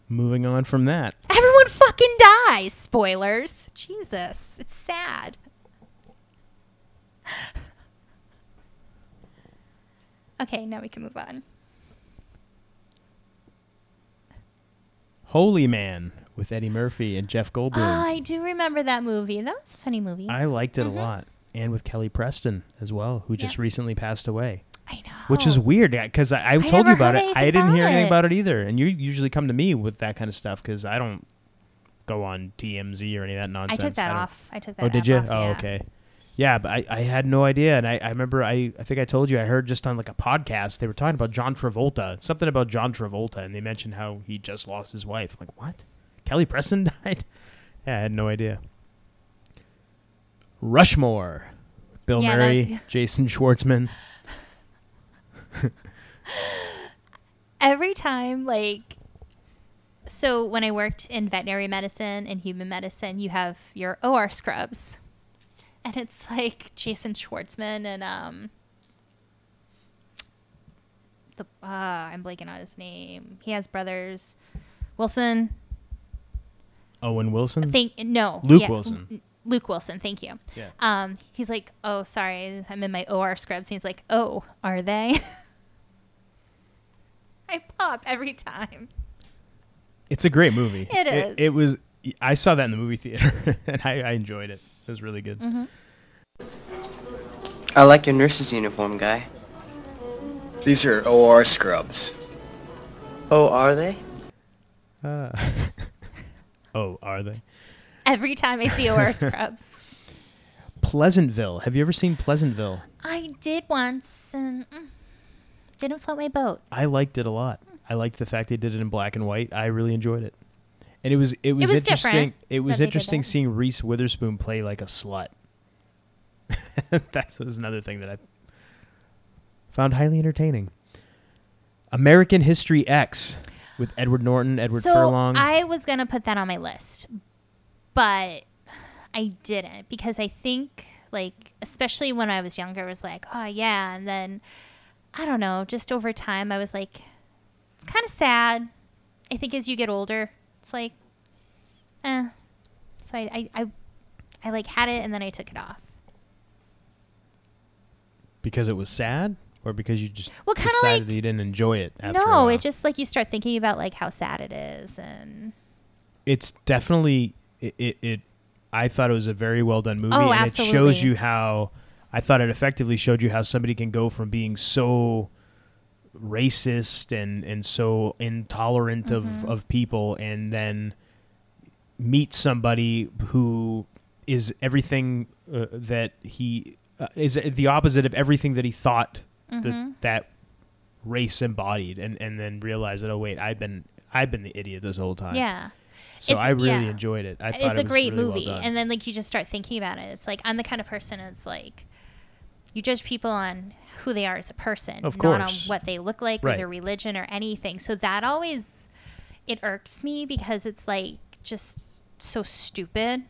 [SPEAKER 2] Moving on from that.
[SPEAKER 3] Everyone fucking dies. Spoilers. Jesus. It's sad. okay, now we can move on.
[SPEAKER 2] Holy Man with Eddie Murphy and Jeff Goldblum.
[SPEAKER 3] Oh, I do remember that movie. That was a funny movie. I,
[SPEAKER 2] I liked it a lot. And with Kelly Preston as well, who just
[SPEAKER 3] Yeah.
[SPEAKER 2] recently passed away,
[SPEAKER 3] know.
[SPEAKER 2] which is weird because I, I told
[SPEAKER 3] Oh. never
[SPEAKER 2] you about
[SPEAKER 3] heard
[SPEAKER 2] it.
[SPEAKER 3] anything
[SPEAKER 2] I didn't hear
[SPEAKER 3] about
[SPEAKER 2] anything
[SPEAKER 3] it.
[SPEAKER 2] about it either. And you usually come to me with that kind of stuff because I don't, go on TMZ or any of that
[SPEAKER 3] I
[SPEAKER 2] nonsense.
[SPEAKER 3] took that
[SPEAKER 2] don't-
[SPEAKER 3] off. I took that.
[SPEAKER 2] Oh, did
[SPEAKER 3] app
[SPEAKER 2] you?
[SPEAKER 3] off,
[SPEAKER 2] oh,
[SPEAKER 3] yeah.
[SPEAKER 2] okay. Yeah, but I, I had no idea, and I, I remember I, I think I told you I heard just on like a podcast they were talking about John Travolta, something about John Travolta, and they mentioned how he just lost his wife. I'm like, what? Kelly Preston died? Yeah, I had no idea. Rushmore, Bill
[SPEAKER 3] Yeah, that was-
[SPEAKER 2] Murray, Jason Schwartzman.
[SPEAKER 3] every time like so when i worked in veterinary medicine and human medicine you have your or scrubs and it's like jason schwartzman and um the uh i'm blanking on his name he has brothers wilson
[SPEAKER 2] Owen Wilson.
[SPEAKER 3] Thank no.
[SPEAKER 2] Luke Wilson.
[SPEAKER 3] L- Luke Wilson, thank you.
[SPEAKER 2] Yeah.
[SPEAKER 3] Um, he's like, oh, sorry, I'm in my OR scrubs. And he's like, oh, are they? I pop every time.
[SPEAKER 2] It's a great movie.
[SPEAKER 3] It is.
[SPEAKER 2] It, it was. I saw that in the movie theater, and I, I enjoyed it. It was really good.
[SPEAKER 3] Mm-hmm.
[SPEAKER 9] I like your nurse's uniform, guy.
[SPEAKER 10] These are OR scrubs.
[SPEAKER 9] Oh, are they?
[SPEAKER 2] Ah. Oh, are they?
[SPEAKER 3] Every time I see OR scrubs.
[SPEAKER 2] Pleasantville. Have you ever seen Pleasantville?
[SPEAKER 3] I did once and mm, didn't float my boat.
[SPEAKER 2] I liked it a lot. I liked the fact they did it in black and white. I really enjoyed it. And it was it was,
[SPEAKER 3] was
[SPEAKER 2] interesting.
[SPEAKER 3] different
[SPEAKER 2] It was
[SPEAKER 3] that they did
[SPEAKER 2] interesting
[SPEAKER 3] it.
[SPEAKER 2] seeing Reese Witherspoon play like a slut. that was another thing that I found highly entertaining. American History X with Edward Norton, Edward
[SPEAKER 3] so
[SPEAKER 2] Furlong.
[SPEAKER 3] I was gonna put that on my list, but I didn't because I think like especially when I was younger, I was like, oh yeah, and then I don't know, just over time, I was like, it's kind of sad. I think as you get older, it's like, eh. So I I, I I like had it and then I took it off.
[SPEAKER 2] because it was sad or because you just
[SPEAKER 3] Well, kinda
[SPEAKER 2] decided
[SPEAKER 3] like-
[SPEAKER 2] that you didn't enjoy it after a
[SPEAKER 3] no,
[SPEAKER 2] while?
[SPEAKER 3] it just like you start thinking about like how sad it is and
[SPEAKER 2] it's definitely it, it, it I thought it was a very well done movie and
[SPEAKER 3] Oh,
[SPEAKER 2] it
[SPEAKER 3] absolutely.
[SPEAKER 2] shows you how I thought it effectively showed you how somebody can go from being so racist and and so intolerant
[SPEAKER 3] Mm-hmm.
[SPEAKER 2] of of people and then meet somebody who is everything uh, that he uh, is the opposite of everything that he thought
[SPEAKER 3] Mm-hmm.
[SPEAKER 2] that that race embodied and and then realize that oh wait I've been I've been the idiot this whole time
[SPEAKER 3] yeah.
[SPEAKER 2] so
[SPEAKER 3] It's-
[SPEAKER 2] I really
[SPEAKER 3] yeah.
[SPEAKER 2] enjoyed it. I thought
[SPEAKER 3] it's
[SPEAKER 2] it
[SPEAKER 3] a
[SPEAKER 2] was
[SPEAKER 3] great
[SPEAKER 2] really well
[SPEAKER 3] movie
[SPEAKER 2] done.
[SPEAKER 3] and then like you just start thinking about it it's like i'm the kind of person it's like you judge people on who they are as a person
[SPEAKER 2] Of
[SPEAKER 3] not on
[SPEAKER 2] course.
[SPEAKER 3] what they look like or
[SPEAKER 2] Right.
[SPEAKER 3] their religion or anything so that always it irks me because it's like just so stupid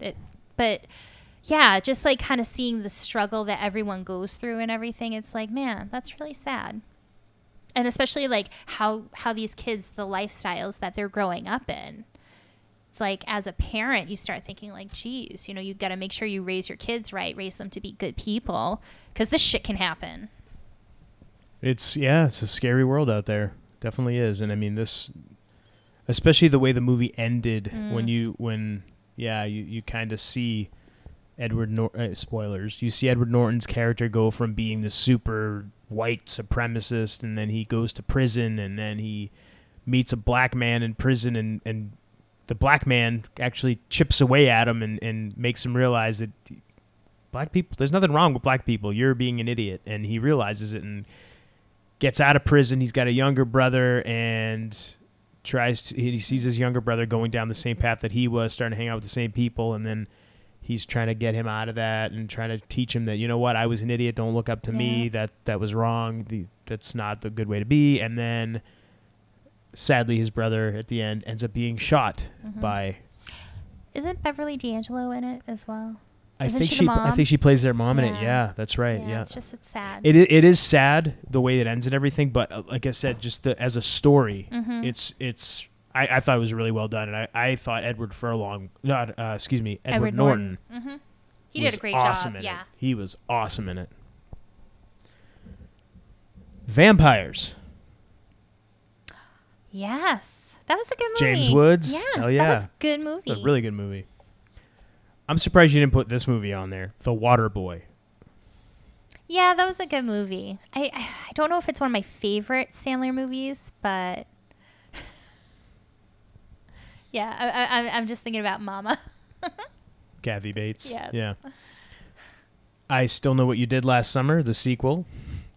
[SPEAKER 3] it, but yeah just like kind of seeing the struggle that everyone goes through and everything it's like man that's really sad and especially like how how these kids the lifestyles that they're growing up in it's like as a parent you start thinking like geez you know you got to make sure you raise your kids right raise them to be good people because this shit can happen
[SPEAKER 2] it's yeah, it's a scary world out there. Definitely is. And I mean this especially the way the movie ended
[SPEAKER 3] Mm.
[SPEAKER 2] when you when yeah, you you kind of see Edward Nor- uh, spoilers. You see Edward Norton's character go from being the super white supremacist and then he goes to prison and then he meets a black man in prison and and the black man actually chips away at him and and makes him realize that black people there's nothing wrong with black people you're being an idiot and he realizes it and gets out of prison he's got a younger brother and tries to he sees his younger brother going down the same path that he was starting to hang out with the same people and then he's trying to get him out of that and trying to teach him that you know what I was an idiot don't look up to me
[SPEAKER 3] Yeah.
[SPEAKER 2] that that was wrong the, that's not the good way to be and then sadly his brother at the end ends up being shot
[SPEAKER 3] Mm-hmm.
[SPEAKER 2] by
[SPEAKER 3] isn't beverly d'angelo in it as well
[SPEAKER 2] I
[SPEAKER 3] Isn't
[SPEAKER 2] think
[SPEAKER 3] she the
[SPEAKER 2] she, I
[SPEAKER 3] mom?
[SPEAKER 2] think she plays their mom in it.
[SPEAKER 3] Yeah.
[SPEAKER 2] Yeah, that's right. Uh, Yeah,
[SPEAKER 3] it's just it's sad
[SPEAKER 2] it, i- it is sad the way it ends and everything, but uh, like I said, just the, as a story,
[SPEAKER 3] Mm-hmm.
[SPEAKER 2] it's it's I, I thought it was really well done, and I, I thought Edward Furlong, not uh, excuse me, Edward,
[SPEAKER 3] Edward
[SPEAKER 2] Norton,
[SPEAKER 3] Norton. he did
[SPEAKER 2] was
[SPEAKER 3] a great
[SPEAKER 2] awesome
[SPEAKER 3] job
[SPEAKER 2] In
[SPEAKER 3] yeah
[SPEAKER 2] it. he was awesome in it. Vampires,
[SPEAKER 3] yes that was a good movie
[SPEAKER 2] James Woods?
[SPEAKER 3] yes
[SPEAKER 2] Hell
[SPEAKER 3] that
[SPEAKER 2] yeah.
[SPEAKER 3] was a good movie
[SPEAKER 2] a really good movie. I'm surprised you didn't put this movie on there, The Water Boy.
[SPEAKER 3] yeah that was a good movie I, I i don't know if it's one of my favorite sandler movies but Yeah, I, I, I'm- I'm just thinking about Mama.
[SPEAKER 2] Kathy Bates.
[SPEAKER 3] Yes.
[SPEAKER 2] Yeah. I still know what you did last summer. The sequel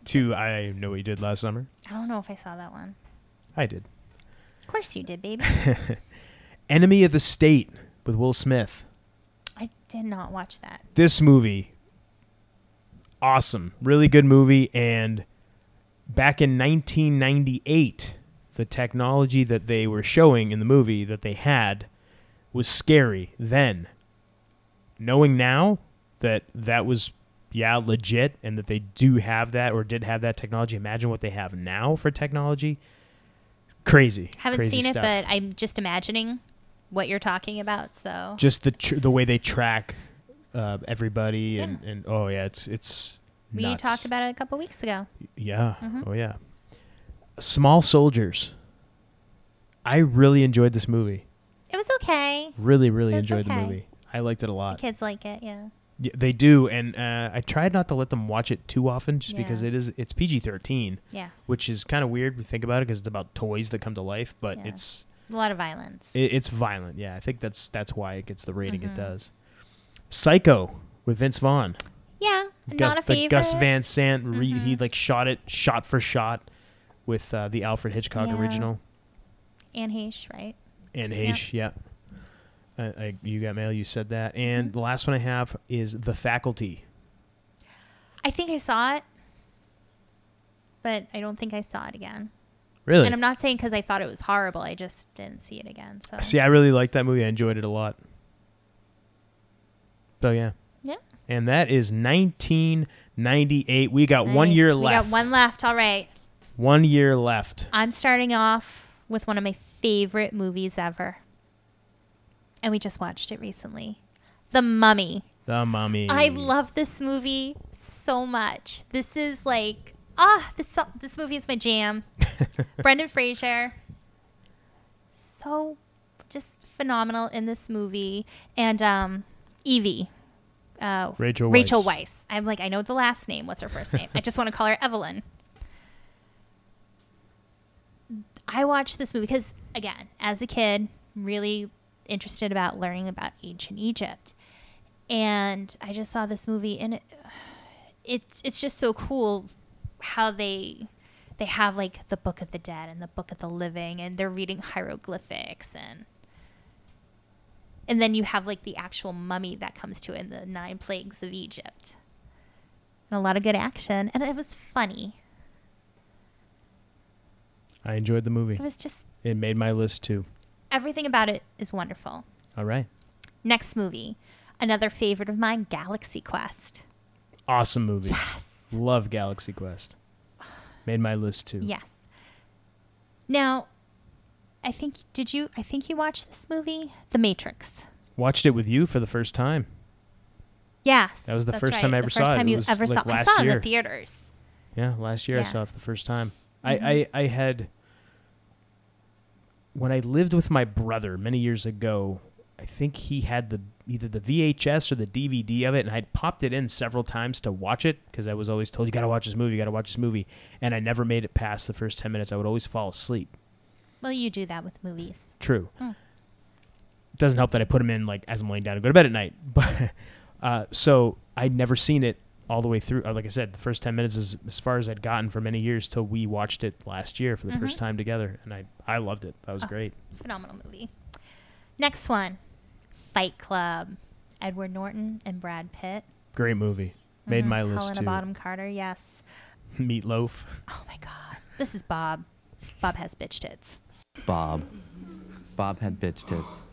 [SPEAKER 2] to I know what you did last summer.
[SPEAKER 3] I don't know if I saw that one.
[SPEAKER 2] I did.
[SPEAKER 3] Of course you did, baby.
[SPEAKER 2] Enemy of the State with Will Smith.
[SPEAKER 3] I did not watch that.
[SPEAKER 2] This movie, awesome, really good movie. And back in 1998, the technology that they were showing in the movie that they had was scary then. Knowing now that that was, yeah, legit and that they do have that or did have that technology, imagine what they have now for technology. Crazy.
[SPEAKER 3] Haven't
[SPEAKER 2] crazy
[SPEAKER 3] seen
[SPEAKER 2] stuff.
[SPEAKER 3] it, but I'm just imagining what you're talking about. So
[SPEAKER 2] just the tr- the way they track uh, everybody and, and oh yeah, it's it's.
[SPEAKER 3] we
[SPEAKER 2] nuts.
[SPEAKER 3] talked about Mm-hmm. it a couple weeks ago.
[SPEAKER 2] Yeah. Oh yeah. Small soldiers. I really enjoyed this movie.
[SPEAKER 3] It was okay.
[SPEAKER 2] Really, really
[SPEAKER 3] That's
[SPEAKER 2] enjoyed
[SPEAKER 3] okay.
[SPEAKER 2] the movie. I liked it a lot.
[SPEAKER 3] Kids like it. Yeah.
[SPEAKER 2] Y- they do, and uh, I tried not to let them watch it too often, just because
[SPEAKER 3] Yeah.
[SPEAKER 2] it is it's PG thirteen,
[SPEAKER 3] Yeah.
[SPEAKER 2] which is kind of weird. We think about it because it's about toys that come to life, but
[SPEAKER 3] Yeah.
[SPEAKER 2] it's
[SPEAKER 3] A lot of violence.
[SPEAKER 2] It, it's violent. Yeah, I think that's that's why it gets the rating
[SPEAKER 3] Mm-hmm.
[SPEAKER 2] it does. Psycho with Vince Vaughn.
[SPEAKER 3] yeah.
[SPEAKER 2] Gus,
[SPEAKER 3] not a
[SPEAKER 2] the
[SPEAKER 3] favorite. Mm-hmm.
[SPEAKER 2] Gus Van Sant. Re, he like shot it shot for shot with uh, the Alfred Hitchcock
[SPEAKER 3] Yeah.
[SPEAKER 2] original
[SPEAKER 3] Anne Heche, right?
[SPEAKER 2] and H. Yeah. I, I, you got mail. You said that,
[SPEAKER 3] Mm-hmm.
[SPEAKER 2] and the last one I have is the faculty.
[SPEAKER 3] I think I saw it, but I don't think I saw it again.
[SPEAKER 2] Really,
[SPEAKER 3] And I'm not saying because I thought it was horrible. I just didn't see it again. So
[SPEAKER 2] see. I really liked that movie. I enjoyed it a lot. So yeah,
[SPEAKER 3] yeah.
[SPEAKER 2] and that is 1998. We got one
[SPEAKER 3] Nice.
[SPEAKER 2] year
[SPEAKER 3] we
[SPEAKER 2] left.
[SPEAKER 3] got one left. All right.
[SPEAKER 2] one year left.
[SPEAKER 3] I'm starting off with one of my favorite movies ever. And we just watched it recently. The Mummy.
[SPEAKER 2] The mummy.
[SPEAKER 3] I love this movie so much. This is like ah, this this movie is my jam. Brendan Fraser. So just phenomenal in this movie and um Evie. Uh,
[SPEAKER 2] Rachel
[SPEAKER 3] Rachel
[SPEAKER 2] Weisz.
[SPEAKER 3] Weiss. I'm like I know the last name. What's her first name? I just want to call her Evelyn. I watched this movie because, again, as a kid, really interested about learning about ancient Egypt, and I just saw this movie, and it, it's it's just so cool how they they have like the Book of the Dead and the Book of the Living, and they're reading hieroglyphics and. And then you have like the actual mummy that comes to it in the nine plagues of Egypt. And a lot of good action. And it was funny.
[SPEAKER 2] I enjoyed the movie.
[SPEAKER 3] It was just
[SPEAKER 2] It made my list too.
[SPEAKER 3] everything about it is wonderful.
[SPEAKER 2] All right.
[SPEAKER 3] Next movie, another favorite of mine, Galaxy Quest.
[SPEAKER 2] Awesome movie. Yes. Love Galaxy Quest. Made my list too.
[SPEAKER 3] Yes. Now, I think did you? I think you watched this movie, The Matrix.
[SPEAKER 2] Watched it with you for the first time.
[SPEAKER 3] Yes,
[SPEAKER 2] That was the
[SPEAKER 3] that's
[SPEAKER 2] first time I
[SPEAKER 3] The
[SPEAKER 2] ever
[SPEAKER 3] first
[SPEAKER 2] saw it.
[SPEAKER 3] time
[SPEAKER 2] It
[SPEAKER 3] you
[SPEAKER 2] was,
[SPEAKER 3] ever
[SPEAKER 2] like,
[SPEAKER 3] saw.
[SPEAKER 2] last
[SPEAKER 3] I saw it in
[SPEAKER 2] year.
[SPEAKER 3] the theaters.
[SPEAKER 2] Yeah, last year I
[SPEAKER 3] Yeah.
[SPEAKER 2] saw it for the first time. I, I I had when I lived with my brother many years ago. I think he had the either the VHS or the DVD of it, and I'd popped it in several times to watch it because I was always told you got to watch this movie, you got to watch this movie, and I never made it past the first ten minutes. I would always fall asleep.
[SPEAKER 3] Well, you do that with movies.
[SPEAKER 2] True.
[SPEAKER 3] Hmm.
[SPEAKER 2] Doesn't help that I put them in like as I'm laying down to go to bed at night. But uh, so I'd never seen it all the way through. Uh, Like I said, the first ten minutes is as far as I'd gotten for many years till we watched it last year for the first
[SPEAKER 3] Mm-hmm.
[SPEAKER 2] time together, and I I loved it.
[SPEAKER 3] Ah.
[SPEAKER 2] That was great.
[SPEAKER 3] Phenomenal movie. Next one, Fight Club. Edward Norton and Brad Pitt.
[SPEAKER 2] Great movie.
[SPEAKER 3] Mm-hmm.
[SPEAKER 2] Made my list
[SPEAKER 3] Helena
[SPEAKER 2] too.
[SPEAKER 3] Bottom Carter. Yes.
[SPEAKER 2] Meatloaf.
[SPEAKER 3] Oh my god. This is Bob. Bob has bitch tits.
[SPEAKER 11] Bob. Bob had bitch tits.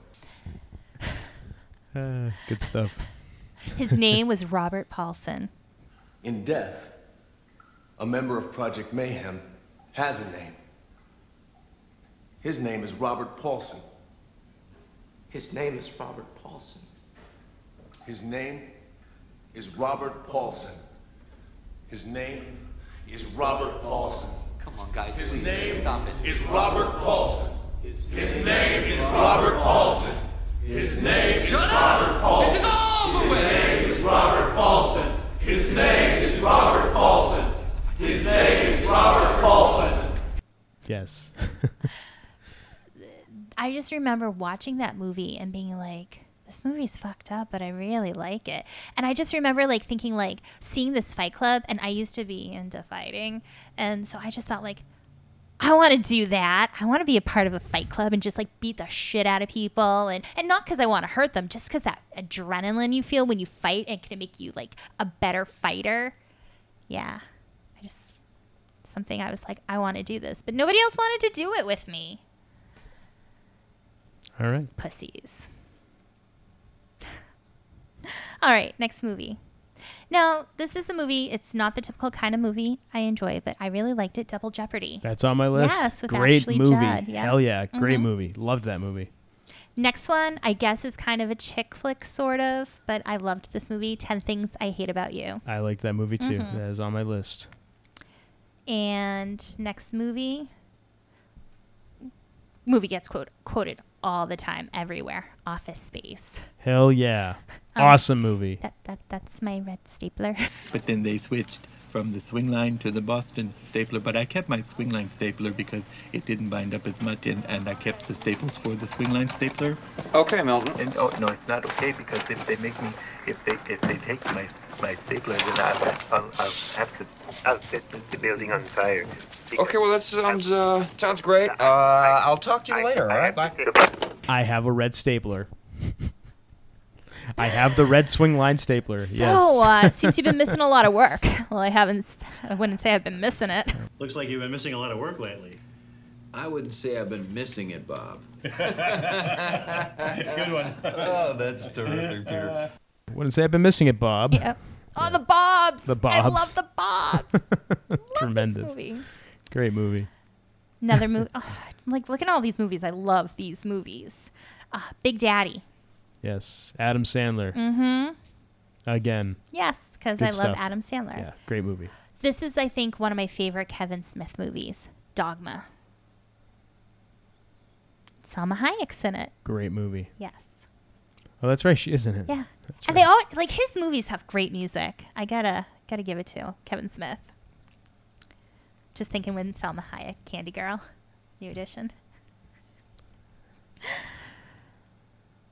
[SPEAKER 2] Uh, good stuff.
[SPEAKER 3] His name was Robert Paulson.
[SPEAKER 12] In death, a member of Project Mayhem has a name. His name is Robert Paulson. His name is Robert Paulson. His name is Robert Paulson. His name is Robert Paulson. Come on, guys. His name is Robert Paulson. His name is Robert Paulson. His name is Robert Paulson. This is all the way. His name is Robert Paulson. His name is Robert Paulson. His name is Robert Paulson.
[SPEAKER 2] Yes.
[SPEAKER 3] I just remember watching that movie and being like, this movie's fucked up, but I really like it. And I just remember like thinking like seeing this fight club and I used to be into fighting. And so I just thought like I want to do that. I want to be a part of a fight club and just like beat the shit out of people and and not cuz I want to hurt them, just cuz that adrenaline you feel when you fight and can make you like a better fighter. Yeah. I just something I was like I want to do this, but nobody else wanted to do it with me.
[SPEAKER 2] All right.
[SPEAKER 3] Pussies. All right, next movie. Now, this is a movie. It's not the typical kind of movie I enjoy, but I really liked it. Double Jeopardy.
[SPEAKER 2] That's on my list.
[SPEAKER 3] Yes, with
[SPEAKER 2] great
[SPEAKER 3] Ashley
[SPEAKER 2] movie.
[SPEAKER 3] Judd, yeah.
[SPEAKER 2] Hell yeah, great
[SPEAKER 3] Mhm.
[SPEAKER 2] movie. Loved that movie.
[SPEAKER 3] Next one, I guess, is kind of a chick flick, sort of, but I loved this movie 10 Things I Hate About You.
[SPEAKER 2] I like that movie too.
[SPEAKER 3] Mhm.
[SPEAKER 2] That is on my list.
[SPEAKER 3] And next movie, movie gets quote, quoted all the time, everywhere Office Space.
[SPEAKER 2] Hell yeah.
[SPEAKER 3] Um,
[SPEAKER 2] awesome movie.
[SPEAKER 3] That, that, that's my red stapler.
[SPEAKER 13] But then they switched from the swing line to the Boston stapler. But I kept my swing line stapler because it didn't bind up as much, and, and I kept the staples for the swing line stapler.
[SPEAKER 4] Okay, Milton.
[SPEAKER 13] And oh no, it's not okay because if they make me, if they if they take my my stapler, then I'll, I'll, I'll have to I'll set the, the building on fire.
[SPEAKER 4] Okay, well that sounds uh, sounds great. Uh, I'll talk to you later. All right, bye.
[SPEAKER 2] I have a red stapler. I have the red swing line stapler.
[SPEAKER 3] So, uh,
[SPEAKER 2] yes.
[SPEAKER 3] seems you've been missing a lot of work. Well, I haven't, s- I wouldn't say I've been missing it.
[SPEAKER 14] Looks like you've been missing a lot of work lately.
[SPEAKER 15] I wouldn't say I've been missing it, Bob.
[SPEAKER 14] Good one.
[SPEAKER 15] oh, that's terrific, Peter.
[SPEAKER 2] Wouldn't say I've been missing it, Bob.
[SPEAKER 3] Yeah. Oh, the Bobs.
[SPEAKER 2] The Bobs.
[SPEAKER 3] I love the Bobs.
[SPEAKER 2] Tremendous.
[SPEAKER 3] movie.
[SPEAKER 2] Great movie.
[SPEAKER 3] Another movie. Oh, I'm like, look at all these movies. I love these movies. Uh, Big Daddy.
[SPEAKER 2] Yes. Adam Sandler.
[SPEAKER 3] Mm-hmm.
[SPEAKER 2] Again.
[SPEAKER 3] Yes, because
[SPEAKER 2] Good
[SPEAKER 3] I love
[SPEAKER 2] stuff.
[SPEAKER 3] Adam Sandler.
[SPEAKER 2] Yeah. Great movie.
[SPEAKER 3] This is, I think, one of my favorite Kevin Smith movies, Dogma. Salma Hayek's in it.
[SPEAKER 2] Great movie.
[SPEAKER 3] Yes.
[SPEAKER 2] Oh, that's right. She isn't it.
[SPEAKER 3] Yeah. and they all like his movies have great music. I gotta gotta give it to Kevin Smith. Just thinking when Salma Hayek, Candy Girl, New Edition,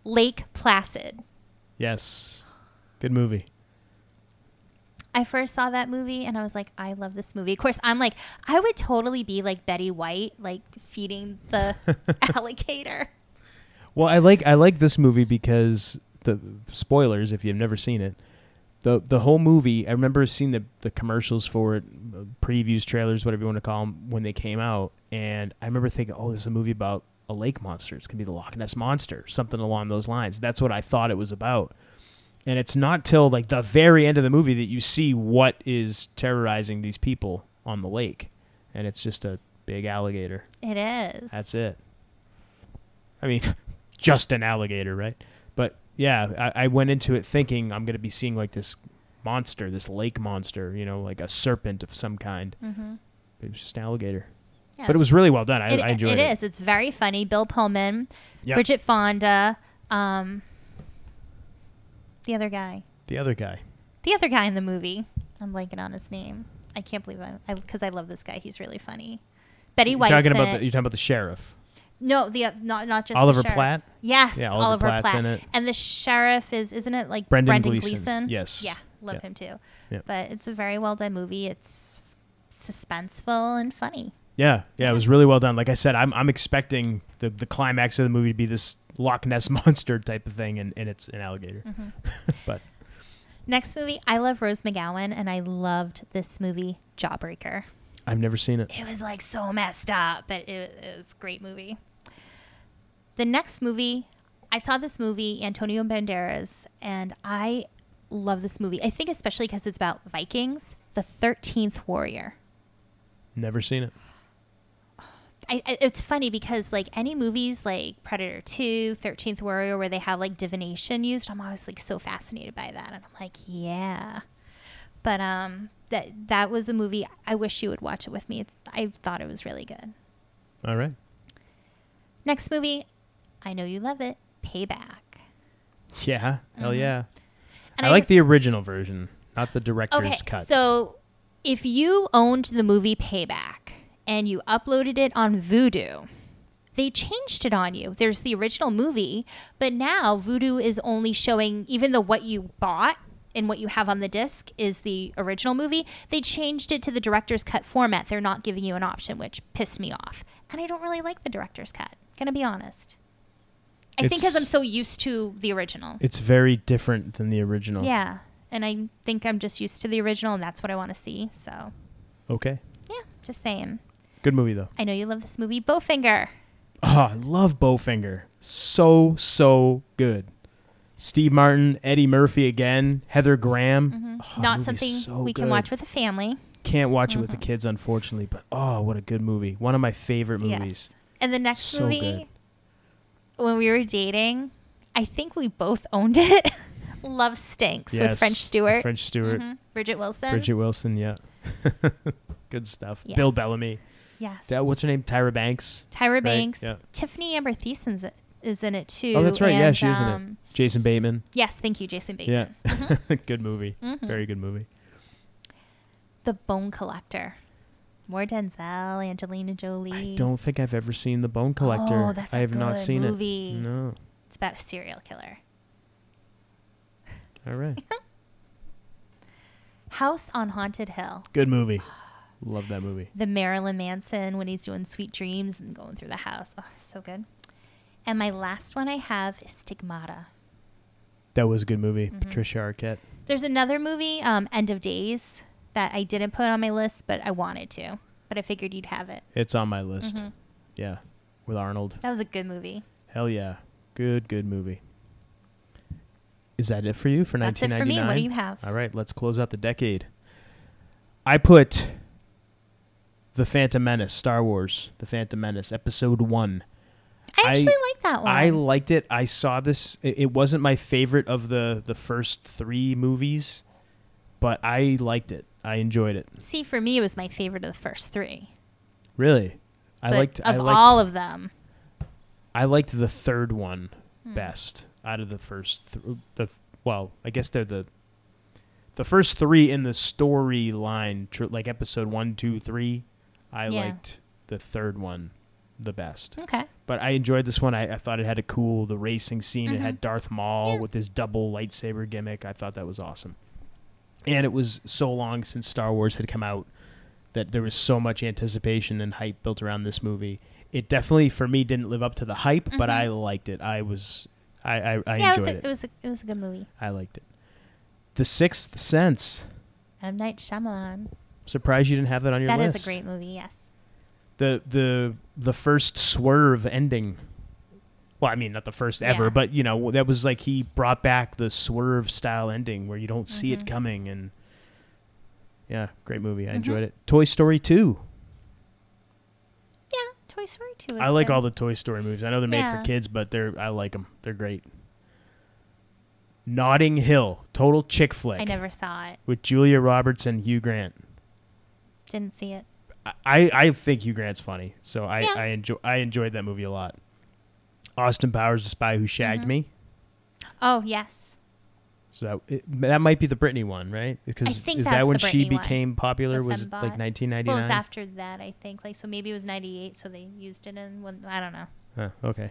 [SPEAKER 3] Lake Placid.
[SPEAKER 2] Yes. Good movie.
[SPEAKER 3] I first saw that movie and I was like, I love this movie. Of course, I'm like, I would totally be like Betty White, like feeding the alligator.
[SPEAKER 2] Well, I like I like this movie because the spoilers if you've never seen it. The the whole movie, I remember seeing the the commercials for it, uh, previews, trailers, whatever you want to call them when they came out, and I remember thinking, "Oh, this is a movie about a lake monster. It's going to be the Loch Ness monster, something along those lines." That's what I thought it was about. And it's not till like the very end of the movie that you see what is terrorizing these people on the lake. And it's just a big alligator.
[SPEAKER 3] It is.
[SPEAKER 2] That's it. I mean, just an alligator, right? But yeah, I, I went into it thinking I'm going to be seeing like this monster, this lake monster, you know, like a serpent of some kind.
[SPEAKER 3] Mhm.
[SPEAKER 2] It was just an alligator.
[SPEAKER 3] Yeah.
[SPEAKER 2] But it was really well done. I,
[SPEAKER 3] it,
[SPEAKER 2] I enjoyed it.
[SPEAKER 3] It is. It's very funny. Bill Pullman,
[SPEAKER 2] Yeah.
[SPEAKER 3] Bridget Fonda, um, the other guy,
[SPEAKER 2] The other guy.
[SPEAKER 3] the other guy in the movie. I'm blanking on his name. I can't believe I because I, love this guy. He's really funny. Betty
[SPEAKER 2] You're
[SPEAKER 3] White.
[SPEAKER 2] talking about the, you're talking about the sheriff.
[SPEAKER 3] no, the uh, not not just the
[SPEAKER 2] Oliver
[SPEAKER 3] sheriff.
[SPEAKER 2] Platt?
[SPEAKER 3] Yes,
[SPEAKER 2] Yeah,
[SPEAKER 3] Oliver,
[SPEAKER 2] Oliver Platt's
[SPEAKER 3] Platt.
[SPEAKER 2] in it.
[SPEAKER 3] And the sheriff is isn't it like
[SPEAKER 2] Brendan
[SPEAKER 3] Brendan
[SPEAKER 2] Gleeson. Yes.
[SPEAKER 3] Yeah, love
[SPEAKER 2] Yeah.
[SPEAKER 3] him too.
[SPEAKER 2] Yeah.
[SPEAKER 3] But it's a very well done movie. It's suspenseful and funny.
[SPEAKER 2] Yeah, yeah, it was really well done. Like I said, I'm I'm expecting the the climax of the movie to be this Loch Ness monster type of thing, and, and it's an alligator.
[SPEAKER 3] Mhm.
[SPEAKER 2] but
[SPEAKER 3] Next movie, I love Rose McGowan, and I loved this movie, Jawbreaker.
[SPEAKER 2] I've never seen it.
[SPEAKER 3] It was like so messed up, but it, it was a great movie. The next movie, I saw this movie, Antonio Banderas, and I love this movie. I think especially because it's about Vikings, the 13th Warrior.
[SPEAKER 2] Never seen it.
[SPEAKER 3] I, I- it's funny because like any movies like Predator 2, 13th Warrior where they have like divination used, I'm always like so fascinated by that and I'm like, yeah. But um that that was a movie I wish you would watch it with me. It's, I thought it was really good.
[SPEAKER 2] All right.
[SPEAKER 3] Next movie, I know you love it, Payback.
[SPEAKER 2] Yeah. Hell
[SPEAKER 3] Mhm.
[SPEAKER 2] yeah.
[SPEAKER 3] And
[SPEAKER 2] I,
[SPEAKER 3] I
[SPEAKER 2] like
[SPEAKER 3] just-
[SPEAKER 2] the original version, not the director's
[SPEAKER 3] Okay,
[SPEAKER 2] cut.
[SPEAKER 3] so if you owned the movie Payback and you uploaded it on Vudu, they changed it on you. There's the original movie, but now Voodoo is only showing even though what you bought and what you have on the disc is the original movie. They changed it to the director's cut format. They're not giving you an option, which pissed me off. And I don't really like the director's cut. Gonna be honest. I think because I'm
[SPEAKER 2] It's-
[SPEAKER 3] so used to the original.
[SPEAKER 2] It's very different than the original.
[SPEAKER 3] Yeah, and I think I'm just used to the original, and that's what I want to see. So
[SPEAKER 2] Okay.
[SPEAKER 3] yeah, just saying.
[SPEAKER 2] Good movie though.
[SPEAKER 3] I know you love this movie, Bowfinger.
[SPEAKER 2] Oh, I love Bowfinger. So so good. Steve Martin, Eddie Murphy again, Heather Graham. Oh, that
[SPEAKER 3] Mm-hmm. Not
[SPEAKER 2] movie's
[SPEAKER 3] something
[SPEAKER 2] so
[SPEAKER 3] we can
[SPEAKER 2] good.
[SPEAKER 3] watch with Mm-hmm. a family.
[SPEAKER 2] Can't watch it with the kids, unfortunately. But oh, what a good movie! One of my favorite
[SPEAKER 3] Yes.
[SPEAKER 2] movies.
[SPEAKER 3] And the next
[SPEAKER 2] So
[SPEAKER 3] movie,
[SPEAKER 2] good.
[SPEAKER 3] when we were dating, I think we both owned it. love Stinks with
[SPEAKER 2] Yes,
[SPEAKER 3] French Stewart.
[SPEAKER 2] French Stewart.
[SPEAKER 3] Mhm. Bridget Wilson.
[SPEAKER 2] Bridget Wilson, yeah. good stuff.
[SPEAKER 3] Yes.
[SPEAKER 2] Bill Bellamy.
[SPEAKER 3] Yes.
[SPEAKER 2] That, what's her name? Tyra Banks.
[SPEAKER 3] Tyra
[SPEAKER 2] right?
[SPEAKER 3] Banks.
[SPEAKER 2] Yeah.
[SPEAKER 3] Tiffany Amber Thiessen's is in it too.
[SPEAKER 2] Oh, that's right. yeah,
[SPEAKER 3] and,
[SPEAKER 2] she's in
[SPEAKER 3] um,
[SPEAKER 2] it. Jason Bateman.
[SPEAKER 3] Yes, thank you, Jason Bateman.
[SPEAKER 2] Yeah,
[SPEAKER 3] Mhm.
[SPEAKER 2] good movie.
[SPEAKER 3] Mhm.
[SPEAKER 2] Very good movie.
[SPEAKER 3] The Bone Collector. More Denzel, Angelina Jolie.
[SPEAKER 2] Don't think I've ever seen The Bone Collector.
[SPEAKER 3] Oh, that's
[SPEAKER 2] I
[SPEAKER 3] a
[SPEAKER 2] have not
[SPEAKER 3] good
[SPEAKER 2] seen
[SPEAKER 3] movie.
[SPEAKER 2] it. No.
[SPEAKER 3] It's about a serial killer.
[SPEAKER 2] All right.
[SPEAKER 3] House on Haunted Hill.
[SPEAKER 2] Good movie. Love that movie.
[SPEAKER 3] The Marilyn Manson when he's doing Sweet Dreams and going through the house. Oh, so good. And my last one I have is Stigmata.
[SPEAKER 2] That was a good movie.
[SPEAKER 3] Mhm.
[SPEAKER 2] Patricia Arquette.
[SPEAKER 3] There's another movie, um, End of Days, that I didn't put on my list, but I wanted to. But I figured you'd have it.
[SPEAKER 2] It's on my list.
[SPEAKER 3] Mhm.
[SPEAKER 2] Yeah. With Arnold.
[SPEAKER 3] That was a good movie.
[SPEAKER 2] Hell yeah. Good, good movie. Is that it for you for
[SPEAKER 3] That's it for
[SPEAKER 2] 1999?
[SPEAKER 3] me. What do you have?
[SPEAKER 2] All right, let's close out the decade. I put The Phantom Menace, Star Wars, The Phantom Menace, Episode 1.
[SPEAKER 3] I actually like that one.
[SPEAKER 2] I liked it. I saw this. It, it wasn't my favorite of the, the first three movies, but I liked it. I enjoyed it.
[SPEAKER 3] See, for me, it was my favorite of the first three.
[SPEAKER 2] Really, I
[SPEAKER 3] But
[SPEAKER 2] liked.
[SPEAKER 3] of
[SPEAKER 2] I liked,
[SPEAKER 3] all of them.
[SPEAKER 2] I liked the third one
[SPEAKER 3] Hmm.
[SPEAKER 2] best out of the first. Th- the well, I guess they're the the first three in the storyline, tr- like episode one, two, three. I
[SPEAKER 3] Yeah.
[SPEAKER 2] liked the third one the best.
[SPEAKER 3] Okay.
[SPEAKER 2] But I enjoyed this one. I, I thought it had a cool the racing scene. It
[SPEAKER 3] Mhm.
[SPEAKER 2] had Darth Maul with his double lightsaber gimmick. I thought that was awesome. And it was so long since Star Wars had come out that there was so much anticipation and hype built around this movie. It definitely for me didn't live up to the hype, but
[SPEAKER 3] Mhm.
[SPEAKER 2] I liked it. I was I I, I
[SPEAKER 3] yeah, it was,
[SPEAKER 2] enjoyed
[SPEAKER 3] a,
[SPEAKER 2] it.
[SPEAKER 3] it was a it was a good movie.
[SPEAKER 2] I liked it. The Sixth Sense.
[SPEAKER 3] M Night Shyamalan.
[SPEAKER 2] Surprised you didn't have that on your
[SPEAKER 3] That is
[SPEAKER 2] list.
[SPEAKER 3] a great movie. Yes.
[SPEAKER 2] the the the first swerve ending. Well, I mean, not the first ever,
[SPEAKER 3] Yeah.
[SPEAKER 2] but you know that was like he brought back the swerve style ending where you don't see it
[SPEAKER 3] Mhm.
[SPEAKER 2] coming, and yeah, great movie. I
[SPEAKER 3] Mm-hmm.
[SPEAKER 2] enjoyed it. Toy Story two.
[SPEAKER 3] Yeah, Toy Story Two. Is
[SPEAKER 2] I like
[SPEAKER 3] good.
[SPEAKER 2] all the Toy Story movies. I know they're made
[SPEAKER 3] Yeah.
[SPEAKER 2] for kids, but they're I like them. They're great. Notting Hill, total chick flick
[SPEAKER 3] I never saw it.
[SPEAKER 2] with Julia Roberts and Hugh Grant.
[SPEAKER 3] Didn't see it.
[SPEAKER 2] I, I think Hugh Grant's funny, so I,
[SPEAKER 3] Yeah.
[SPEAKER 2] I enjoy I enjoyed that movie a lot. Austin Powers: The Spy Who Shagged
[SPEAKER 3] Mhm.
[SPEAKER 2] Me.
[SPEAKER 3] Oh yes.
[SPEAKER 2] So that, it, that might be the Britney one, right? Because
[SPEAKER 3] think
[SPEAKER 2] is
[SPEAKER 3] that's
[SPEAKER 2] that when
[SPEAKER 3] the
[SPEAKER 2] she
[SPEAKER 3] Britney one.
[SPEAKER 2] became popular?
[SPEAKER 3] The
[SPEAKER 2] Was it like
[SPEAKER 3] Fembot.
[SPEAKER 2] 1999?
[SPEAKER 3] Well, it was after that, I think. Like so, maybe it was '98, so they used it in one. I don't know.
[SPEAKER 2] Huh, okay.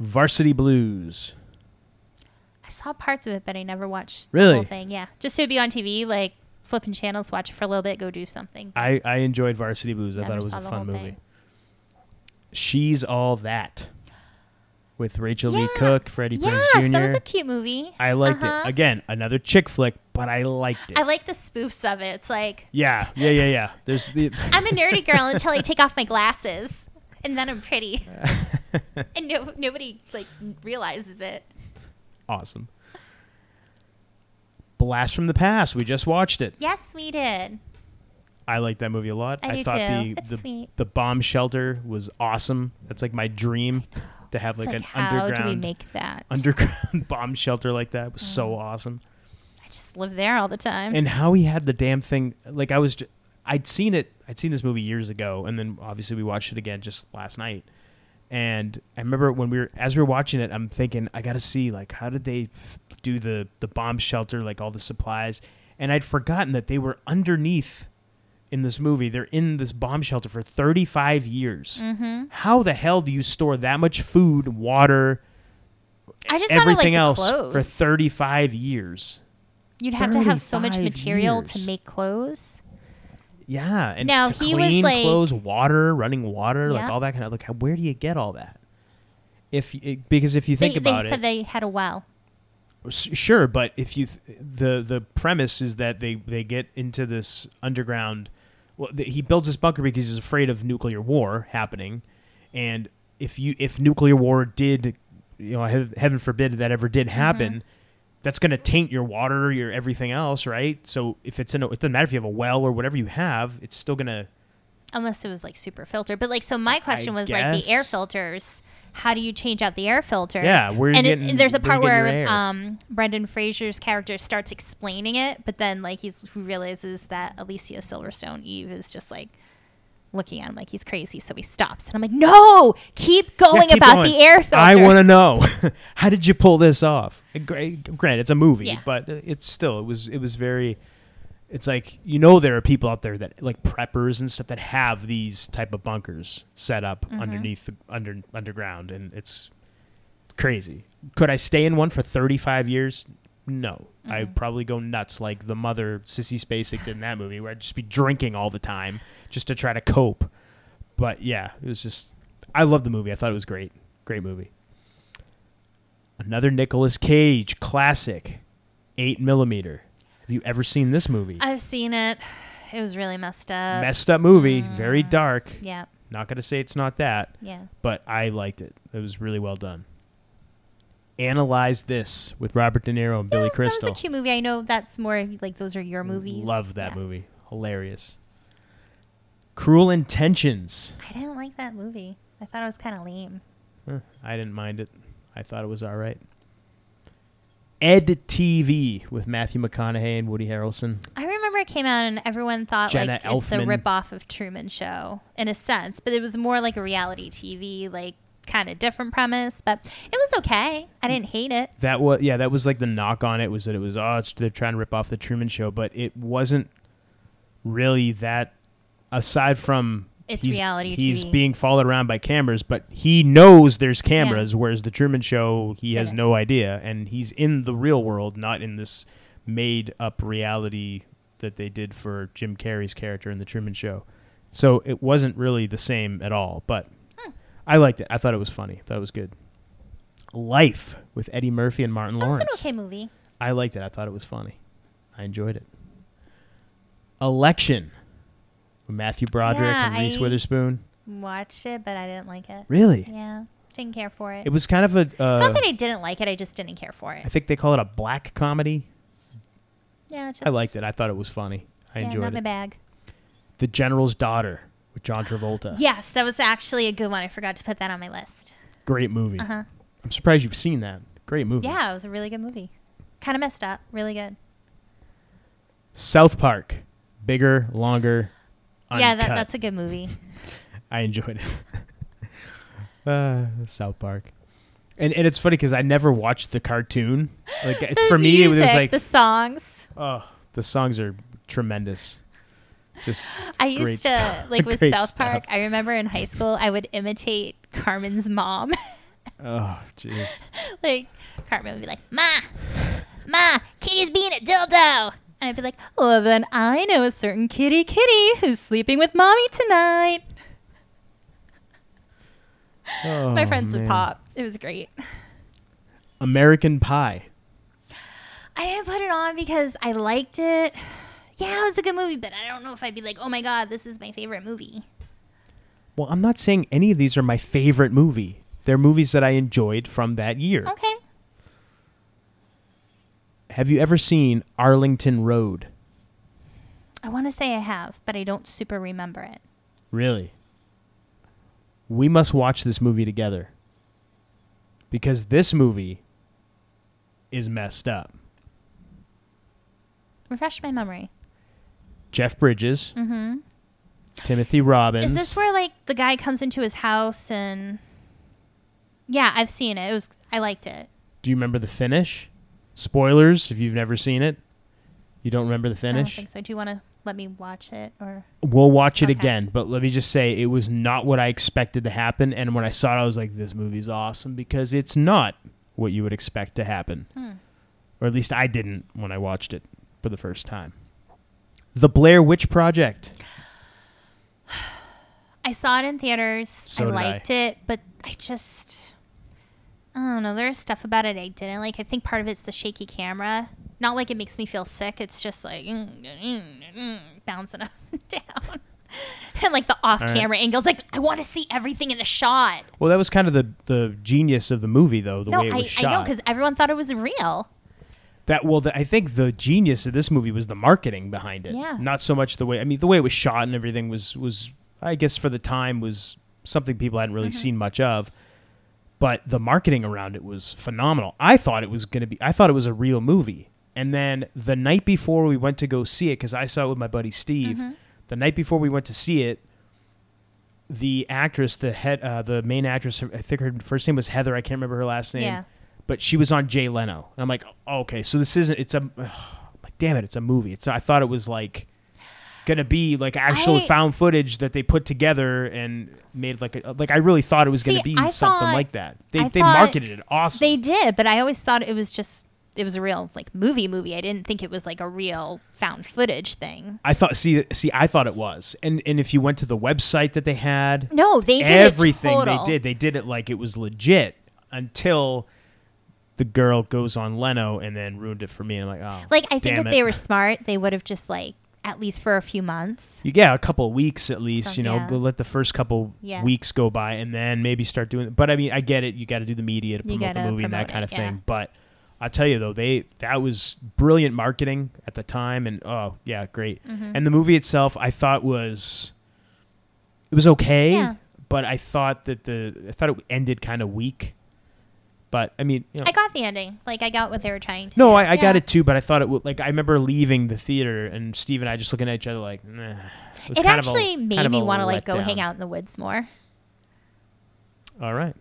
[SPEAKER 2] Varsity Blues.
[SPEAKER 3] I saw parts of it, but I never watched the
[SPEAKER 2] Really?
[SPEAKER 3] whole thing. Yeah, just to be on TV, like flipping channels, watch it for a little bit, go do something.
[SPEAKER 2] I, I enjoyed Varsity Blues. I
[SPEAKER 3] Never
[SPEAKER 2] thought it was
[SPEAKER 3] saw
[SPEAKER 2] a
[SPEAKER 3] the
[SPEAKER 2] fun
[SPEAKER 3] whole
[SPEAKER 2] movie.
[SPEAKER 3] thing.
[SPEAKER 2] She's All That with Rachel Lee
[SPEAKER 3] Yeah.
[SPEAKER 2] Cook, Freddie
[SPEAKER 3] yes,
[SPEAKER 2] Prinze Jr.
[SPEAKER 3] that was a cute movie.
[SPEAKER 2] I liked
[SPEAKER 3] Uh-huh.
[SPEAKER 2] it. Again, another chick flick, but I liked it.
[SPEAKER 3] I like the spoofs of it. It's like
[SPEAKER 2] Yeah, yeah, yeah, yeah. There's the
[SPEAKER 3] I'm a nerdy girl until I take off my glasses, and then I'm pretty, and no, nobody like realizes it.
[SPEAKER 2] awesome. Blast from the Past. We just watched it.
[SPEAKER 3] Yes, we did.
[SPEAKER 2] I like that movie a lot.
[SPEAKER 3] I do
[SPEAKER 2] thought the
[SPEAKER 3] too. It's
[SPEAKER 2] the,
[SPEAKER 3] sweet.
[SPEAKER 2] the bomb shelter was awesome. That's like my dream to have
[SPEAKER 3] It's
[SPEAKER 2] like, an
[SPEAKER 3] like, how do we
[SPEAKER 2] underground
[SPEAKER 3] make Mm. that?
[SPEAKER 2] underground bomb shelter like that. It was so awesome.
[SPEAKER 3] I just live there all the time.
[SPEAKER 2] and how he had the damn thing like i was j- i'd seen it i'd seen this movie years ago and then obviously we watched it again just last night and i remember when we were as we were watching it i'm thinking i gotta see like how did they f- do the the bomb shelter like all the supplies and i'd forgotten that they were underneath in this movie. They're in this bomb shelter for 35 years.
[SPEAKER 3] Mhm.
[SPEAKER 2] How the hell do you store that much food, water,
[SPEAKER 3] I just thought of, like,
[SPEAKER 2] everything
[SPEAKER 3] the
[SPEAKER 2] else
[SPEAKER 3] clothes.
[SPEAKER 2] for 35 years?
[SPEAKER 3] You'd have to have so much
[SPEAKER 2] 35
[SPEAKER 3] material to
[SPEAKER 2] years.
[SPEAKER 3] make clothes.
[SPEAKER 2] Yeah, and
[SPEAKER 3] Now,
[SPEAKER 2] to
[SPEAKER 3] he was,
[SPEAKER 2] clean
[SPEAKER 3] like-
[SPEAKER 2] clothes, water, running water, like
[SPEAKER 3] Yeah.
[SPEAKER 2] all that kind of. Like, how, where do you get all that? If y- because if you think
[SPEAKER 3] they,
[SPEAKER 2] about
[SPEAKER 3] they
[SPEAKER 2] it,
[SPEAKER 3] said they had a well.
[SPEAKER 2] S- sure but if you th- the the premise is that they they get into this underground well th- he builds this bunker because he's afraid of nuclear war happening and if you if nuclear war did you know heav- heaven forbid that ever
[SPEAKER 3] Mm-hmm.
[SPEAKER 2] did happen that's going to taint your water your everything else right so if it's in a, it doesn't matter if you have a well or whatever you have it's still going to
[SPEAKER 3] unless it was like super filter. But like, so my question was like
[SPEAKER 2] guess.
[SPEAKER 3] the air filters. How do you change out the air filters?
[SPEAKER 2] Yeah, where are you
[SPEAKER 3] and, it-
[SPEAKER 2] getting-
[SPEAKER 3] and there's a
[SPEAKER 2] where you
[SPEAKER 3] part
[SPEAKER 2] getting your
[SPEAKER 3] where
[SPEAKER 2] air?
[SPEAKER 3] um, Brendan Fraser's character starts explaining it, but then like he's, he realizes that Alicia Silverstone Eve is just like looking at him like he's crazy, so he stops. And I'm like, no, keep going
[SPEAKER 2] keep
[SPEAKER 3] about
[SPEAKER 2] going.
[SPEAKER 3] the air filter.
[SPEAKER 2] I want to know how did you pull this off? Great, Grant, it's a movie,
[SPEAKER 3] Yeah.
[SPEAKER 2] but it's still it was it was very. It's like you know there are people out there that like preppers and stuff that have these type of bunkers set up
[SPEAKER 3] Mhm.
[SPEAKER 2] underneath the under underground, and it's crazy. Could I stay in one for thirty five years? No,
[SPEAKER 3] Mm-hmm.
[SPEAKER 2] I'd probably go nuts like the mother Sissy Spacek did in that movie, where I'd just be drinking all the time just to try to cope. But yeah, it was just I loved the movie. I thought it was great, great movie. Another Nicolas Cage classic, eight millimeter. Have you ever seen this movie?
[SPEAKER 3] I've seen it. It was really messed up.
[SPEAKER 2] Messed up movie, very dark.
[SPEAKER 3] yeah.
[SPEAKER 2] Not gonna say it's not that.
[SPEAKER 3] Yeah.
[SPEAKER 2] But I liked it. It was really well done. Analyze this with Robert De Niro and Billy
[SPEAKER 3] That
[SPEAKER 2] Crystal.
[SPEAKER 3] was a cute movie. I know that's more like those are your movies.
[SPEAKER 2] Love that
[SPEAKER 3] Yeah.
[SPEAKER 2] movie. Hilarious. Cruel Intentions.
[SPEAKER 3] I didn't like that movie. I thought it was kind of lame.
[SPEAKER 2] Huh, I didn't mind it. I thought it was all right. Ed TV with Matthew McConaughey and Woody Harrelson.
[SPEAKER 3] I remember it came out and everyone thought
[SPEAKER 2] Jenna
[SPEAKER 3] like it's a
[SPEAKER 2] Elfman.
[SPEAKER 3] ripoff of Truman Show in a sense, but it was more like a reality TV, like kind of different premise. But it was okay. I didn't hate it.
[SPEAKER 2] That was yeah, that was like the knock on it was that it was oh it's, they're trying to rip off the Truman Show, but it wasn't really that. Aside from
[SPEAKER 3] It's
[SPEAKER 2] he's-
[SPEAKER 3] reality
[SPEAKER 2] he's
[SPEAKER 3] TV.
[SPEAKER 2] being followed around by cameras, but he knows there's cameras, whereas the Truman Show he has no idea, and he's in the real world, not in this made up reality that they did for Jim Carrey's character in the Truman Show. So it wasn't really the same at all, but I liked it. I thought it was funny. I thought it was good. Life with Eddie Murphy and Martin
[SPEAKER 3] It was
[SPEAKER 2] Lawrence.
[SPEAKER 3] an okay movie.
[SPEAKER 2] I liked it. I thought it was funny. I enjoyed it. Election with Matthew Broderick
[SPEAKER 3] Yeah,
[SPEAKER 2] and Reese
[SPEAKER 3] I-
[SPEAKER 2] Witherspoon.
[SPEAKER 3] Watched it, but I didn't like it.
[SPEAKER 2] Really?
[SPEAKER 3] Yeah. Didn't care for it.
[SPEAKER 2] It was kind of a. Uh,
[SPEAKER 3] it's not that I didn't like it. I just didn't care for it.
[SPEAKER 2] I think they call it a black comedy.
[SPEAKER 3] yeah. Just,
[SPEAKER 2] I liked it. I thought it was funny. I
[SPEAKER 3] yeah,
[SPEAKER 2] enjoyed
[SPEAKER 3] Not my
[SPEAKER 2] it.
[SPEAKER 3] bag.
[SPEAKER 2] The General's Daughter with John Travolta.
[SPEAKER 3] Yes, that was actually a good one. I forgot to put that on my list.
[SPEAKER 2] Great movie.
[SPEAKER 3] Uh huh.
[SPEAKER 2] I'm surprised you've seen that. Great movie.
[SPEAKER 3] Yeah, it was a really good movie. Kind of messed up. Really good.
[SPEAKER 2] South Park. Bigger, longer.
[SPEAKER 3] Yeah, that,
[SPEAKER 2] uncut.
[SPEAKER 3] that's a good movie.
[SPEAKER 2] I enjoyed it. uh, South Park. And, and it's funny because I never watched the cartoon. Like it-
[SPEAKER 3] The
[SPEAKER 2] for me, it was
[SPEAKER 3] music,
[SPEAKER 2] like
[SPEAKER 3] the songs.
[SPEAKER 2] oh, the songs are tremendous. Just
[SPEAKER 3] I
[SPEAKER 2] great
[SPEAKER 3] used to
[SPEAKER 2] stuff.
[SPEAKER 3] like with
[SPEAKER 2] Great
[SPEAKER 3] South
[SPEAKER 2] stuff.
[SPEAKER 3] Park. I remember in high school, I would imitate Carmen's mom.
[SPEAKER 2] Oh, jeez.
[SPEAKER 3] like Carmen would be like, "Ma, ma, Kitty's being a dildo," and I'd be like, "Well, then I know a certain kitty kitty who's sleeping with mommy tonight." My
[SPEAKER 2] Oh,
[SPEAKER 3] friends
[SPEAKER 2] man.
[SPEAKER 3] would pop. It was great.
[SPEAKER 2] American Pie.
[SPEAKER 3] I didn't put it on because I liked it. Yeah, it was a good movie, but I don't know if I'd be like, "Oh my god, this is my favorite movie."
[SPEAKER 2] Well, I'm not saying any of these are my favorite movie. They're movies that I enjoyed from that year.
[SPEAKER 3] Okay.
[SPEAKER 2] Have you ever seen Arlington Road?
[SPEAKER 3] I want to say I have, but I don't super remember it.
[SPEAKER 2] Really? We must watch this movie together. Because this movie is messed up.
[SPEAKER 3] Refresh my memory.
[SPEAKER 2] Jeff Bridges,
[SPEAKER 3] Mm-hmm.
[SPEAKER 2] Timothy Robbins.
[SPEAKER 3] Is this where like the guy comes into his house and? Yeah, I've seen it. It was I liked it.
[SPEAKER 2] Do you remember the finish? Spoilers if you've never seen it. You don't remember the
[SPEAKER 3] I don't
[SPEAKER 2] finish?
[SPEAKER 3] think so. Do you want to let me watch it or
[SPEAKER 2] We'll watch it again, but let me just say it was not what I expected to happen. And when I saw it, I was like, "This movie's awesome" because it's not what you would expect to happen,
[SPEAKER 3] Hmm.
[SPEAKER 2] or at least I didn't when I watched it for the first time. The Blair Witch Project.
[SPEAKER 3] I saw it in theaters.
[SPEAKER 2] So
[SPEAKER 3] I
[SPEAKER 2] did I.
[SPEAKER 3] liked it, but I just I don't know. There's stuff about it I didn't like. I think part of it's the shaky camera. Not like it makes me feel sick. It's just like mm, bouncing up and down, and like the off-camera angles. Like I want to see everything in the shot.
[SPEAKER 2] Well, that was kind of the the genius of the movie, though, the
[SPEAKER 3] no,
[SPEAKER 2] way it was
[SPEAKER 3] I,
[SPEAKER 2] shot.
[SPEAKER 3] I know because everyone thought it was real.
[SPEAKER 2] That well, the, I think the genius of this movie was the marketing behind it.
[SPEAKER 3] Yeah.
[SPEAKER 2] Not so much the way. I mean, the way it was shot and everything was was I guess for the time was something people hadn't really seen much of. But the marketing around it was phenomenal. I thought it was going to be. I thought it was a real movie. And then the night before we went to go see it, because I saw it with my buddy Steve.
[SPEAKER 16] Mhm.
[SPEAKER 2] The night before we went to see it, the actress, the head, uh, the main actress, her- I think her first name was Heather. I can't remember her last name.
[SPEAKER 16] Yeah.
[SPEAKER 2] But she was on Jay Leno, and I'm like, oh, okay, so this isn't. It's a, I'm like, damn it, it's a movie. It's. I thought it was like gonna be like actual
[SPEAKER 17] I-
[SPEAKER 2] found footage that they put together and made like a like I really thought it was gonna
[SPEAKER 17] See,
[SPEAKER 2] be
[SPEAKER 17] I
[SPEAKER 2] something
[SPEAKER 17] thought-
[SPEAKER 2] like that. They
[SPEAKER 17] I
[SPEAKER 2] they
[SPEAKER 17] thought
[SPEAKER 2] marketed it awesome.
[SPEAKER 17] They did, but I always thought it was just it was a real like movie movie. I didn't think it was like a real found footage thing.
[SPEAKER 2] I thought see see I thought it was. And and if you went to the website that they had
[SPEAKER 17] No, they did it
[SPEAKER 2] everything
[SPEAKER 17] total.
[SPEAKER 2] they did. They did it like it was legit until the girl goes on Leno and then ruined it for me. And I'm like, oh
[SPEAKER 17] Like I think
[SPEAKER 2] damn
[SPEAKER 17] if
[SPEAKER 2] it.
[SPEAKER 17] they were smart, they would have just like at least for a few months.
[SPEAKER 2] yeah, a couple of weeks at least,
[SPEAKER 17] Some-
[SPEAKER 2] you know,
[SPEAKER 17] yeah.
[SPEAKER 2] go- let the first couple
[SPEAKER 17] Yeah.
[SPEAKER 2] weeks go by and then maybe start doing But I mean, I get it. You got to do the media to
[SPEAKER 17] You
[SPEAKER 2] promote the
[SPEAKER 17] gotta
[SPEAKER 2] movie and that
[SPEAKER 17] promote
[SPEAKER 2] kind of
[SPEAKER 17] it, yeah.
[SPEAKER 2] thing. But I tell you though, they that was brilliant marketing at the time and oh, yeah, great.
[SPEAKER 17] Mm-hmm.
[SPEAKER 16] Mhm.
[SPEAKER 2] And the movie itself I thought was it was okay,
[SPEAKER 17] Yeah.
[SPEAKER 2] but I thought that the I thought it ended kind of weak. But I mean, you know,
[SPEAKER 17] I got the ending. Like I got what they were trying to.
[SPEAKER 2] no,
[SPEAKER 17] do.
[SPEAKER 2] I, I got
[SPEAKER 17] Yeah.
[SPEAKER 2] it too, but I thought it would like I remember leaving the theater and Steve and I just looking at each other like, nah. It, was
[SPEAKER 17] It
[SPEAKER 2] kind of a-
[SPEAKER 17] actually
[SPEAKER 2] kind
[SPEAKER 17] made
[SPEAKER 2] of
[SPEAKER 17] me
[SPEAKER 2] a
[SPEAKER 17] want to like go
[SPEAKER 2] letdown.
[SPEAKER 17] hang out in the woods more.
[SPEAKER 2] All right,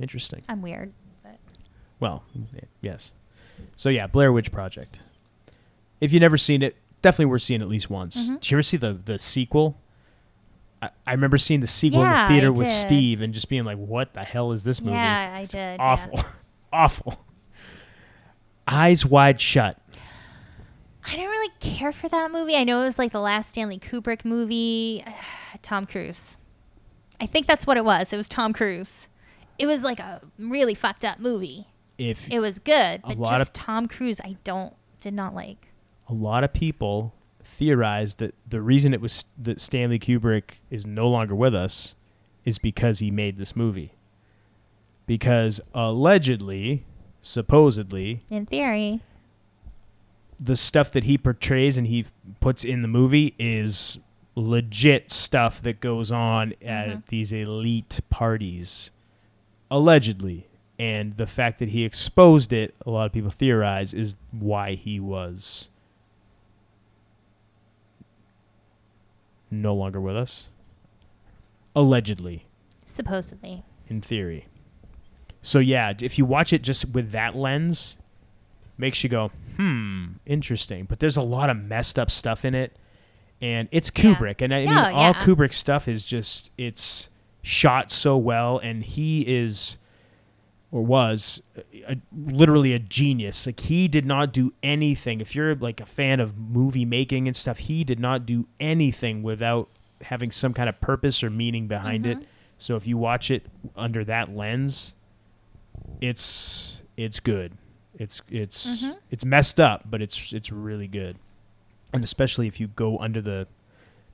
[SPEAKER 2] interesting.
[SPEAKER 17] I'm weird. But.
[SPEAKER 2] Well, y- yes. So yeah, Blair Witch Project. If you've never seen it, definitely worth seeing at least once.
[SPEAKER 17] Mhm.
[SPEAKER 2] Did you ever see the the sequel? I, I remember seeing the sequel
[SPEAKER 17] Yeah,
[SPEAKER 2] in
[SPEAKER 17] I
[SPEAKER 2] the theater with
[SPEAKER 17] did.
[SPEAKER 2] Steve and just being like, "What the hell is this movie?"
[SPEAKER 17] Yeah, I
[SPEAKER 2] It's
[SPEAKER 17] did, yeah.
[SPEAKER 2] Awful, awful. Eyes wide shut.
[SPEAKER 17] I didn't really care for that movie. I know it was like the last Stanley Kubrick movie. Tom Cruise. I think that's what it was. It was Tom Cruise. It was like a really fucked up movie.
[SPEAKER 2] If
[SPEAKER 17] It was good,
[SPEAKER 2] A
[SPEAKER 17] but
[SPEAKER 2] lot
[SPEAKER 17] just
[SPEAKER 2] of-
[SPEAKER 17] Tom Cruise, I don't did not like.
[SPEAKER 2] a lot of people theorized that the reason it was that Stanley Kubrick is no longer with us is because he made this movie. Because allegedly, supposedly,
[SPEAKER 17] In theory,
[SPEAKER 2] the stuff that he portrays and he f- puts in the movie is legit stuff that goes on at these elite parties allegedly and the fact that he exposed it a lot of people theorize is why he was no longer with us allegedly
[SPEAKER 17] supposedly.
[SPEAKER 2] in theory so yeah if you watch it just with that lens makes you go hmm interesting but there's a lot of messed up stuff in it and it's kubrick and i, I mean
[SPEAKER 16] No,
[SPEAKER 2] all
[SPEAKER 16] yeah.
[SPEAKER 2] kubrick stuff is just it's shot so well and he is or was a, literally a genius like he did not do anything if you're like a fan of movie making and stuff he did not do anything without having some kind of purpose or meaning behind
[SPEAKER 16] Mm-hmm.
[SPEAKER 2] it so if you watch it under that lens it's it's good it's it's
[SPEAKER 16] Mhm.
[SPEAKER 2] it's messed up but it's it's really good and especially if you go under the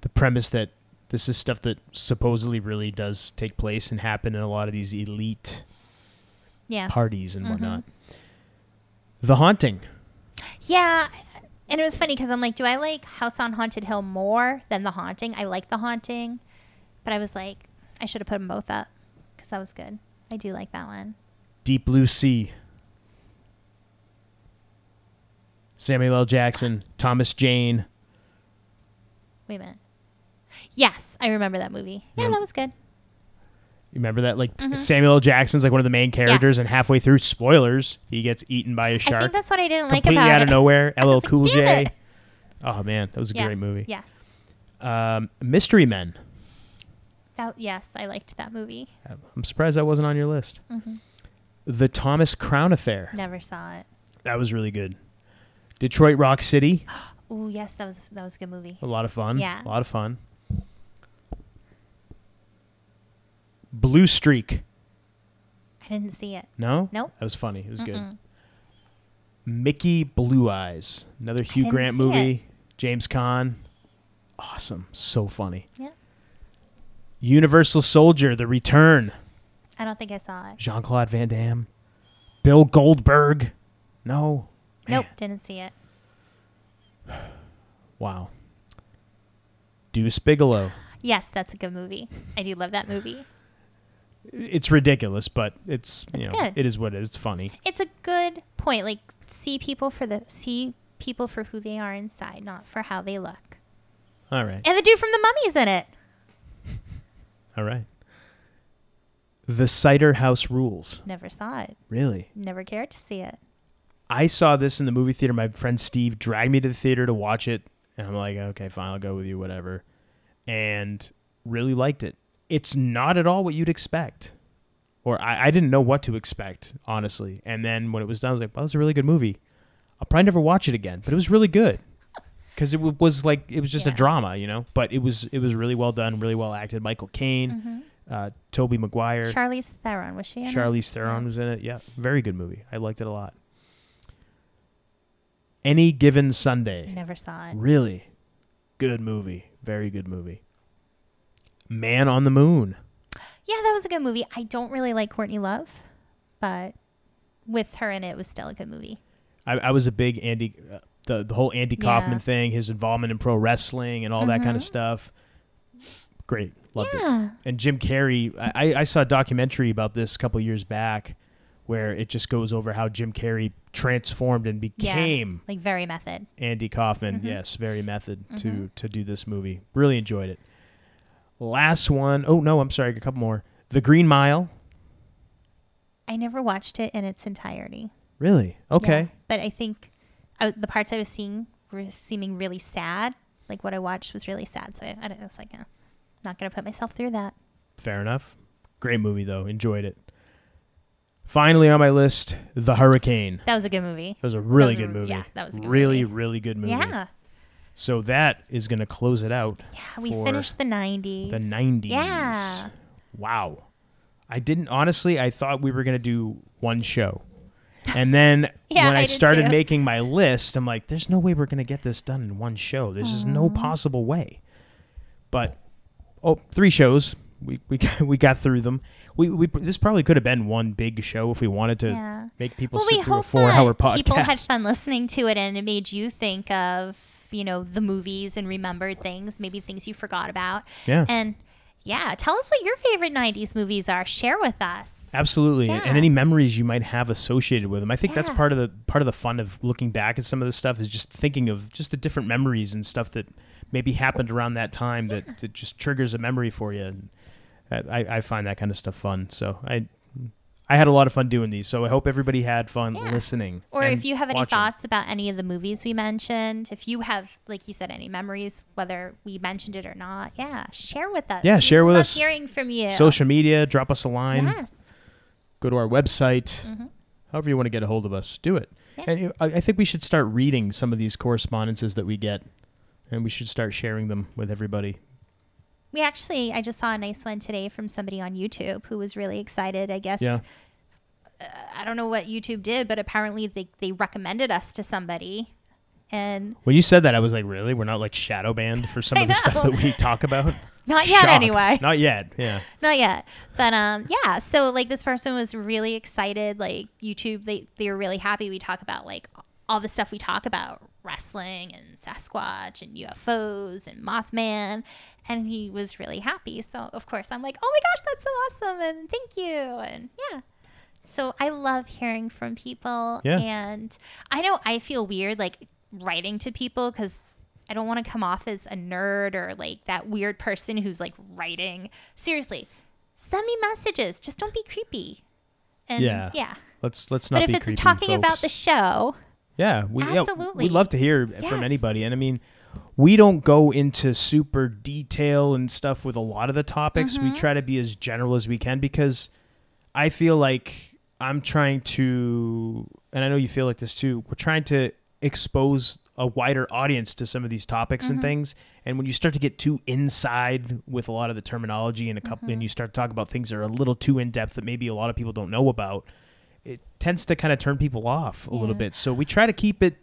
[SPEAKER 2] the premise that this is stuff that supposedly really does take place and happen in a lot of these elite
[SPEAKER 17] Yeah.
[SPEAKER 3] Uh,
[SPEAKER 2] parties and
[SPEAKER 17] Mhm.
[SPEAKER 2] whatnot. The Haunting.
[SPEAKER 17] Yeah, and it was funny because I'm like, do I like House on Haunted Hill more than The Haunting? I like The Haunting, but I was like, I should have put them both up because that was good. I do like that one.
[SPEAKER 2] Deep Blue Sea. Samuel L. Jackson, Thomas Jane.
[SPEAKER 17] Wait a minute. Yes, I remember that movie. Yeah,
[SPEAKER 2] Yeah.
[SPEAKER 17] that was good.
[SPEAKER 2] You remember that? Like
[SPEAKER 17] Mhm.
[SPEAKER 2] Samuel L. Jackson's like one of the main characters, and halfway through, spoilers, he gets eaten by a shark.
[SPEAKER 17] I think that's what I didn't like
[SPEAKER 2] completely
[SPEAKER 17] about
[SPEAKER 2] out of
[SPEAKER 17] it.
[SPEAKER 2] nowhere. LL Cool J. Oh man, that was a
[SPEAKER 3] Yeah,
[SPEAKER 2] great movie.
[SPEAKER 3] yes.
[SPEAKER 2] Um, Mystery Men.
[SPEAKER 3] That, yes, I liked that movie.
[SPEAKER 2] I'm surprised that wasn't on your list.
[SPEAKER 17] Mm-hmm.
[SPEAKER 3] Mhm.
[SPEAKER 2] The Thomas Crown Affair.
[SPEAKER 3] Never saw it.
[SPEAKER 2] That was really good. Detroit Rock City.
[SPEAKER 3] Oh yes, that was that was a good movie.
[SPEAKER 2] A lot of fun.
[SPEAKER 3] Yeah.
[SPEAKER 2] A lot of fun. Blue Streak.
[SPEAKER 3] I didn't see it.
[SPEAKER 2] No?
[SPEAKER 3] Nope.
[SPEAKER 2] That was funny. It was good.
[SPEAKER 3] Mm-mm.
[SPEAKER 2] Mickey Blue Eyes. Another Hugh
[SPEAKER 3] didn't
[SPEAKER 2] Grant
[SPEAKER 3] see it.
[SPEAKER 2] movie. James Caan. Awesome. So funny.
[SPEAKER 3] Yeah.
[SPEAKER 2] Universal Soldier, The Return.
[SPEAKER 3] I don't think I saw it.
[SPEAKER 2] Jean Claude Van Damme. Bill Goldberg. No.
[SPEAKER 3] Nope, didn't see it.
[SPEAKER 2] Wow. Deuce Bigelow.
[SPEAKER 3] Yes, that's a good movie. I do love that movie.
[SPEAKER 2] It's ridiculous, but it's you
[SPEAKER 3] It's
[SPEAKER 2] know
[SPEAKER 3] good.
[SPEAKER 2] it is what it is. It's funny.
[SPEAKER 3] It's a good point. Like see people for the see people for who they are inside, not for how they look.
[SPEAKER 2] All right.
[SPEAKER 3] And the dude from the mummy's in it.
[SPEAKER 2] All right. The Cider House Rules.
[SPEAKER 3] Never saw it.
[SPEAKER 2] Really?
[SPEAKER 3] Never cared to see it.
[SPEAKER 2] I saw this in the movie theater. My friend Steve dragged me to the theater to watch it, and I'm like, okay, fine, I'll go with you, whatever. And really liked it. It's not at all what you'd expect, or I, I didn't know what to expect, honestly. And then when it was done, I was like, well, that was a really good movie. I'll probably never watch it again, but it was really good because it w- was like it was just a drama, you know. But it was it was really well done, really well acted. Michael Caine, uh, Toby Maguire,
[SPEAKER 3] Charlize Theron was she in it?
[SPEAKER 2] Charlize Theron was in it. Yeah, very good movie. I liked it a lot. Any given Sunday.
[SPEAKER 3] Never saw it.
[SPEAKER 2] Really good movie. Very good movie. Man on the Moon.
[SPEAKER 3] Yeah, that was a good movie. I don't really like Courtney Love, but with her in it, it was still a good movie.
[SPEAKER 2] I, I was a big Andy, uh, the the whole Andy Kaufman
[SPEAKER 3] Yeah. Mm-hmm.
[SPEAKER 2] thing, his involvement in pro wrestling and all that kind of stuff. Great, loved
[SPEAKER 3] Yeah.
[SPEAKER 2] it. And Jim Carrey, I, I- I saw a documentary about this a couple years back, where it just goes over how Jim Carrey transformed and became
[SPEAKER 3] Yeah, like very method.
[SPEAKER 2] Andy Kaufman,
[SPEAKER 3] Mhm.
[SPEAKER 2] yes, very method to
[SPEAKER 3] Mhm.
[SPEAKER 2] to do this movie. Really enjoyed it. Last one. Oh no, I'm sorry, a couple more. The Green Mile.
[SPEAKER 3] I never watched it in its entirety.
[SPEAKER 2] Really? Okay.
[SPEAKER 3] Yeah, but I think I, the parts I was seeing were seeming really sad. Like what I watched was really sad. So I, I, don't, I was like, eh, not going to put myself through that.
[SPEAKER 2] Fair enough. Great movie though. Enjoyed it. Finally on my list, The Hurricane.
[SPEAKER 3] That was a good movie.
[SPEAKER 2] That was a really
[SPEAKER 3] That was a-
[SPEAKER 2] good movie.
[SPEAKER 3] yeah, that was a good
[SPEAKER 2] really, really good movie.
[SPEAKER 3] Yeah.
[SPEAKER 2] So that is going to close it out.
[SPEAKER 3] Yeah, we
[SPEAKER 2] for
[SPEAKER 3] finished the 90s.
[SPEAKER 2] the 90s.
[SPEAKER 3] Yeah.
[SPEAKER 2] Wow. I didn't honestly, I thought we were going to do one show. And then
[SPEAKER 3] Yeah,
[SPEAKER 2] when I,
[SPEAKER 3] I did
[SPEAKER 2] started
[SPEAKER 3] too.
[SPEAKER 2] making my list, I'm like there's no way we're going to get this done in one show. There's just no possible way. But oh, three shows. We we got, we got through them. We, we this probably could have been one big show if we wanted to
[SPEAKER 3] Yeah.
[SPEAKER 2] make people
[SPEAKER 3] well,
[SPEAKER 2] sit
[SPEAKER 3] we
[SPEAKER 2] through a
[SPEAKER 3] hope
[SPEAKER 2] four hour
[SPEAKER 3] that
[SPEAKER 2] podcast.
[SPEAKER 3] people had fun listening to it and it made you think of, you know, the movies and remembered things, maybe things you forgot about.
[SPEAKER 2] Yeah.
[SPEAKER 3] And yeah, tell us what your favorite 90s movies are. Share with us.
[SPEAKER 2] Absolutely, and- and
[SPEAKER 3] Yeah.
[SPEAKER 2] any memories you might have associated with them. I think that's
[SPEAKER 3] Yeah.
[SPEAKER 2] part of the part of the fun of looking back at some of this stuff is just thinking of just the different memories and stuff that maybe happened around that time that, that just triggers a memory for you. And that- I, I find that kind of stuff fun. So I I had a lot of fun doing these. So I hope everybody had fun listening.
[SPEAKER 3] Or
[SPEAKER 2] and
[SPEAKER 3] if you have any
[SPEAKER 2] watching.
[SPEAKER 3] thoughts about any of the movies we mentioned, if you have, like you said, any memories, whether we mentioned it or not, yeah, share with us.
[SPEAKER 2] Yeah,
[SPEAKER 3] We
[SPEAKER 2] share with
[SPEAKER 3] love
[SPEAKER 2] us.
[SPEAKER 3] Hearing from you.
[SPEAKER 2] social media, drop us a line.
[SPEAKER 3] Yes.
[SPEAKER 2] Go to our website.
[SPEAKER 3] Mhm.
[SPEAKER 2] However you want to get a hold of us, do it. And you- I, I think we should start reading some of these correspondences that we get, and we should start sharing them with everybody.
[SPEAKER 3] We actually, I just saw a nice one today from somebody on YouTube who was really excited. I guess
[SPEAKER 2] Yeah.
[SPEAKER 3] uh, I don't know what YouTube did, but apparently they they recommended us to somebody, and
[SPEAKER 2] When you said that, I was like, really? We're not like shadow banned for some
[SPEAKER 3] I
[SPEAKER 2] of the stuff
[SPEAKER 3] know.
[SPEAKER 2] that we talk about?
[SPEAKER 3] Not yet,
[SPEAKER 2] Shocked.
[SPEAKER 3] anyway.
[SPEAKER 2] Not yet. Yeah.
[SPEAKER 3] not yet but um yeah so like this person was really excited like youtube they they were really happy we talk about like all the stuff we talk about wrestling and sasquatch and ufos and mothman and he was really happy so of course i'm like oh my gosh that's so awesome and thank you and yeah so i love hearing from people
[SPEAKER 17] Yeah.
[SPEAKER 3] and i know i feel weird like writing to people because I don't want to come off as a nerd or like that weird person who's like writing. Seriously, send me messages. Just don't be creepy. And
[SPEAKER 2] yeah.
[SPEAKER 3] yeah.
[SPEAKER 2] Let's let's not
[SPEAKER 3] But if
[SPEAKER 2] be
[SPEAKER 3] it's
[SPEAKER 2] creepy,
[SPEAKER 3] talking about the
[SPEAKER 2] folks.
[SPEAKER 3] show,
[SPEAKER 2] Yeah, we yeah,
[SPEAKER 3] Absolutely.
[SPEAKER 2] we love to hear from
[SPEAKER 3] Yes.
[SPEAKER 2] anybody, and I mean, we don't go into super detail and stuff with a lot of the topics. We
[SPEAKER 3] Mhm.
[SPEAKER 2] try to be as general as we can because I feel like I'm trying to, and I know you feel like this too. We're trying to expose a wider audience to some of these topics and
[SPEAKER 3] Mhm.
[SPEAKER 2] things. And when you start to get too inside with a lot of the terminology and a couple,
[SPEAKER 3] Mm-hmm.
[SPEAKER 2] and you start to talk about things that are a little too in depth that maybe a lot of people don't know about, it tends to kind of turn people off a little bit. So we try to keep it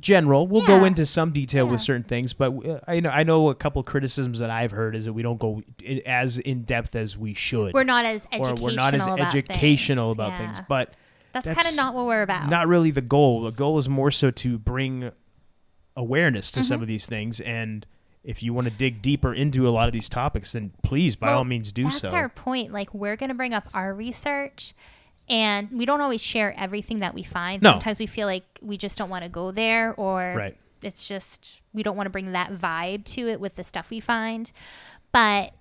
[SPEAKER 2] general. We'll go into some detail with certain things, but uh, I know I know a couple criticisms that I've heard is that we don't go i- as in depth as we should.
[SPEAKER 3] We're not as
[SPEAKER 2] Or we're not as
[SPEAKER 3] educational about
[SPEAKER 2] educational
[SPEAKER 3] things,
[SPEAKER 2] about
[SPEAKER 3] yeah.
[SPEAKER 2] things, but
[SPEAKER 3] That's, kind of not what we're about.
[SPEAKER 2] not really the goal. The goal is more so to bring awareness to
[SPEAKER 3] Mm-hmm.
[SPEAKER 2] some of these things and if you want to dig deeper into a lot of these topics, then please, by
[SPEAKER 3] Well,
[SPEAKER 2] all means, do
[SPEAKER 3] that's
[SPEAKER 2] so.
[SPEAKER 3] our point. Like we're going to bring up our research, and we don't always share everything that we find.
[SPEAKER 2] No.
[SPEAKER 3] Sometimes we feel like we just don't want to go there, or
[SPEAKER 2] Right.
[SPEAKER 3] it's just we don't want to bring that vibe to it with the stuff we find. But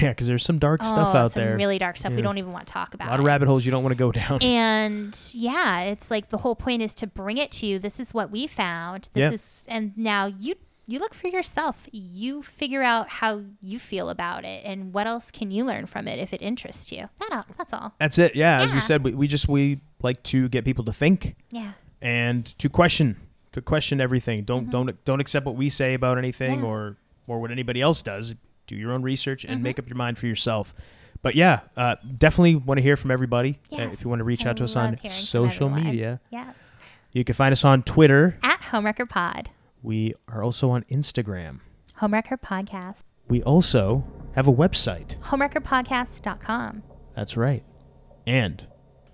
[SPEAKER 2] yeah, because there's some dark stuff
[SPEAKER 3] oh,
[SPEAKER 2] out
[SPEAKER 3] some
[SPEAKER 2] there.
[SPEAKER 3] really dark stuff we
[SPEAKER 2] Yeah.
[SPEAKER 3] don't even want to talk about.
[SPEAKER 2] A lot of
[SPEAKER 3] it.
[SPEAKER 2] rabbit holes you don't want to go down.
[SPEAKER 3] and yeah, it's like the whole point is to bring it to you. This is what we found. This
[SPEAKER 2] Yeah.
[SPEAKER 3] is and now you you look for yourself. You figure out how you feel about it and what else can you learn from it if it interests you. That all, that's all.
[SPEAKER 2] That's it. Yeah, as
[SPEAKER 3] Yeah.
[SPEAKER 2] we said, we, we just we like to get people to think.
[SPEAKER 3] Yeah.
[SPEAKER 2] And to question, to question everything. Don't don't don't accept what we say about anything
[SPEAKER 3] Mm-hmm. Yeah. Mm-hmm.
[SPEAKER 2] or or what anybody else does. Do your own research and make up your mind for yourself. But yeah, uh, definitely want to hear from everybody. Uh, if you want to reach out to us on
[SPEAKER 3] love hearing from
[SPEAKER 2] social
[SPEAKER 3] everyone.
[SPEAKER 2] media,
[SPEAKER 3] Yes.
[SPEAKER 2] you can find us on Twitter.
[SPEAKER 3] At Homewrecker Pod,
[SPEAKER 2] We are also on Instagram.
[SPEAKER 3] Homewrecker Podcast,
[SPEAKER 2] We also have a website.
[SPEAKER 3] homewreckerpodcast.com.
[SPEAKER 2] That's right. And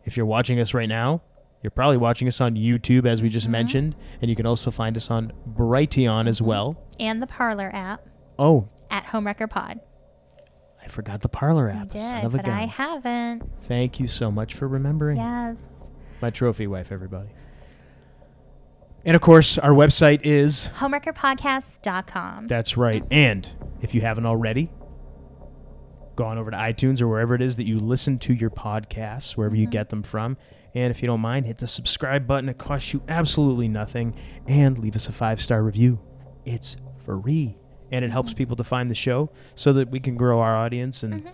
[SPEAKER 2] if you're watching us right now, you're probably watching us on YouTube, as we just
[SPEAKER 3] Mm-hmm.
[SPEAKER 2] mentioned, and you can also find us on Brighteon as well.
[SPEAKER 3] And the Parlor app
[SPEAKER 2] Oh,
[SPEAKER 3] at Homewrecker Pod.
[SPEAKER 2] I forgot the Parlor
[SPEAKER 3] I
[SPEAKER 2] app. Son
[SPEAKER 3] did,
[SPEAKER 2] of a
[SPEAKER 3] but I
[SPEAKER 2] gun.
[SPEAKER 3] haven't.
[SPEAKER 2] Thank you so much for remembering.
[SPEAKER 3] Yes.
[SPEAKER 2] My trophy wife, everybody. And of course, our website is
[SPEAKER 3] Homewreckerpodcast.com.
[SPEAKER 2] that's right. And if you haven't already, go on over to iTunes or wherever it is that you listen to your podcasts, wherever you get them from. And if you don't mind, hit the subscribe button. It costs you absolutely nothing. And leave us a five star review. It's free. And it helps people to find the show so that we can grow our audience and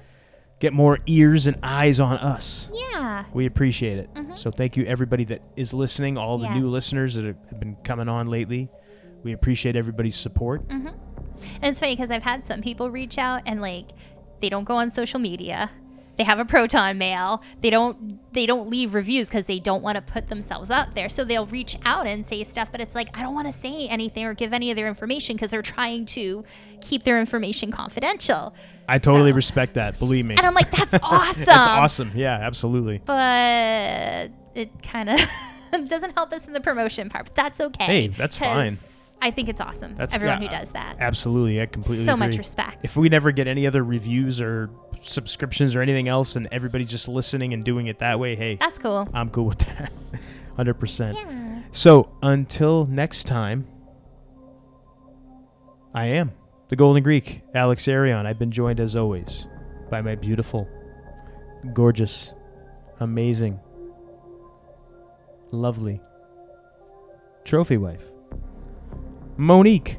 [SPEAKER 2] get more ears and eyes on us.
[SPEAKER 3] Yeah.
[SPEAKER 2] We appreciate it. So thank you everybody that is listening, all the new
[SPEAKER 3] Yes.
[SPEAKER 2] listeners that have been coming on lately. We appreciate everybody's support.
[SPEAKER 3] And it's funny because I've had some people reach out and like they don't go on social media. They have a proton mail. They don't they don't leave reviews because they don't want to put themselves out there. So they'll reach out and say stuff, but it's like I don't want to say anything or give any of their information because they're trying to keep their information confidential.
[SPEAKER 2] I totally respect that. Believe me.
[SPEAKER 3] And I'm like, that's awesome.
[SPEAKER 2] It's awesome. Yeah, absolutely.
[SPEAKER 3] But it kind of doesn't help us in the promotion part. But that's okay.
[SPEAKER 2] Hey, that's
[SPEAKER 3] 'cause
[SPEAKER 2] fine.
[SPEAKER 3] I think it's awesome.
[SPEAKER 2] That's
[SPEAKER 3] everyone
[SPEAKER 2] yeah,
[SPEAKER 3] who does that.
[SPEAKER 2] Absolutely, I completely
[SPEAKER 3] So much
[SPEAKER 2] agree.
[SPEAKER 3] respect.
[SPEAKER 2] If we never get any other reviews or subscriptions or anything else, and everybody's just listening and doing it that way, hey,
[SPEAKER 3] That's cool.
[SPEAKER 2] I'm cool with that, hundred percent. So until next time, I am the Golden Greek, Alex Arion. I've been joined as always by my beautiful, gorgeous, amazing, lovely trophy wife, Monique.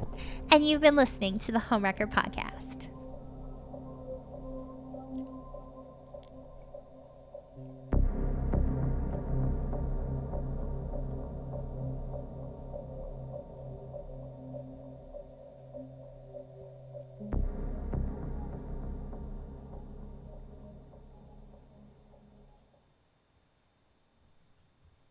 [SPEAKER 3] And you've been listening to the Homewrecker Podcast.